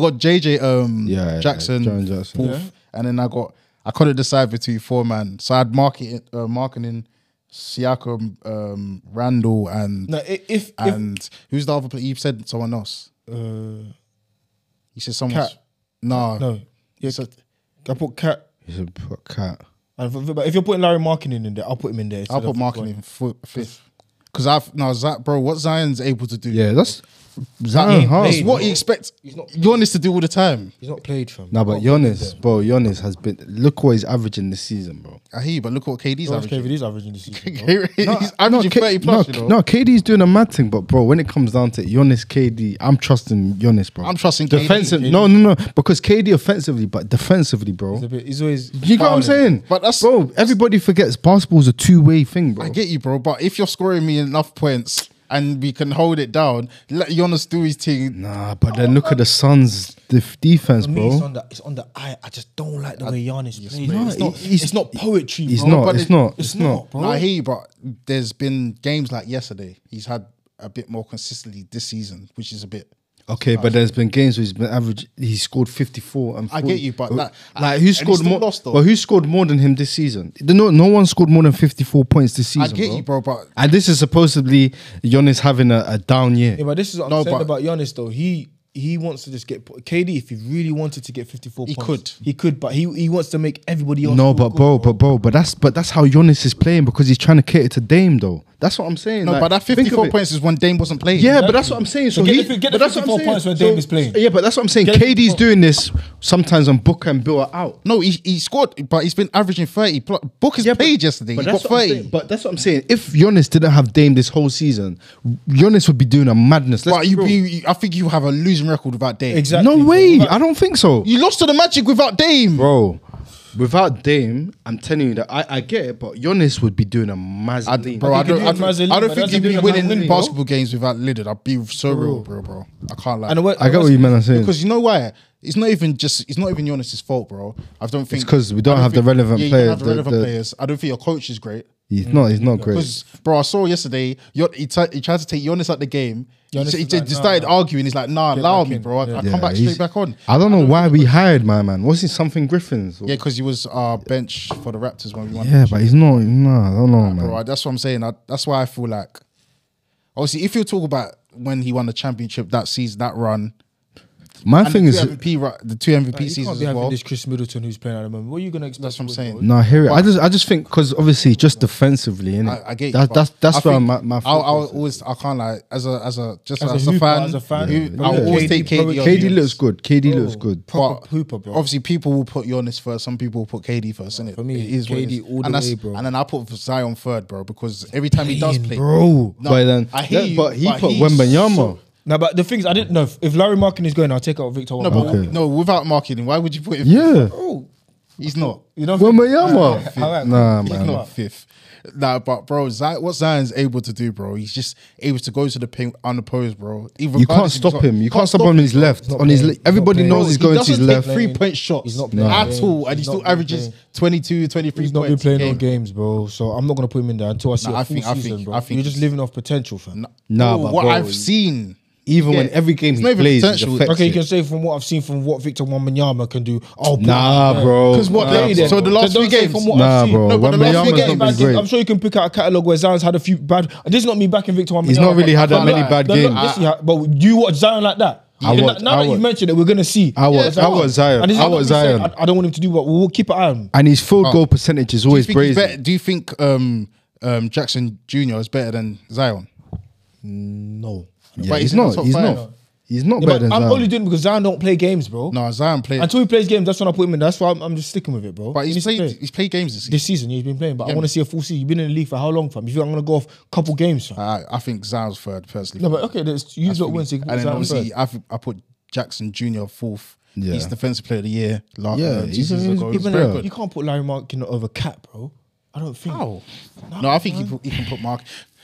Speaker 2: got JJ um
Speaker 1: Yeah, yeah,
Speaker 2: Jackson,
Speaker 1: Jaren Jackson.
Speaker 2: fourth, and then I got I couldn't decide between four man. So I'd market uh, marketing Siakam, um, Randall, and
Speaker 3: No, i- if if
Speaker 2: and who's the other player? You said someone else.
Speaker 3: uh,
Speaker 2: You said someone.
Speaker 3: Cat.
Speaker 2: No,
Speaker 3: no,
Speaker 2: You said,
Speaker 3: I put Cat.
Speaker 1: You should put Cat.
Speaker 3: And if, but if you're putting Larry Markkinen in there, I'll put him in there.
Speaker 2: I'll put marketing foot fifth. Cause I've no Zach, bro. What Zion's able to do?
Speaker 1: Yeah, that's
Speaker 2: He
Speaker 1: Zion
Speaker 2: ain't
Speaker 1: hard.
Speaker 2: played, what he expects Giannis to do all the time.
Speaker 3: He's not played from.
Speaker 1: Nah, but Giannis, bro, Giannis has been. Look what he's averaging this season, bro.
Speaker 2: I hear you, but look what KD's
Speaker 3: George
Speaker 2: averaging.
Speaker 3: David is averaging this season. bro.
Speaker 2: He's averaging
Speaker 1: K-
Speaker 2: thirty plus.
Speaker 1: no,
Speaker 2: you know?
Speaker 1: no, KD's doing a mad thing, but bro, when it comes down to it, Giannis, KD, I'm trusting Giannis, bro.
Speaker 2: I'm trusting KD.
Speaker 1: defensive. No, no, no, because KD offensively, but defensively, bro.
Speaker 3: He's, a bit, he's always.
Speaker 1: You know what I'm saying?
Speaker 2: But that's-
Speaker 1: bro, everybody forgets basketball's a two way thing, bro.
Speaker 2: I get you, bro. But if you're scoring me enough points and we can hold it down, let Giannis do his thing.
Speaker 1: nah, but then look at the Suns' def- defense,
Speaker 3: For me, it's
Speaker 1: bro.
Speaker 3: on the it's on the eye. I just don't like the way Giannis plays.
Speaker 1: not-
Speaker 3: it's, not,
Speaker 1: he's-
Speaker 3: it's not poetry,
Speaker 1: It's
Speaker 3: bro.
Speaker 1: not.
Speaker 2: but
Speaker 1: It's
Speaker 2: it-
Speaker 1: not. It's
Speaker 3: It's, not,
Speaker 1: not.
Speaker 3: bro.
Speaker 2: No, I hear you, but there's been games like yesterday. He's had a bit more consistency this season, which is a bit.
Speaker 1: Okay, but there's been games where he's been average. He scored 54 and
Speaker 2: I
Speaker 1: 40.
Speaker 2: get you, but
Speaker 1: like,
Speaker 2: like- and
Speaker 1: who
Speaker 2: he
Speaker 1: scored
Speaker 2: still
Speaker 1: more?
Speaker 2: lost, though.
Speaker 1: Well, who scored more than him this season? No, no one scored more than 54 points this
Speaker 2: I
Speaker 1: season.
Speaker 2: get you, bro. But
Speaker 1: And this is supposedly Giannis having a, a down year.
Speaker 3: yeah, but this is what I'm
Speaker 2: No,
Speaker 3: saying
Speaker 2: but-
Speaker 3: about Giannis though. He he wants to just get KD. If he really wanted to get 54
Speaker 2: He
Speaker 3: points,
Speaker 2: could.
Speaker 3: he could, but he, he wants to make everybody else.
Speaker 1: No,
Speaker 3: look
Speaker 1: but
Speaker 3: good,
Speaker 1: bro, but bro, but that's but that's how Giannis is playing because he's trying to cater to Dame though. That's what I'm saying.
Speaker 2: No,
Speaker 1: like,
Speaker 2: but that
Speaker 1: think of
Speaker 2: 54
Speaker 1: it.
Speaker 2: points is when Dame wasn't playing.
Speaker 1: Yeah, but that's what I'm saying. So,
Speaker 3: So get
Speaker 1: he,
Speaker 3: the fi- get
Speaker 1: but
Speaker 3: the
Speaker 1: that's what I'm
Speaker 3: 54
Speaker 1: saying.
Speaker 3: points when
Speaker 1: So-
Speaker 3: Dame is playing.
Speaker 1: Yeah, but that's what I'm saying.
Speaker 3: Get the
Speaker 1: KD's
Speaker 3: 54
Speaker 1: doing this sometimes on Booker and Bill are out.
Speaker 2: No, he, he scored, but he's been averaging 30. Pl- Booker's
Speaker 1: Yeah, but-
Speaker 2: played yesterday. He
Speaker 1: But
Speaker 2: got
Speaker 1: that's, what I'm saying.
Speaker 2: 30.
Speaker 1: but that's what I'm saying. If Giannis didn't have Dame this whole season, Giannis would be doing a madness. Let's
Speaker 2: But
Speaker 1: be
Speaker 2: you,
Speaker 1: real.
Speaker 2: you, you- I think you have a losing record without Dame.
Speaker 3: Exactly.
Speaker 1: no way. I don't think so,
Speaker 2: You lost to the Magic without Dame.
Speaker 1: bro. Without Dame, I'm telling you that I, I get it, but Giannis would be doing a
Speaker 2: I,
Speaker 1: mazzoline.
Speaker 2: bro, I
Speaker 3: think
Speaker 2: don't,
Speaker 3: you
Speaker 2: I don't,
Speaker 3: do Mazzoline,
Speaker 2: I
Speaker 3: but
Speaker 2: don't think
Speaker 3: that's
Speaker 2: you'd
Speaker 3: a
Speaker 2: be
Speaker 3: bit of
Speaker 2: winning
Speaker 3: Mazzoline, bro.
Speaker 2: basketball games without Lillard. I'll be so real, bro, bro. I can't lie.
Speaker 3: And what,
Speaker 1: I get what you men are saying.
Speaker 2: because you know why? It's not even just. It's not even Giannis's fault, bro. I don't think
Speaker 1: 'cause we don't
Speaker 2: I
Speaker 1: have the
Speaker 2: think-
Speaker 1: relevant
Speaker 2: yeah, you
Speaker 1: players,
Speaker 2: Don't have the
Speaker 1: the-
Speaker 2: relevant
Speaker 1: the-
Speaker 2: players. I don't think your coach is great.
Speaker 1: he's not. He's not great.
Speaker 2: Because bro, I saw yesterday. Yo- He, t- he tried to take Giannis out the game. He
Speaker 3: Giannis
Speaker 2: t- he
Speaker 3: is
Speaker 2: t-
Speaker 3: like,
Speaker 2: he
Speaker 3: nah,
Speaker 2: started
Speaker 3: nah.
Speaker 2: arguing. He's like, "Nah, allow
Speaker 3: back
Speaker 2: me,
Speaker 3: in.
Speaker 2: bro. I, I come back
Speaker 1: he's-
Speaker 2: straight back on."
Speaker 1: I don't know why we hired my man. Was he something Griffins? or-
Speaker 2: Yeah, because he was uh, bench for the Raptors when we won.
Speaker 1: Yeah, but he's not. Nah, I don't know, man.
Speaker 2: bro. I- That's what I'm saying. I, that's why I feel like, obviously, if you talk about when he won the championship that season, that run,
Speaker 1: My
Speaker 2: and
Speaker 1: thing
Speaker 2: the
Speaker 1: is,
Speaker 2: two MVP, ru- the two MVP
Speaker 3: You can't
Speaker 2: seasons
Speaker 3: be
Speaker 2: as
Speaker 3: having
Speaker 2: well.
Speaker 3: this Chris Middleton who's playing at the moment. What are you going to expect?
Speaker 2: That's what I'm
Speaker 3: with,
Speaker 2: saying.
Speaker 3: bro?
Speaker 1: no, I hear it. I just, I just think because obviously, just defensively, innit?
Speaker 2: I, I get you,
Speaker 1: that,
Speaker 2: but
Speaker 1: that's
Speaker 2: I
Speaker 1: that's where
Speaker 2: think
Speaker 1: my my
Speaker 2: I'll, I'll
Speaker 1: focus is.
Speaker 2: always I can't lie as a as a just
Speaker 3: As
Speaker 2: as,
Speaker 3: a
Speaker 2: a,
Speaker 3: hooper,
Speaker 2: fan.
Speaker 3: as a fan,
Speaker 2: you-
Speaker 3: yeah.
Speaker 2: I'll
Speaker 3: Yeah.
Speaker 2: always
Speaker 3: KD
Speaker 2: take KD.
Speaker 3: probably-
Speaker 2: over
Speaker 1: KD
Speaker 2: Giannis.
Speaker 1: looks good. KD looks good.
Speaker 3: Proper
Speaker 2: But
Speaker 3: hooper, bro.
Speaker 2: Obviously, people will put Giannis first. Some people will put KD first, innit?
Speaker 3: for me,
Speaker 2: it is what it
Speaker 3: KD
Speaker 2: is.
Speaker 3: all the
Speaker 2: and that's-
Speaker 3: way, bro.
Speaker 2: And then I put Zion third, bro, because every time he does play,
Speaker 1: bro.
Speaker 2: No,
Speaker 1: but then,
Speaker 2: I hear
Speaker 1: then-
Speaker 2: you,
Speaker 1: but he
Speaker 2: but
Speaker 1: put
Speaker 2: he's
Speaker 1: Wembenyama.
Speaker 2: so-
Speaker 3: No, but the thing is, I didn't know if, if Larry Markin is going, I'll take out Victor.
Speaker 2: No,
Speaker 3: Wembanyama.
Speaker 2: but
Speaker 1: Okay.
Speaker 2: no, without marketing, why would you put him?
Speaker 1: yeah,
Speaker 3: Oh,
Speaker 2: he's not.
Speaker 3: you know
Speaker 1: Wembenyama.
Speaker 3: All right.
Speaker 1: Nah,
Speaker 2: He's
Speaker 1: man.
Speaker 2: not fifth. Nah, but bro, Zion, what Zion's able to do, bro, he's just able to go to the paint unopposed, bro. Even
Speaker 1: You can't
Speaker 2: regardless if
Speaker 1: stop
Speaker 2: he's not-
Speaker 1: him. You can't stop him on his left. On his,
Speaker 3: playing.
Speaker 1: le- everybody
Speaker 3: He's not
Speaker 1: knows he's
Speaker 2: Bro,
Speaker 1: going
Speaker 2: he
Speaker 1: to his
Speaker 2: doesn't
Speaker 1: left.
Speaker 2: take three point shots
Speaker 3: He's not playing
Speaker 2: at
Speaker 3: games.
Speaker 2: all, and he
Speaker 3: He's
Speaker 2: still
Speaker 3: not been
Speaker 2: averages
Speaker 3: playing.
Speaker 2: 22, 23
Speaker 3: He's not
Speaker 2: points.
Speaker 3: been playing
Speaker 2: a
Speaker 3: no
Speaker 2: game.
Speaker 3: games, bro. So I'm not going to put him in there until I see
Speaker 2: Nah,
Speaker 3: a
Speaker 2: I
Speaker 3: full
Speaker 2: think- I
Speaker 3: season,
Speaker 2: think-
Speaker 3: bro.
Speaker 2: I think
Speaker 3: You're just
Speaker 2: he's-
Speaker 3: living off potential, fam.
Speaker 1: Nah,
Speaker 2: Bro,
Speaker 1: but
Speaker 2: what
Speaker 1: bro,
Speaker 2: I've seen,
Speaker 1: Even when
Speaker 2: Yeah.
Speaker 1: every game
Speaker 2: It's
Speaker 1: he
Speaker 2: not even
Speaker 1: plays, he's
Speaker 2: potential.
Speaker 1: effective.
Speaker 3: Okay, you can say from what I've seen from what Victor Wembanyama can do. Oh, bro,
Speaker 1: Nah,
Speaker 3: yeah.
Speaker 1: bro.
Speaker 2: Because what
Speaker 1: Nah,
Speaker 2: they-
Speaker 1: bro.
Speaker 2: so the last
Speaker 3: Don't
Speaker 2: three
Speaker 3: say
Speaker 2: games-
Speaker 3: from what
Speaker 1: Nah,
Speaker 3: I've seen.
Speaker 1: bro.
Speaker 2: No, but the last three
Speaker 1: Wembanyama's not been
Speaker 2: games,
Speaker 3: I
Speaker 1: great.
Speaker 3: am sure you can pick out a catalogue where Zion's had a few bad. This is not me backing Victor Wembanyama.
Speaker 1: He's not really had that
Speaker 3: but-
Speaker 1: many bad
Speaker 3: but look,
Speaker 1: games.
Speaker 3: this he had- But you watch Zion like that.
Speaker 1: I
Speaker 3: And
Speaker 1: watch-
Speaker 3: now
Speaker 1: I
Speaker 3: that you
Speaker 1: watch.
Speaker 3: mentioned it, we're gonna see.
Speaker 1: I watch-
Speaker 3: Yes,
Speaker 1: I watch Zion.
Speaker 3: And this is
Speaker 1: I
Speaker 3: not
Speaker 1: watch
Speaker 3: me saying
Speaker 1: Zion.
Speaker 3: I I don't want him to do, but we'll keep an eye on him.
Speaker 1: and his field goal percentage is
Speaker 2: do you
Speaker 1: always
Speaker 2: think, he's
Speaker 1: brazen.
Speaker 2: better, do you think um, um, Jackson Jr. is better than Zion?
Speaker 3: No.
Speaker 1: Yeah,
Speaker 2: But he's
Speaker 1: he's
Speaker 2: in the
Speaker 1: not.
Speaker 2: top
Speaker 1: He's
Speaker 2: five.
Speaker 1: not. He's not
Speaker 3: Yeah,
Speaker 1: better
Speaker 3: but
Speaker 1: than
Speaker 3: I'm only
Speaker 1: Zion.
Speaker 3: doing it because Zion don't play games, bro.
Speaker 2: No, Zion played,
Speaker 3: Until he plays games, that's when I put him in. That's why I'm, I'm just sticking with it, bro.
Speaker 2: but
Speaker 3: He
Speaker 2: he's
Speaker 3: needs to
Speaker 2: played,
Speaker 3: play.
Speaker 2: he's played games this season.
Speaker 3: this season. He's been playing, but I want to see a full season. You've been in the league for how long, fam? You think I'm gonna go off a couple games, fam?
Speaker 2: I, I think Zion's third, personally.
Speaker 3: No, but okay, that's you got
Speaker 2: for me.
Speaker 3: wins.
Speaker 2: and then obviously, I, think I put Jackson Jr. fourth.
Speaker 1: Yeah.
Speaker 2: He's Defensive Player of the Year. Like,
Speaker 1: Yeah,
Speaker 2: two
Speaker 1: he's-
Speaker 2: seasons
Speaker 1: he's
Speaker 2: ago.
Speaker 1: been
Speaker 2: He's very
Speaker 1: there.
Speaker 2: good.
Speaker 3: You can't put Larry Markin over Cap, bro. I don't think.
Speaker 2: How? No, I think he, put, he can put Mark.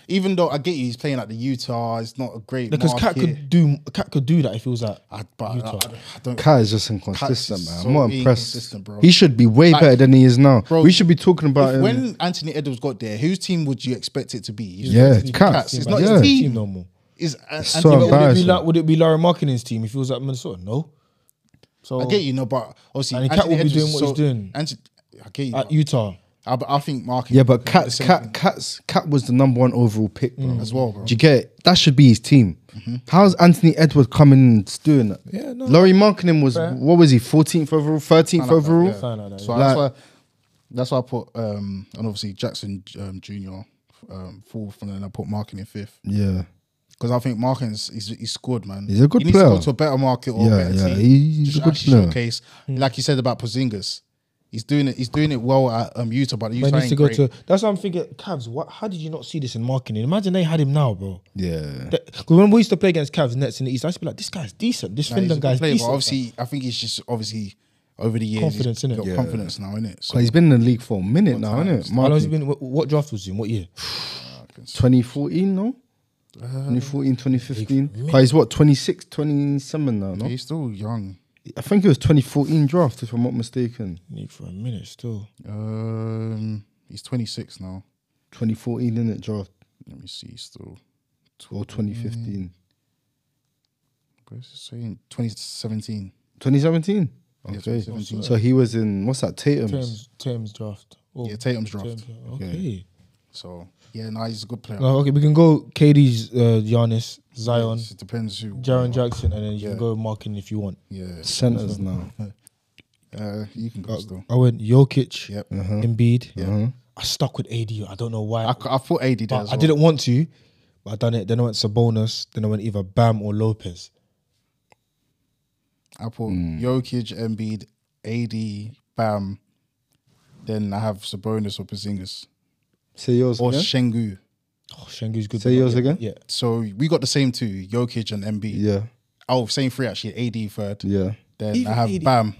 Speaker 2: Even though I get you, he's playing at the Utah. It's not a great
Speaker 3: Because
Speaker 2: market.
Speaker 3: Cat could do Cat could do that if he was at.
Speaker 2: I, but I-
Speaker 3: Utah.
Speaker 2: I, I don't.
Speaker 1: Cat is just inconsistent,
Speaker 2: Kat is
Speaker 1: man.
Speaker 2: so
Speaker 1: I'm not impressed.
Speaker 2: inconsistent, bro.
Speaker 1: He should be way
Speaker 2: Like,
Speaker 1: better than he is now.
Speaker 2: bro,
Speaker 1: we should be talking about
Speaker 2: if,
Speaker 1: him.
Speaker 2: when Anthony Edwards got there, whose team would you expect it to be? It's
Speaker 1: Yeah,
Speaker 2: Anthony
Speaker 1: Kat.
Speaker 2: Kat's. It's
Speaker 1: Yeah,
Speaker 2: not his
Speaker 1: but yeah.
Speaker 2: team.
Speaker 3: no more.
Speaker 2: It's Anthony
Speaker 1: so
Speaker 2: Edwards.
Speaker 3: Would it, be
Speaker 1: Embarrassing.
Speaker 3: like, would it be Larry Markin's team if he was at Minnesota? No. So
Speaker 2: I get you, no, but obviously
Speaker 3: And Kat
Speaker 2: Anthony
Speaker 3: will be doing
Speaker 2: Edwards is
Speaker 3: what he's
Speaker 2: so-
Speaker 3: doing.
Speaker 2: Anthony, I get you.
Speaker 3: at
Speaker 2: but
Speaker 3: Utah.
Speaker 2: I, but I think Mark.
Speaker 1: yeah, but Cat,
Speaker 2: same
Speaker 1: Cat,
Speaker 2: thing. Mm.
Speaker 1: Cat's, Cat was the number one overall pick, bro.
Speaker 2: as well, bro.
Speaker 1: Do you get it? That should be his team.
Speaker 2: Mm-hmm.
Speaker 1: How's Anthony Edward coming and doing that?
Speaker 3: Yeah, no.
Speaker 1: Laurie Markkinen was what was he? 14th overall, 13th overall.
Speaker 2: Yeah.
Speaker 3: Something like that,
Speaker 2: So
Speaker 1: yeah.
Speaker 2: that's
Speaker 1: Like-
Speaker 2: why that's why I put um and obviously Jackson um, Jr. Um, fourth and then I put Markin in fifth
Speaker 1: Yeah,
Speaker 2: because I think Markin is he's, he's good man.
Speaker 1: He's a good
Speaker 2: he needs
Speaker 1: player.
Speaker 2: To go to a better market or
Speaker 1: Yeah,
Speaker 2: a better
Speaker 1: yeah,
Speaker 2: team.
Speaker 1: he's a
Speaker 2: Just
Speaker 1: good
Speaker 2: actually
Speaker 1: player.
Speaker 2: Showcase like you said about Porzingis. He's doing it. He's doing it well at um, Utah, but Utah
Speaker 3: Man needs
Speaker 2: ain't
Speaker 3: to go
Speaker 2: great.
Speaker 3: to. That's what I'm thinking. Cavs. What? How did you not see this in marketing? Imagine they had him now, bro.
Speaker 1: yeah.
Speaker 3: Because when we used to play against Cavs Nets in the East, I used to be like, this guy's decent. This
Speaker 2: Nah, he's a
Speaker 3: Finland
Speaker 2: good
Speaker 3: guy's
Speaker 2: player,
Speaker 3: decent.
Speaker 2: but obviously I think he's just obviously over the years he's
Speaker 3: Confidence, innit?
Speaker 2: got
Speaker 1: Yeah.
Speaker 2: confidence now, innit? So
Speaker 1: But he's been in the league for a minute now, isn't it?
Speaker 3: How long has he been? What, what draft was he in? What year?
Speaker 1: 2014, no?
Speaker 2: Uh,
Speaker 1: 2014, 2015. But he's what, 26, 27 now, no?
Speaker 2: he's still young.
Speaker 1: I think it was 2014 draft, if I'm not mistaken.
Speaker 3: League for a minute still.
Speaker 2: Um, he's 26 now.
Speaker 1: 2014, in it, draft?
Speaker 2: Let me see. Still.
Speaker 1: Or 2015.
Speaker 2: Mm. Where's it saying? 2017.
Speaker 1: 2017?
Speaker 2: Yeah,
Speaker 1: Okay.
Speaker 2: 2017.
Speaker 1: so he was in, what's that, Tatum's?
Speaker 3: Terms, terms draft. Oh,
Speaker 2: Yeah, Tatum's draft.
Speaker 3: Terms, okay.
Speaker 2: So yeah, no, he's a good player.
Speaker 3: No, okay, we can go KD's uh, Giannis, Zion,
Speaker 2: It depends who.
Speaker 3: Jaron Jackson, and then you
Speaker 2: Yeah.
Speaker 3: can go marking if you want.
Speaker 2: Yeah,
Speaker 1: Centers now.
Speaker 2: uh, you can go still.
Speaker 3: I went Jokic,
Speaker 2: Yep.
Speaker 3: Embiid. I stuck with AD. I don't know why.
Speaker 2: I, c- I put AD there.
Speaker 3: but
Speaker 2: as
Speaker 3: I
Speaker 2: well.
Speaker 3: didn't want to, but I done it. Then I went Sabonis. Then I went either Bam or Lopez.
Speaker 2: I put
Speaker 1: Hmm.
Speaker 2: Jokic, Embiid, AD, Bam. Then I have Sabonis or Porzingis
Speaker 1: Say yours.
Speaker 2: or
Speaker 1: again?
Speaker 2: Shengu.
Speaker 3: Oh, Shengu's good.
Speaker 1: Say yours
Speaker 3: Yeah,
Speaker 1: again?
Speaker 3: Yeah.
Speaker 2: So we got the same two, Jokic and Embiid.
Speaker 1: yeah,
Speaker 2: Oh, same three actually. AD third.
Speaker 1: yeah.
Speaker 2: Then
Speaker 3: Even
Speaker 2: I have
Speaker 3: AD.
Speaker 2: Bam.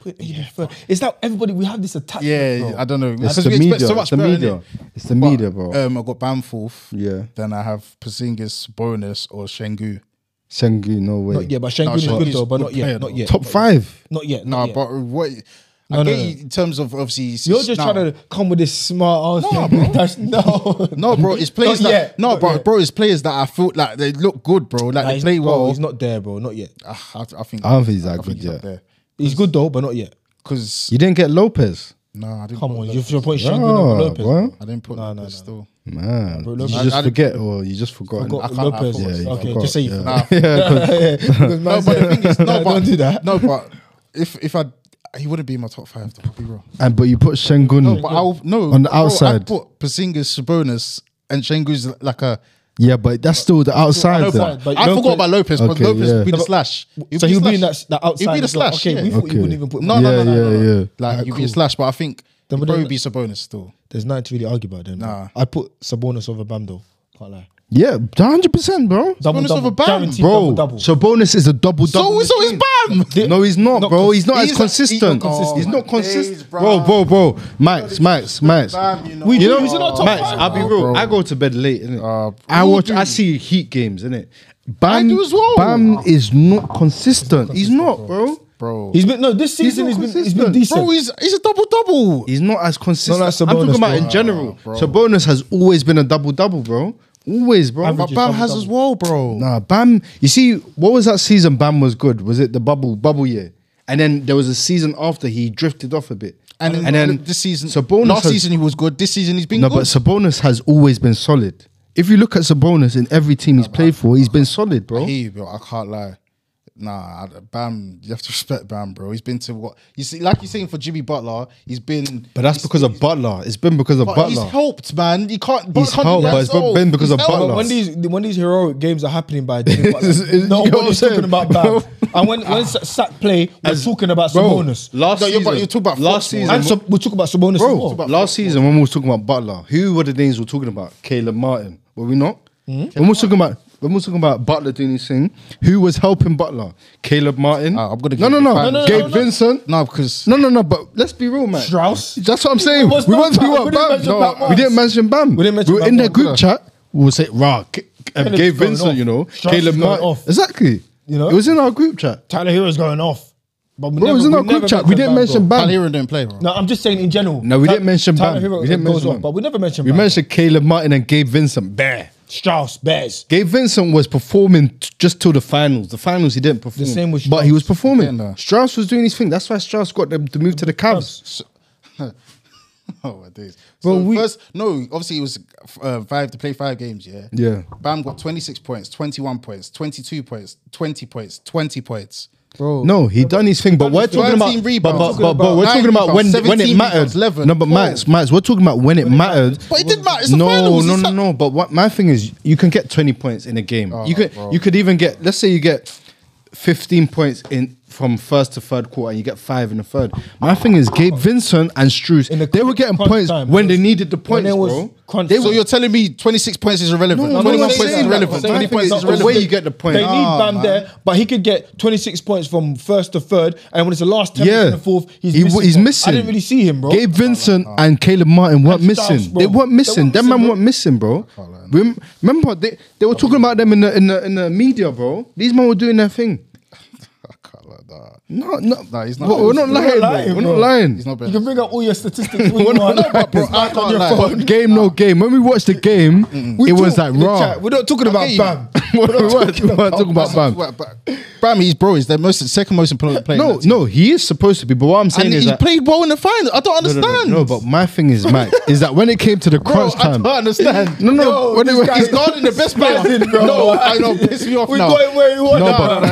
Speaker 3: Put AD first. It's now everybody. We have this attachment.
Speaker 2: Yeah,
Speaker 3: bro.
Speaker 2: I don't know.
Speaker 1: Oh. It's
Speaker 2: Because
Speaker 1: the
Speaker 2: we expect
Speaker 1: media.
Speaker 2: so much
Speaker 1: it's the
Speaker 2: better,
Speaker 1: media.
Speaker 2: innit?
Speaker 1: It's the
Speaker 2: But,
Speaker 1: media, bro.
Speaker 2: Um, I got Bam fourth.
Speaker 1: yeah,
Speaker 2: Then I have Porzingis, Bonus, or Shengu.
Speaker 1: Sengu, no way.
Speaker 3: Not yet, but Shengun
Speaker 2: No,
Speaker 3: is good
Speaker 2: Shengun's
Speaker 3: though, but
Speaker 2: good
Speaker 3: not yet,
Speaker 2: player,
Speaker 3: not
Speaker 2: though.
Speaker 3: yet.
Speaker 1: Top
Speaker 3: not yet.
Speaker 1: five.
Speaker 3: Not yet.
Speaker 2: Nah,
Speaker 3: not yet.
Speaker 2: but what? I
Speaker 3: No,
Speaker 2: get
Speaker 3: no,
Speaker 2: you in terms of obviously. it's-
Speaker 3: You're
Speaker 2: it's
Speaker 3: just
Speaker 2: now.
Speaker 3: trying to come with this smart ass.
Speaker 2: No,
Speaker 3: thing. That's- no.
Speaker 2: No, bro, it's players
Speaker 3: Not
Speaker 2: that
Speaker 3: yet,
Speaker 2: no,
Speaker 3: not
Speaker 2: bro,
Speaker 3: yet.
Speaker 2: bro, it's players that I feel like they look good, bro. Like
Speaker 3: Nah,
Speaker 2: they
Speaker 3: he's-
Speaker 2: play
Speaker 3: bro,
Speaker 2: well.
Speaker 3: he's not there, bro. Not yet.
Speaker 2: Ah, I, I think
Speaker 1: I don't think he's that good yet.
Speaker 3: He's good though, but not yet.
Speaker 2: Because
Speaker 1: You didn't get Lopez.
Speaker 2: no, I didn't.
Speaker 3: Come
Speaker 2: put
Speaker 3: on,
Speaker 2: Lo-
Speaker 3: you're, you're putting Shengun
Speaker 1: Oh,
Speaker 3: over Lopez.
Speaker 1: bro.
Speaker 2: I didn't put
Speaker 3: No,
Speaker 2: Lopez
Speaker 3: no, no.
Speaker 2: still.
Speaker 1: Man,
Speaker 3: bro,
Speaker 1: you
Speaker 3: Lopez-
Speaker 1: just
Speaker 2: I- I-
Speaker 1: forget, or you just forgot.
Speaker 3: Forgot
Speaker 2: I can't- I
Speaker 3: Lopez.
Speaker 2: forgot.
Speaker 1: Yeah, you
Speaker 3: okay,
Speaker 1: forgot,
Speaker 3: just say you
Speaker 1: yeah.
Speaker 3: forgot.
Speaker 2: Nah,
Speaker 3: no,
Speaker 2: but the thing is, no, but
Speaker 3: don't do that.
Speaker 2: No, but if if I he wouldn't be in my top five, to be real.
Speaker 1: And but you put Shengun.
Speaker 2: No, but I'll no
Speaker 1: On the
Speaker 2: bro,
Speaker 1: outside.
Speaker 2: I put Porzingis, Sabonis, and Shengu's like a.
Speaker 1: yeah, but that's still the outside.
Speaker 2: No,
Speaker 1: there.
Speaker 2: but,
Speaker 3: but
Speaker 2: I
Speaker 3: don't
Speaker 2: forgot
Speaker 3: put-
Speaker 2: about Lopez, but
Speaker 1: Okay,
Speaker 2: Lopez
Speaker 1: yeah.
Speaker 2: would be
Speaker 1: No,
Speaker 2: the slash.
Speaker 3: so he'll be in
Speaker 2: slash.
Speaker 3: that, that outside.
Speaker 2: He'd be the
Speaker 3: as well.
Speaker 2: slash.
Speaker 3: Okay,
Speaker 2: yeah.
Speaker 3: we thought
Speaker 1: Okay.
Speaker 3: you wouldn't even put.
Speaker 2: No, no,
Speaker 1: Yeah,
Speaker 2: no, no,
Speaker 1: yeah,
Speaker 2: no,
Speaker 1: yeah.
Speaker 2: no. Like
Speaker 3: Alright,
Speaker 2: you'd be a
Speaker 3: cool.
Speaker 2: slash, but I think
Speaker 3: Then
Speaker 2: he'd
Speaker 3: we
Speaker 2: probably
Speaker 3: don't-
Speaker 2: be Sabonis still.
Speaker 3: There's nothing to really argue about then. bro.
Speaker 2: Nah.
Speaker 3: I put Sabonis over Bam though. Can't lie.
Speaker 1: Yeah, hundred percent, bro.
Speaker 3: Double
Speaker 2: Sabonis
Speaker 3: double,
Speaker 2: over Bam,
Speaker 3: guaranteed
Speaker 1: Bro,
Speaker 3: double double.
Speaker 1: so bonus is a double double.
Speaker 2: so is Bam.
Speaker 1: No, he's not,
Speaker 3: Not
Speaker 1: bro.
Speaker 3: cons-
Speaker 1: He's not
Speaker 2: he's
Speaker 1: as
Speaker 2: not-
Speaker 1: consistent.
Speaker 2: he's not consistent. Oh
Speaker 1: He's not
Speaker 2: my days,
Speaker 1: consistent, bro,
Speaker 2: bro.
Speaker 1: bro, bro. Max, Max, Max.
Speaker 2: Bam, you know.
Speaker 1: you know,
Speaker 3: he's in our top
Speaker 1: Max.
Speaker 3: five,
Speaker 1: I'll be
Speaker 2: bro.
Speaker 1: real.
Speaker 2: Bro.
Speaker 1: I go to bed late. Innit?
Speaker 2: Uh,
Speaker 1: I
Speaker 2: you
Speaker 1: watch.
Speaker 2: do.
Speaker 1: I see Heat games, innit? Bam,
Speaker 2: do as well.
Speaker 1: Bam is not consistent. He's not, bro.
Speaker 2: Ah. Bro,
Speaker 3: He's been no this season.
Speaker 1: not
Speaker 3: He's been he's been
Speaker 1: consistent.
Speaker 3: decent.
Speaker 2: bro, he's he's a double double.
Speaker 1: He's not as consistent.
Speaker 3: that's
Speaker 1: I'm
Speaker 3: Sabonis,
Speaker 1: talking about
Speaker 3: bro.
Speaker 1: in
Speaker 2: Ah,
Speaker 1: general. So bonus has always been a double double, bro. Always, bro.
Speaker 3: Average
Speaker 1: But Bam
Speaker 3: is double-double.
Speaker 1: has
Speaker 2: Has as well, bro.
Speaker 1: Nah, Bam. You see, what was that season? Bam was good. Was it the bubble bubble year? And then there was a season after he drifted off a bit.
Speaker 2: And then,
Speaker 1: and then
Speaker 2: this season,
Speaker 1: Sabonis
Speaker 2: last
Speaker 1: has-
Speaker 2: season he was good. This season he's been
Speaker 1: No,
Speaker 2: good.
Speaker 1: but Sabonis has always been solid. If you look at Sabonis in every team he's played for, he's been solid,
Speaker 2: I
Speaker 1: bro.
Speaker 2: hear you, bro. I can't lie. Nah, I- Bam, you have to respect Bam, bro. He's been to what you see, like you're saying for Jimmy Butler, he's been.
Speaker 1: But that's because of Butler. It's been because of
Speaker 2: But he's
Speaker 1: Butler.
Speaker 2: helped, man. He can't. Butler can't do
Speaker 1: helped,
Speaker 2: that
Speaker 1: but it's
Speaker 2: himself.
Speaker 1: been because
Speaker 2: He's
Speaker 1: of
Speaker 2: helped.
Speaker 1: Butler.
Speaker 3: when these when these heroic games are happening by Jimmy Butler,
Speaker 1: It's- it's-
Speaker 3: no
Speaker 1: you know what I'm
Speaker 3: one's talking
Speaker 1: saying? Ah.
Speaker 3: about Bam. and when when Sa- Sack play, we're talking about Sabonis.
Speaker 1: last
Speaker 2: No, you're- but
Speaker 1: season,
Speaker 2: you're talking about
Speaker 1: last
Speaker 2: Fox,
Speaker 1: season,
Speaker 3: and so, we'll talk about Sabonis. as well.
Speaker 1: bro. Last season, when we was talking about Butler, who were the names we were talking about? Caleb Martin, were we not?
Speaker 3: Hmm?
Speaker 1: When we were talking about when we were talking about Butler doing his thing, who was helping Butler? Caleb Martin.
Speaker 2: Ah, I'm gonna give
Speaker 1: no, no,
Speaker 2: you
Speaker 1: no,
Speaker 2: five. No,
Speaker 3: no, no,
Speaker 1: Gabe
Speaker 3: no, no.
Speaker 1: Vincent.
Speaker 2: No, because
Speaker 1: No, no, no. But let's be real, man.
Speaker 3: Strauss?
Speaker 1: That's what I'm saying.
Speaker 3: was
Speaker 1: we
Speaker 3: no
Speaker 1: weren't
Speaker 3: Bam.
Speaker 1: talking
Speaker 3: We
Speaker 1: about
Speaker 3: didn't
Speaker 1: Bam.
Speaker 3: mention Bam
Speaker 1: we didn't mention Bam.
Speaker 3: once. We didn't mention
Speaker 1: we were
Speaker 3: Bam
Speaker 1: in the
Speaker 3: once,
Speaker 1: group
Speaker 3: did
Speaker 1: chat. We would say, "Rah, G- uh,
Speaker 3: Caleb's
Speaker 1: Gabe
Speaker 3: going
Speaker 1: Vincent."
Speaker 3: off.
Speaker 1: You know,
Speaker 3: Strauss is
Speaker 1: Caleb
Speaker 3: going
Speaker 1: Martin.
Speaker 3: off.
Speaker 1: Exactly.
Speaker 3: You know?
Speaker 1: it was in our group chat.
Speaker 3: Tyler Hero's going off. But we
Speaker 1: Bro, it was
Speaker 3: never-
Speaker 1: in our
Speaker 3: we
Speaker 1: group
Speaker 3: never
Speaker 1: chat. We didn't mention Bam.
Speaker 3: bro.
Speaker 2: Tyler Hero didn't play, bro.
Speaker 3: No, I'm just saying in general.
Speaker 1: No, we
Speaker 3: Ty-
Speaker 1: didn't mention
Speaker 3: Tyler
Speaker 1: Bam.
Speaker 3: Hero
Speaker 1: we didn't
Speaker 3: goes
Speaker 1: mention
Speaker 3: off,
Speaker 1: Bam.
Speaker 3: but we never mentioned
Speaker 1: We
Speaker 3: Bam.
Speaker 1: mentioned Caleb Martin and Gabe Vincent. Bear.
Speaker 3: Strauss, Bears.
Speaker 1: Gabe Vincent was performing t- just till the finals. The finals he didn't perform.
Speaker 3: same with
Speaker 1: but he was
Speaker 3: Strauss.
Speaker 1: performing.
Speaker 2: Yeah, no.
Speaker 1: Strauss was doing his thing. That's why Strauss got the, the move to the Cavs.
Speaker 2: Oh my days.
Speaker 1: Bro,
Speaker 2: So
Speaker 1: we-
Speaker 2: first, no, obviously it was uh, five to play five games, yeah.
Speaker 1: Yeah.
Speaker 2: Bam got 26 points, 21 points, 22 points, 20 points, 20 points.
Speaker 3: Bro.
Speaker 1: No, he done his thing, but we're talking about,
Speaker 2: 13
Speaker 1: but,
Speaker 2: rebounds.
Speaker 1: but, but, but we're
Speaker 2: Nine
Speaker 1: talking about when
Speaker 2: rebounds,
Speaker 1: when it
Speaker 2: 17
Speaker 1: mattered.
Speaker 2: rebounds, 11,
Speaker 1: no, but Max, Max, we're talking about when it mattered.
Speaker 2: But it didn't matter. It's the
Speaker 1: no,
Speaker 2: finals.
Speaker 1: no,
Speaker 2: It's
Speaker 1: no,
Speaker 2: like-
Speaker 1: no. But what my thing is, you can get twenty points in a game. you could, you could even get. Let's say you get fifteen points in from first to third quarter, and you get five in the third. My thing is, Gabe Vincent and Struess,
Speaker 3: In the
Speaker 1: they were getting
Speaker 3: crunch
Speaker 1: points
Speaker 3: time,
Speaker 1: when they
Speaker 3: bro.
Speaker 1: needed the
Speaker 3: When
Speaker 1: points,
Speaker 3: it was
Speaker 1: bro.
Speaker 3: crunch
Speaker 1: They
Speaker 3: time.
Speaker 2: So
Speaker 1: were
Speaker 2: you're telling me 26 points is irrelevant,
Speaker 1: no,
Speaker 2: 21
Speaker 1: no,
Speaker 2: points
Speaker 1: no,
Speaker 2: is
Speaker 1: no,
Speaker 2: relevant,
Speaker 1: no, no,
Speaker 2: 20
Speaker 1: no,
Speaker 2: points
Speaker 1: no,
Speaker 2: is
Speaker 1: no,
Speaker 2: relevant.
Speaker 1: where you get the point.
Speaker 3: They need
Speaker 1: Ah,
Speaker 3: Bam
Speaker 1: man.
Speaker 3: there, but he could get 26 points from first to third, and when it's the last 10
Speaker 1: Yeah,
Speaker 3: minutes in the fourth, he's,
Speaker 1: He
Speaker 3: missing,
Speaker 1: w- he's
Speaker 3: bro.
Speaker 1: missing.
Speaker 3: I didn't really see him, bro.
Speaker 1: Gabe Vincent and Caleb Martin weren't
Speaker 3: And
Speaker 1: missing.
Speaker 3: Stiles, bro.
Speaker 1: They weren't
Speaker 3: They
Speaker 1: missing.
Speaker 3: weren't
Speaker 1: Them man
Speaker 3: missing,
Speaker 1: weren't missing, bro. Rem- Remember they, they were talking about them in the, in the in the media, bro. These men were doing their thing.
Speaker 2: I can't like that.
Speaker 1: No, no,
Speaker 2: Nah, he's not-
Speaker 1: We're, we're not
Speaker 2: he's not
Speaker 1: lying.
Speaker 3: lying,
Speaker 1: bro. We're
Speaker 3: bro.
Speaker 1: not lying.
Speaker 2: He's not
Speaker 3: You
Speaker 2: better.
Speaker 3: can bring up all your statistics. when you want.
Speaker 2: bro, I can't lie.
Speaker 1: But game, no game. When we watched the game, it was
Speaker 3: talk
Speaker 1: like
Speaker 3: in the
Speaker 1: raw.
Speaker 3: chat. We're not talking
Speaker 2: I
Speaker 3: about
Speaker 2: get you.
Speaker 3: Bam.
Speaker 1: what we're talking about, Bam.
Speaker 2: Bam, he's bro. He's the most second most important player. in
Speaker 1: No,
Speaker 2: that team.
Speaker 1: no, he is supposed to be. But what I'm saying
Speaker 2: and
Speaker 1: is
Speaker 2: he
Speaker 1: that
Speaker 2: played well in the final. I don't
Speaker 1: no,
Speaker 2: understand.
Speaker 1: no, no, no, but my thing is, Mike, is that when it came to the
Speaker 2: Bro,
Speaker 1: crunch
Speaker 2: I
Speaker 1: time,
Speaker 2: don't understand.
Speaker 1: No, no, Yo, when it this went- guy
Speaker 2: he's guarding the best player. No, I know, piss me off
Speaker 3: We
Speaker 2: now.
Speaker 3: going where we want
Speaker 1: No,
Speaker 3: now.
Speaker 1: but-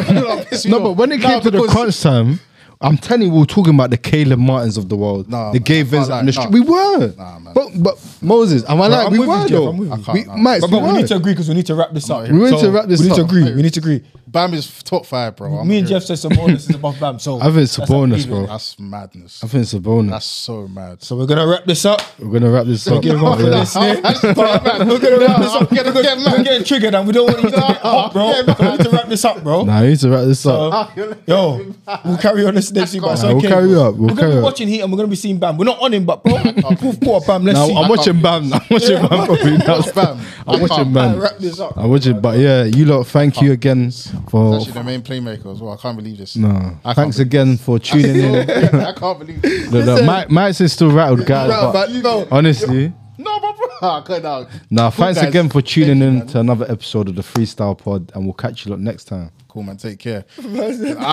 Speaker 2: piss me
Speaker 1: no,
Speaker 2: off.
Speaker 1: but when it
Speaker 2: No,
Speaker 1: came to the
Speaker 2: because-
Speaker 1: crunch time, I'm telling you, we were talking about the Caleb Martins of the world,
Speaker 2: Nah,
Speaker 1: the
Speaker 2: man,
Speaker 1: Gay
Speaker 2: I can't
Speaker 1: Vincent,
Speaker 2: lie,
Speaker 1: and the
Speaker 2: nah.
Speaker 1: str- we were.
Speaker 2: Nah, man.
Speaker 1: but but Moses, am I like
Speaker 3: I'm
Speaker 1: we
Speaker 3: with you,
Speaker 1: were
Speaker 3: Jeff,
Speaker 1: though?
Speaker 3: I'm with you. I
Speaker 2: can't,
Speaker 1: We-
Speaker 2: nah.
Speaker 1: Mike,
Speaker 3: But,
Speaker 1: we
Speaker 3: but we need
Speaker 1: were.
Speaker 3: to agree because we need to wrap this up.
Speaker 1: We need to wrap this
Speaker 3: we need to
Speaker 1: up.
Speaker 3: agree. We need to agree.
Speaker 2: Bam is top five, bro. I'm
Speaker 3: Me and
Speaker 2: here.
Speaker 3: Jeff said Sabonis is above Bam. So
Speaker 1: I think it's
Speaker 3: that's how we
Speaker 1: Sabonis,
Speaker 3: leave it.
Speaker 1: bro.
Speaker 2: That's madness.
Speaker 1: I think it's a bonus.
Speaker 2: That's so mad.
Speaker 3: So we're gonna wrap this up.
Speaker 1: We're gonna wrap this up.
Speaker 3: Give him up for
Speaker 1: Yeah.
Speaker 3: listening. We're gonna wrap this up. We're getting- We're getting triggered and we don't want you to get hot, bro. We need to wrap this up, bro.
Speaker 1: Nah, I need to wrap this up.
Speaker 3: Yo, we'll carry on this next week. but it's
Speaker 1: Nah, we'll
Speaker 3: okay,
Speaker 1: carry
Speaker 3: bro.
Speaker 1: up, we'll
Speaker 3: we're gonna
Speaker 1: carry
Speaker 3: be
Speaker 1: up.
Speaker 3: watching Heat and we're gonna be seeing Bam. We're not on him, but bro, proof poor Bam. Let's
Speaker 1: Now
Speaker 3: see.
Speaker 1: I'm watching Bam. now. I'm watching Bam. probably now.
Speaker 2: Bam.
Speaker 1: I'm watching
Speaker 3: I
Speaker 1: Bam.
Speaker 3: wrap this up.
Speaker 1: I watch it, but yeah, you lot, thank you again for.
Speaker 2: Actually, the main playmaker as well. I can't believe this.
Speaker 1: No,
Speaker 2: I
Speaker 1: thanks
Speaker 2: can't
Speaker 1: again for tuning in.
Speaker 2: believe- I can't believe this.
Speaker 1: Look, look, Mike, Mike's is still rattled, guys.
Speaker 2: Bro,
Speaker 1: but
Speaker 2: but no,
Speaker 1: honestly,
Speaker 2: no, bro, bro. I can't now.
Speaker 1: nah,
Speaker 2: Cool,
Speaker 1: thanks
Speaker 2: guys.
Speaker 1: again for
Speaker 2: Thank
Speaker 1: tuning
Speaker 2: you,
Speaker 1: in
Speaker 2: man.
Speaker 1: to another episode of the Freestyle Pod, and we'll catch you lot next time.
Speaker 2: Cool, man. Take care.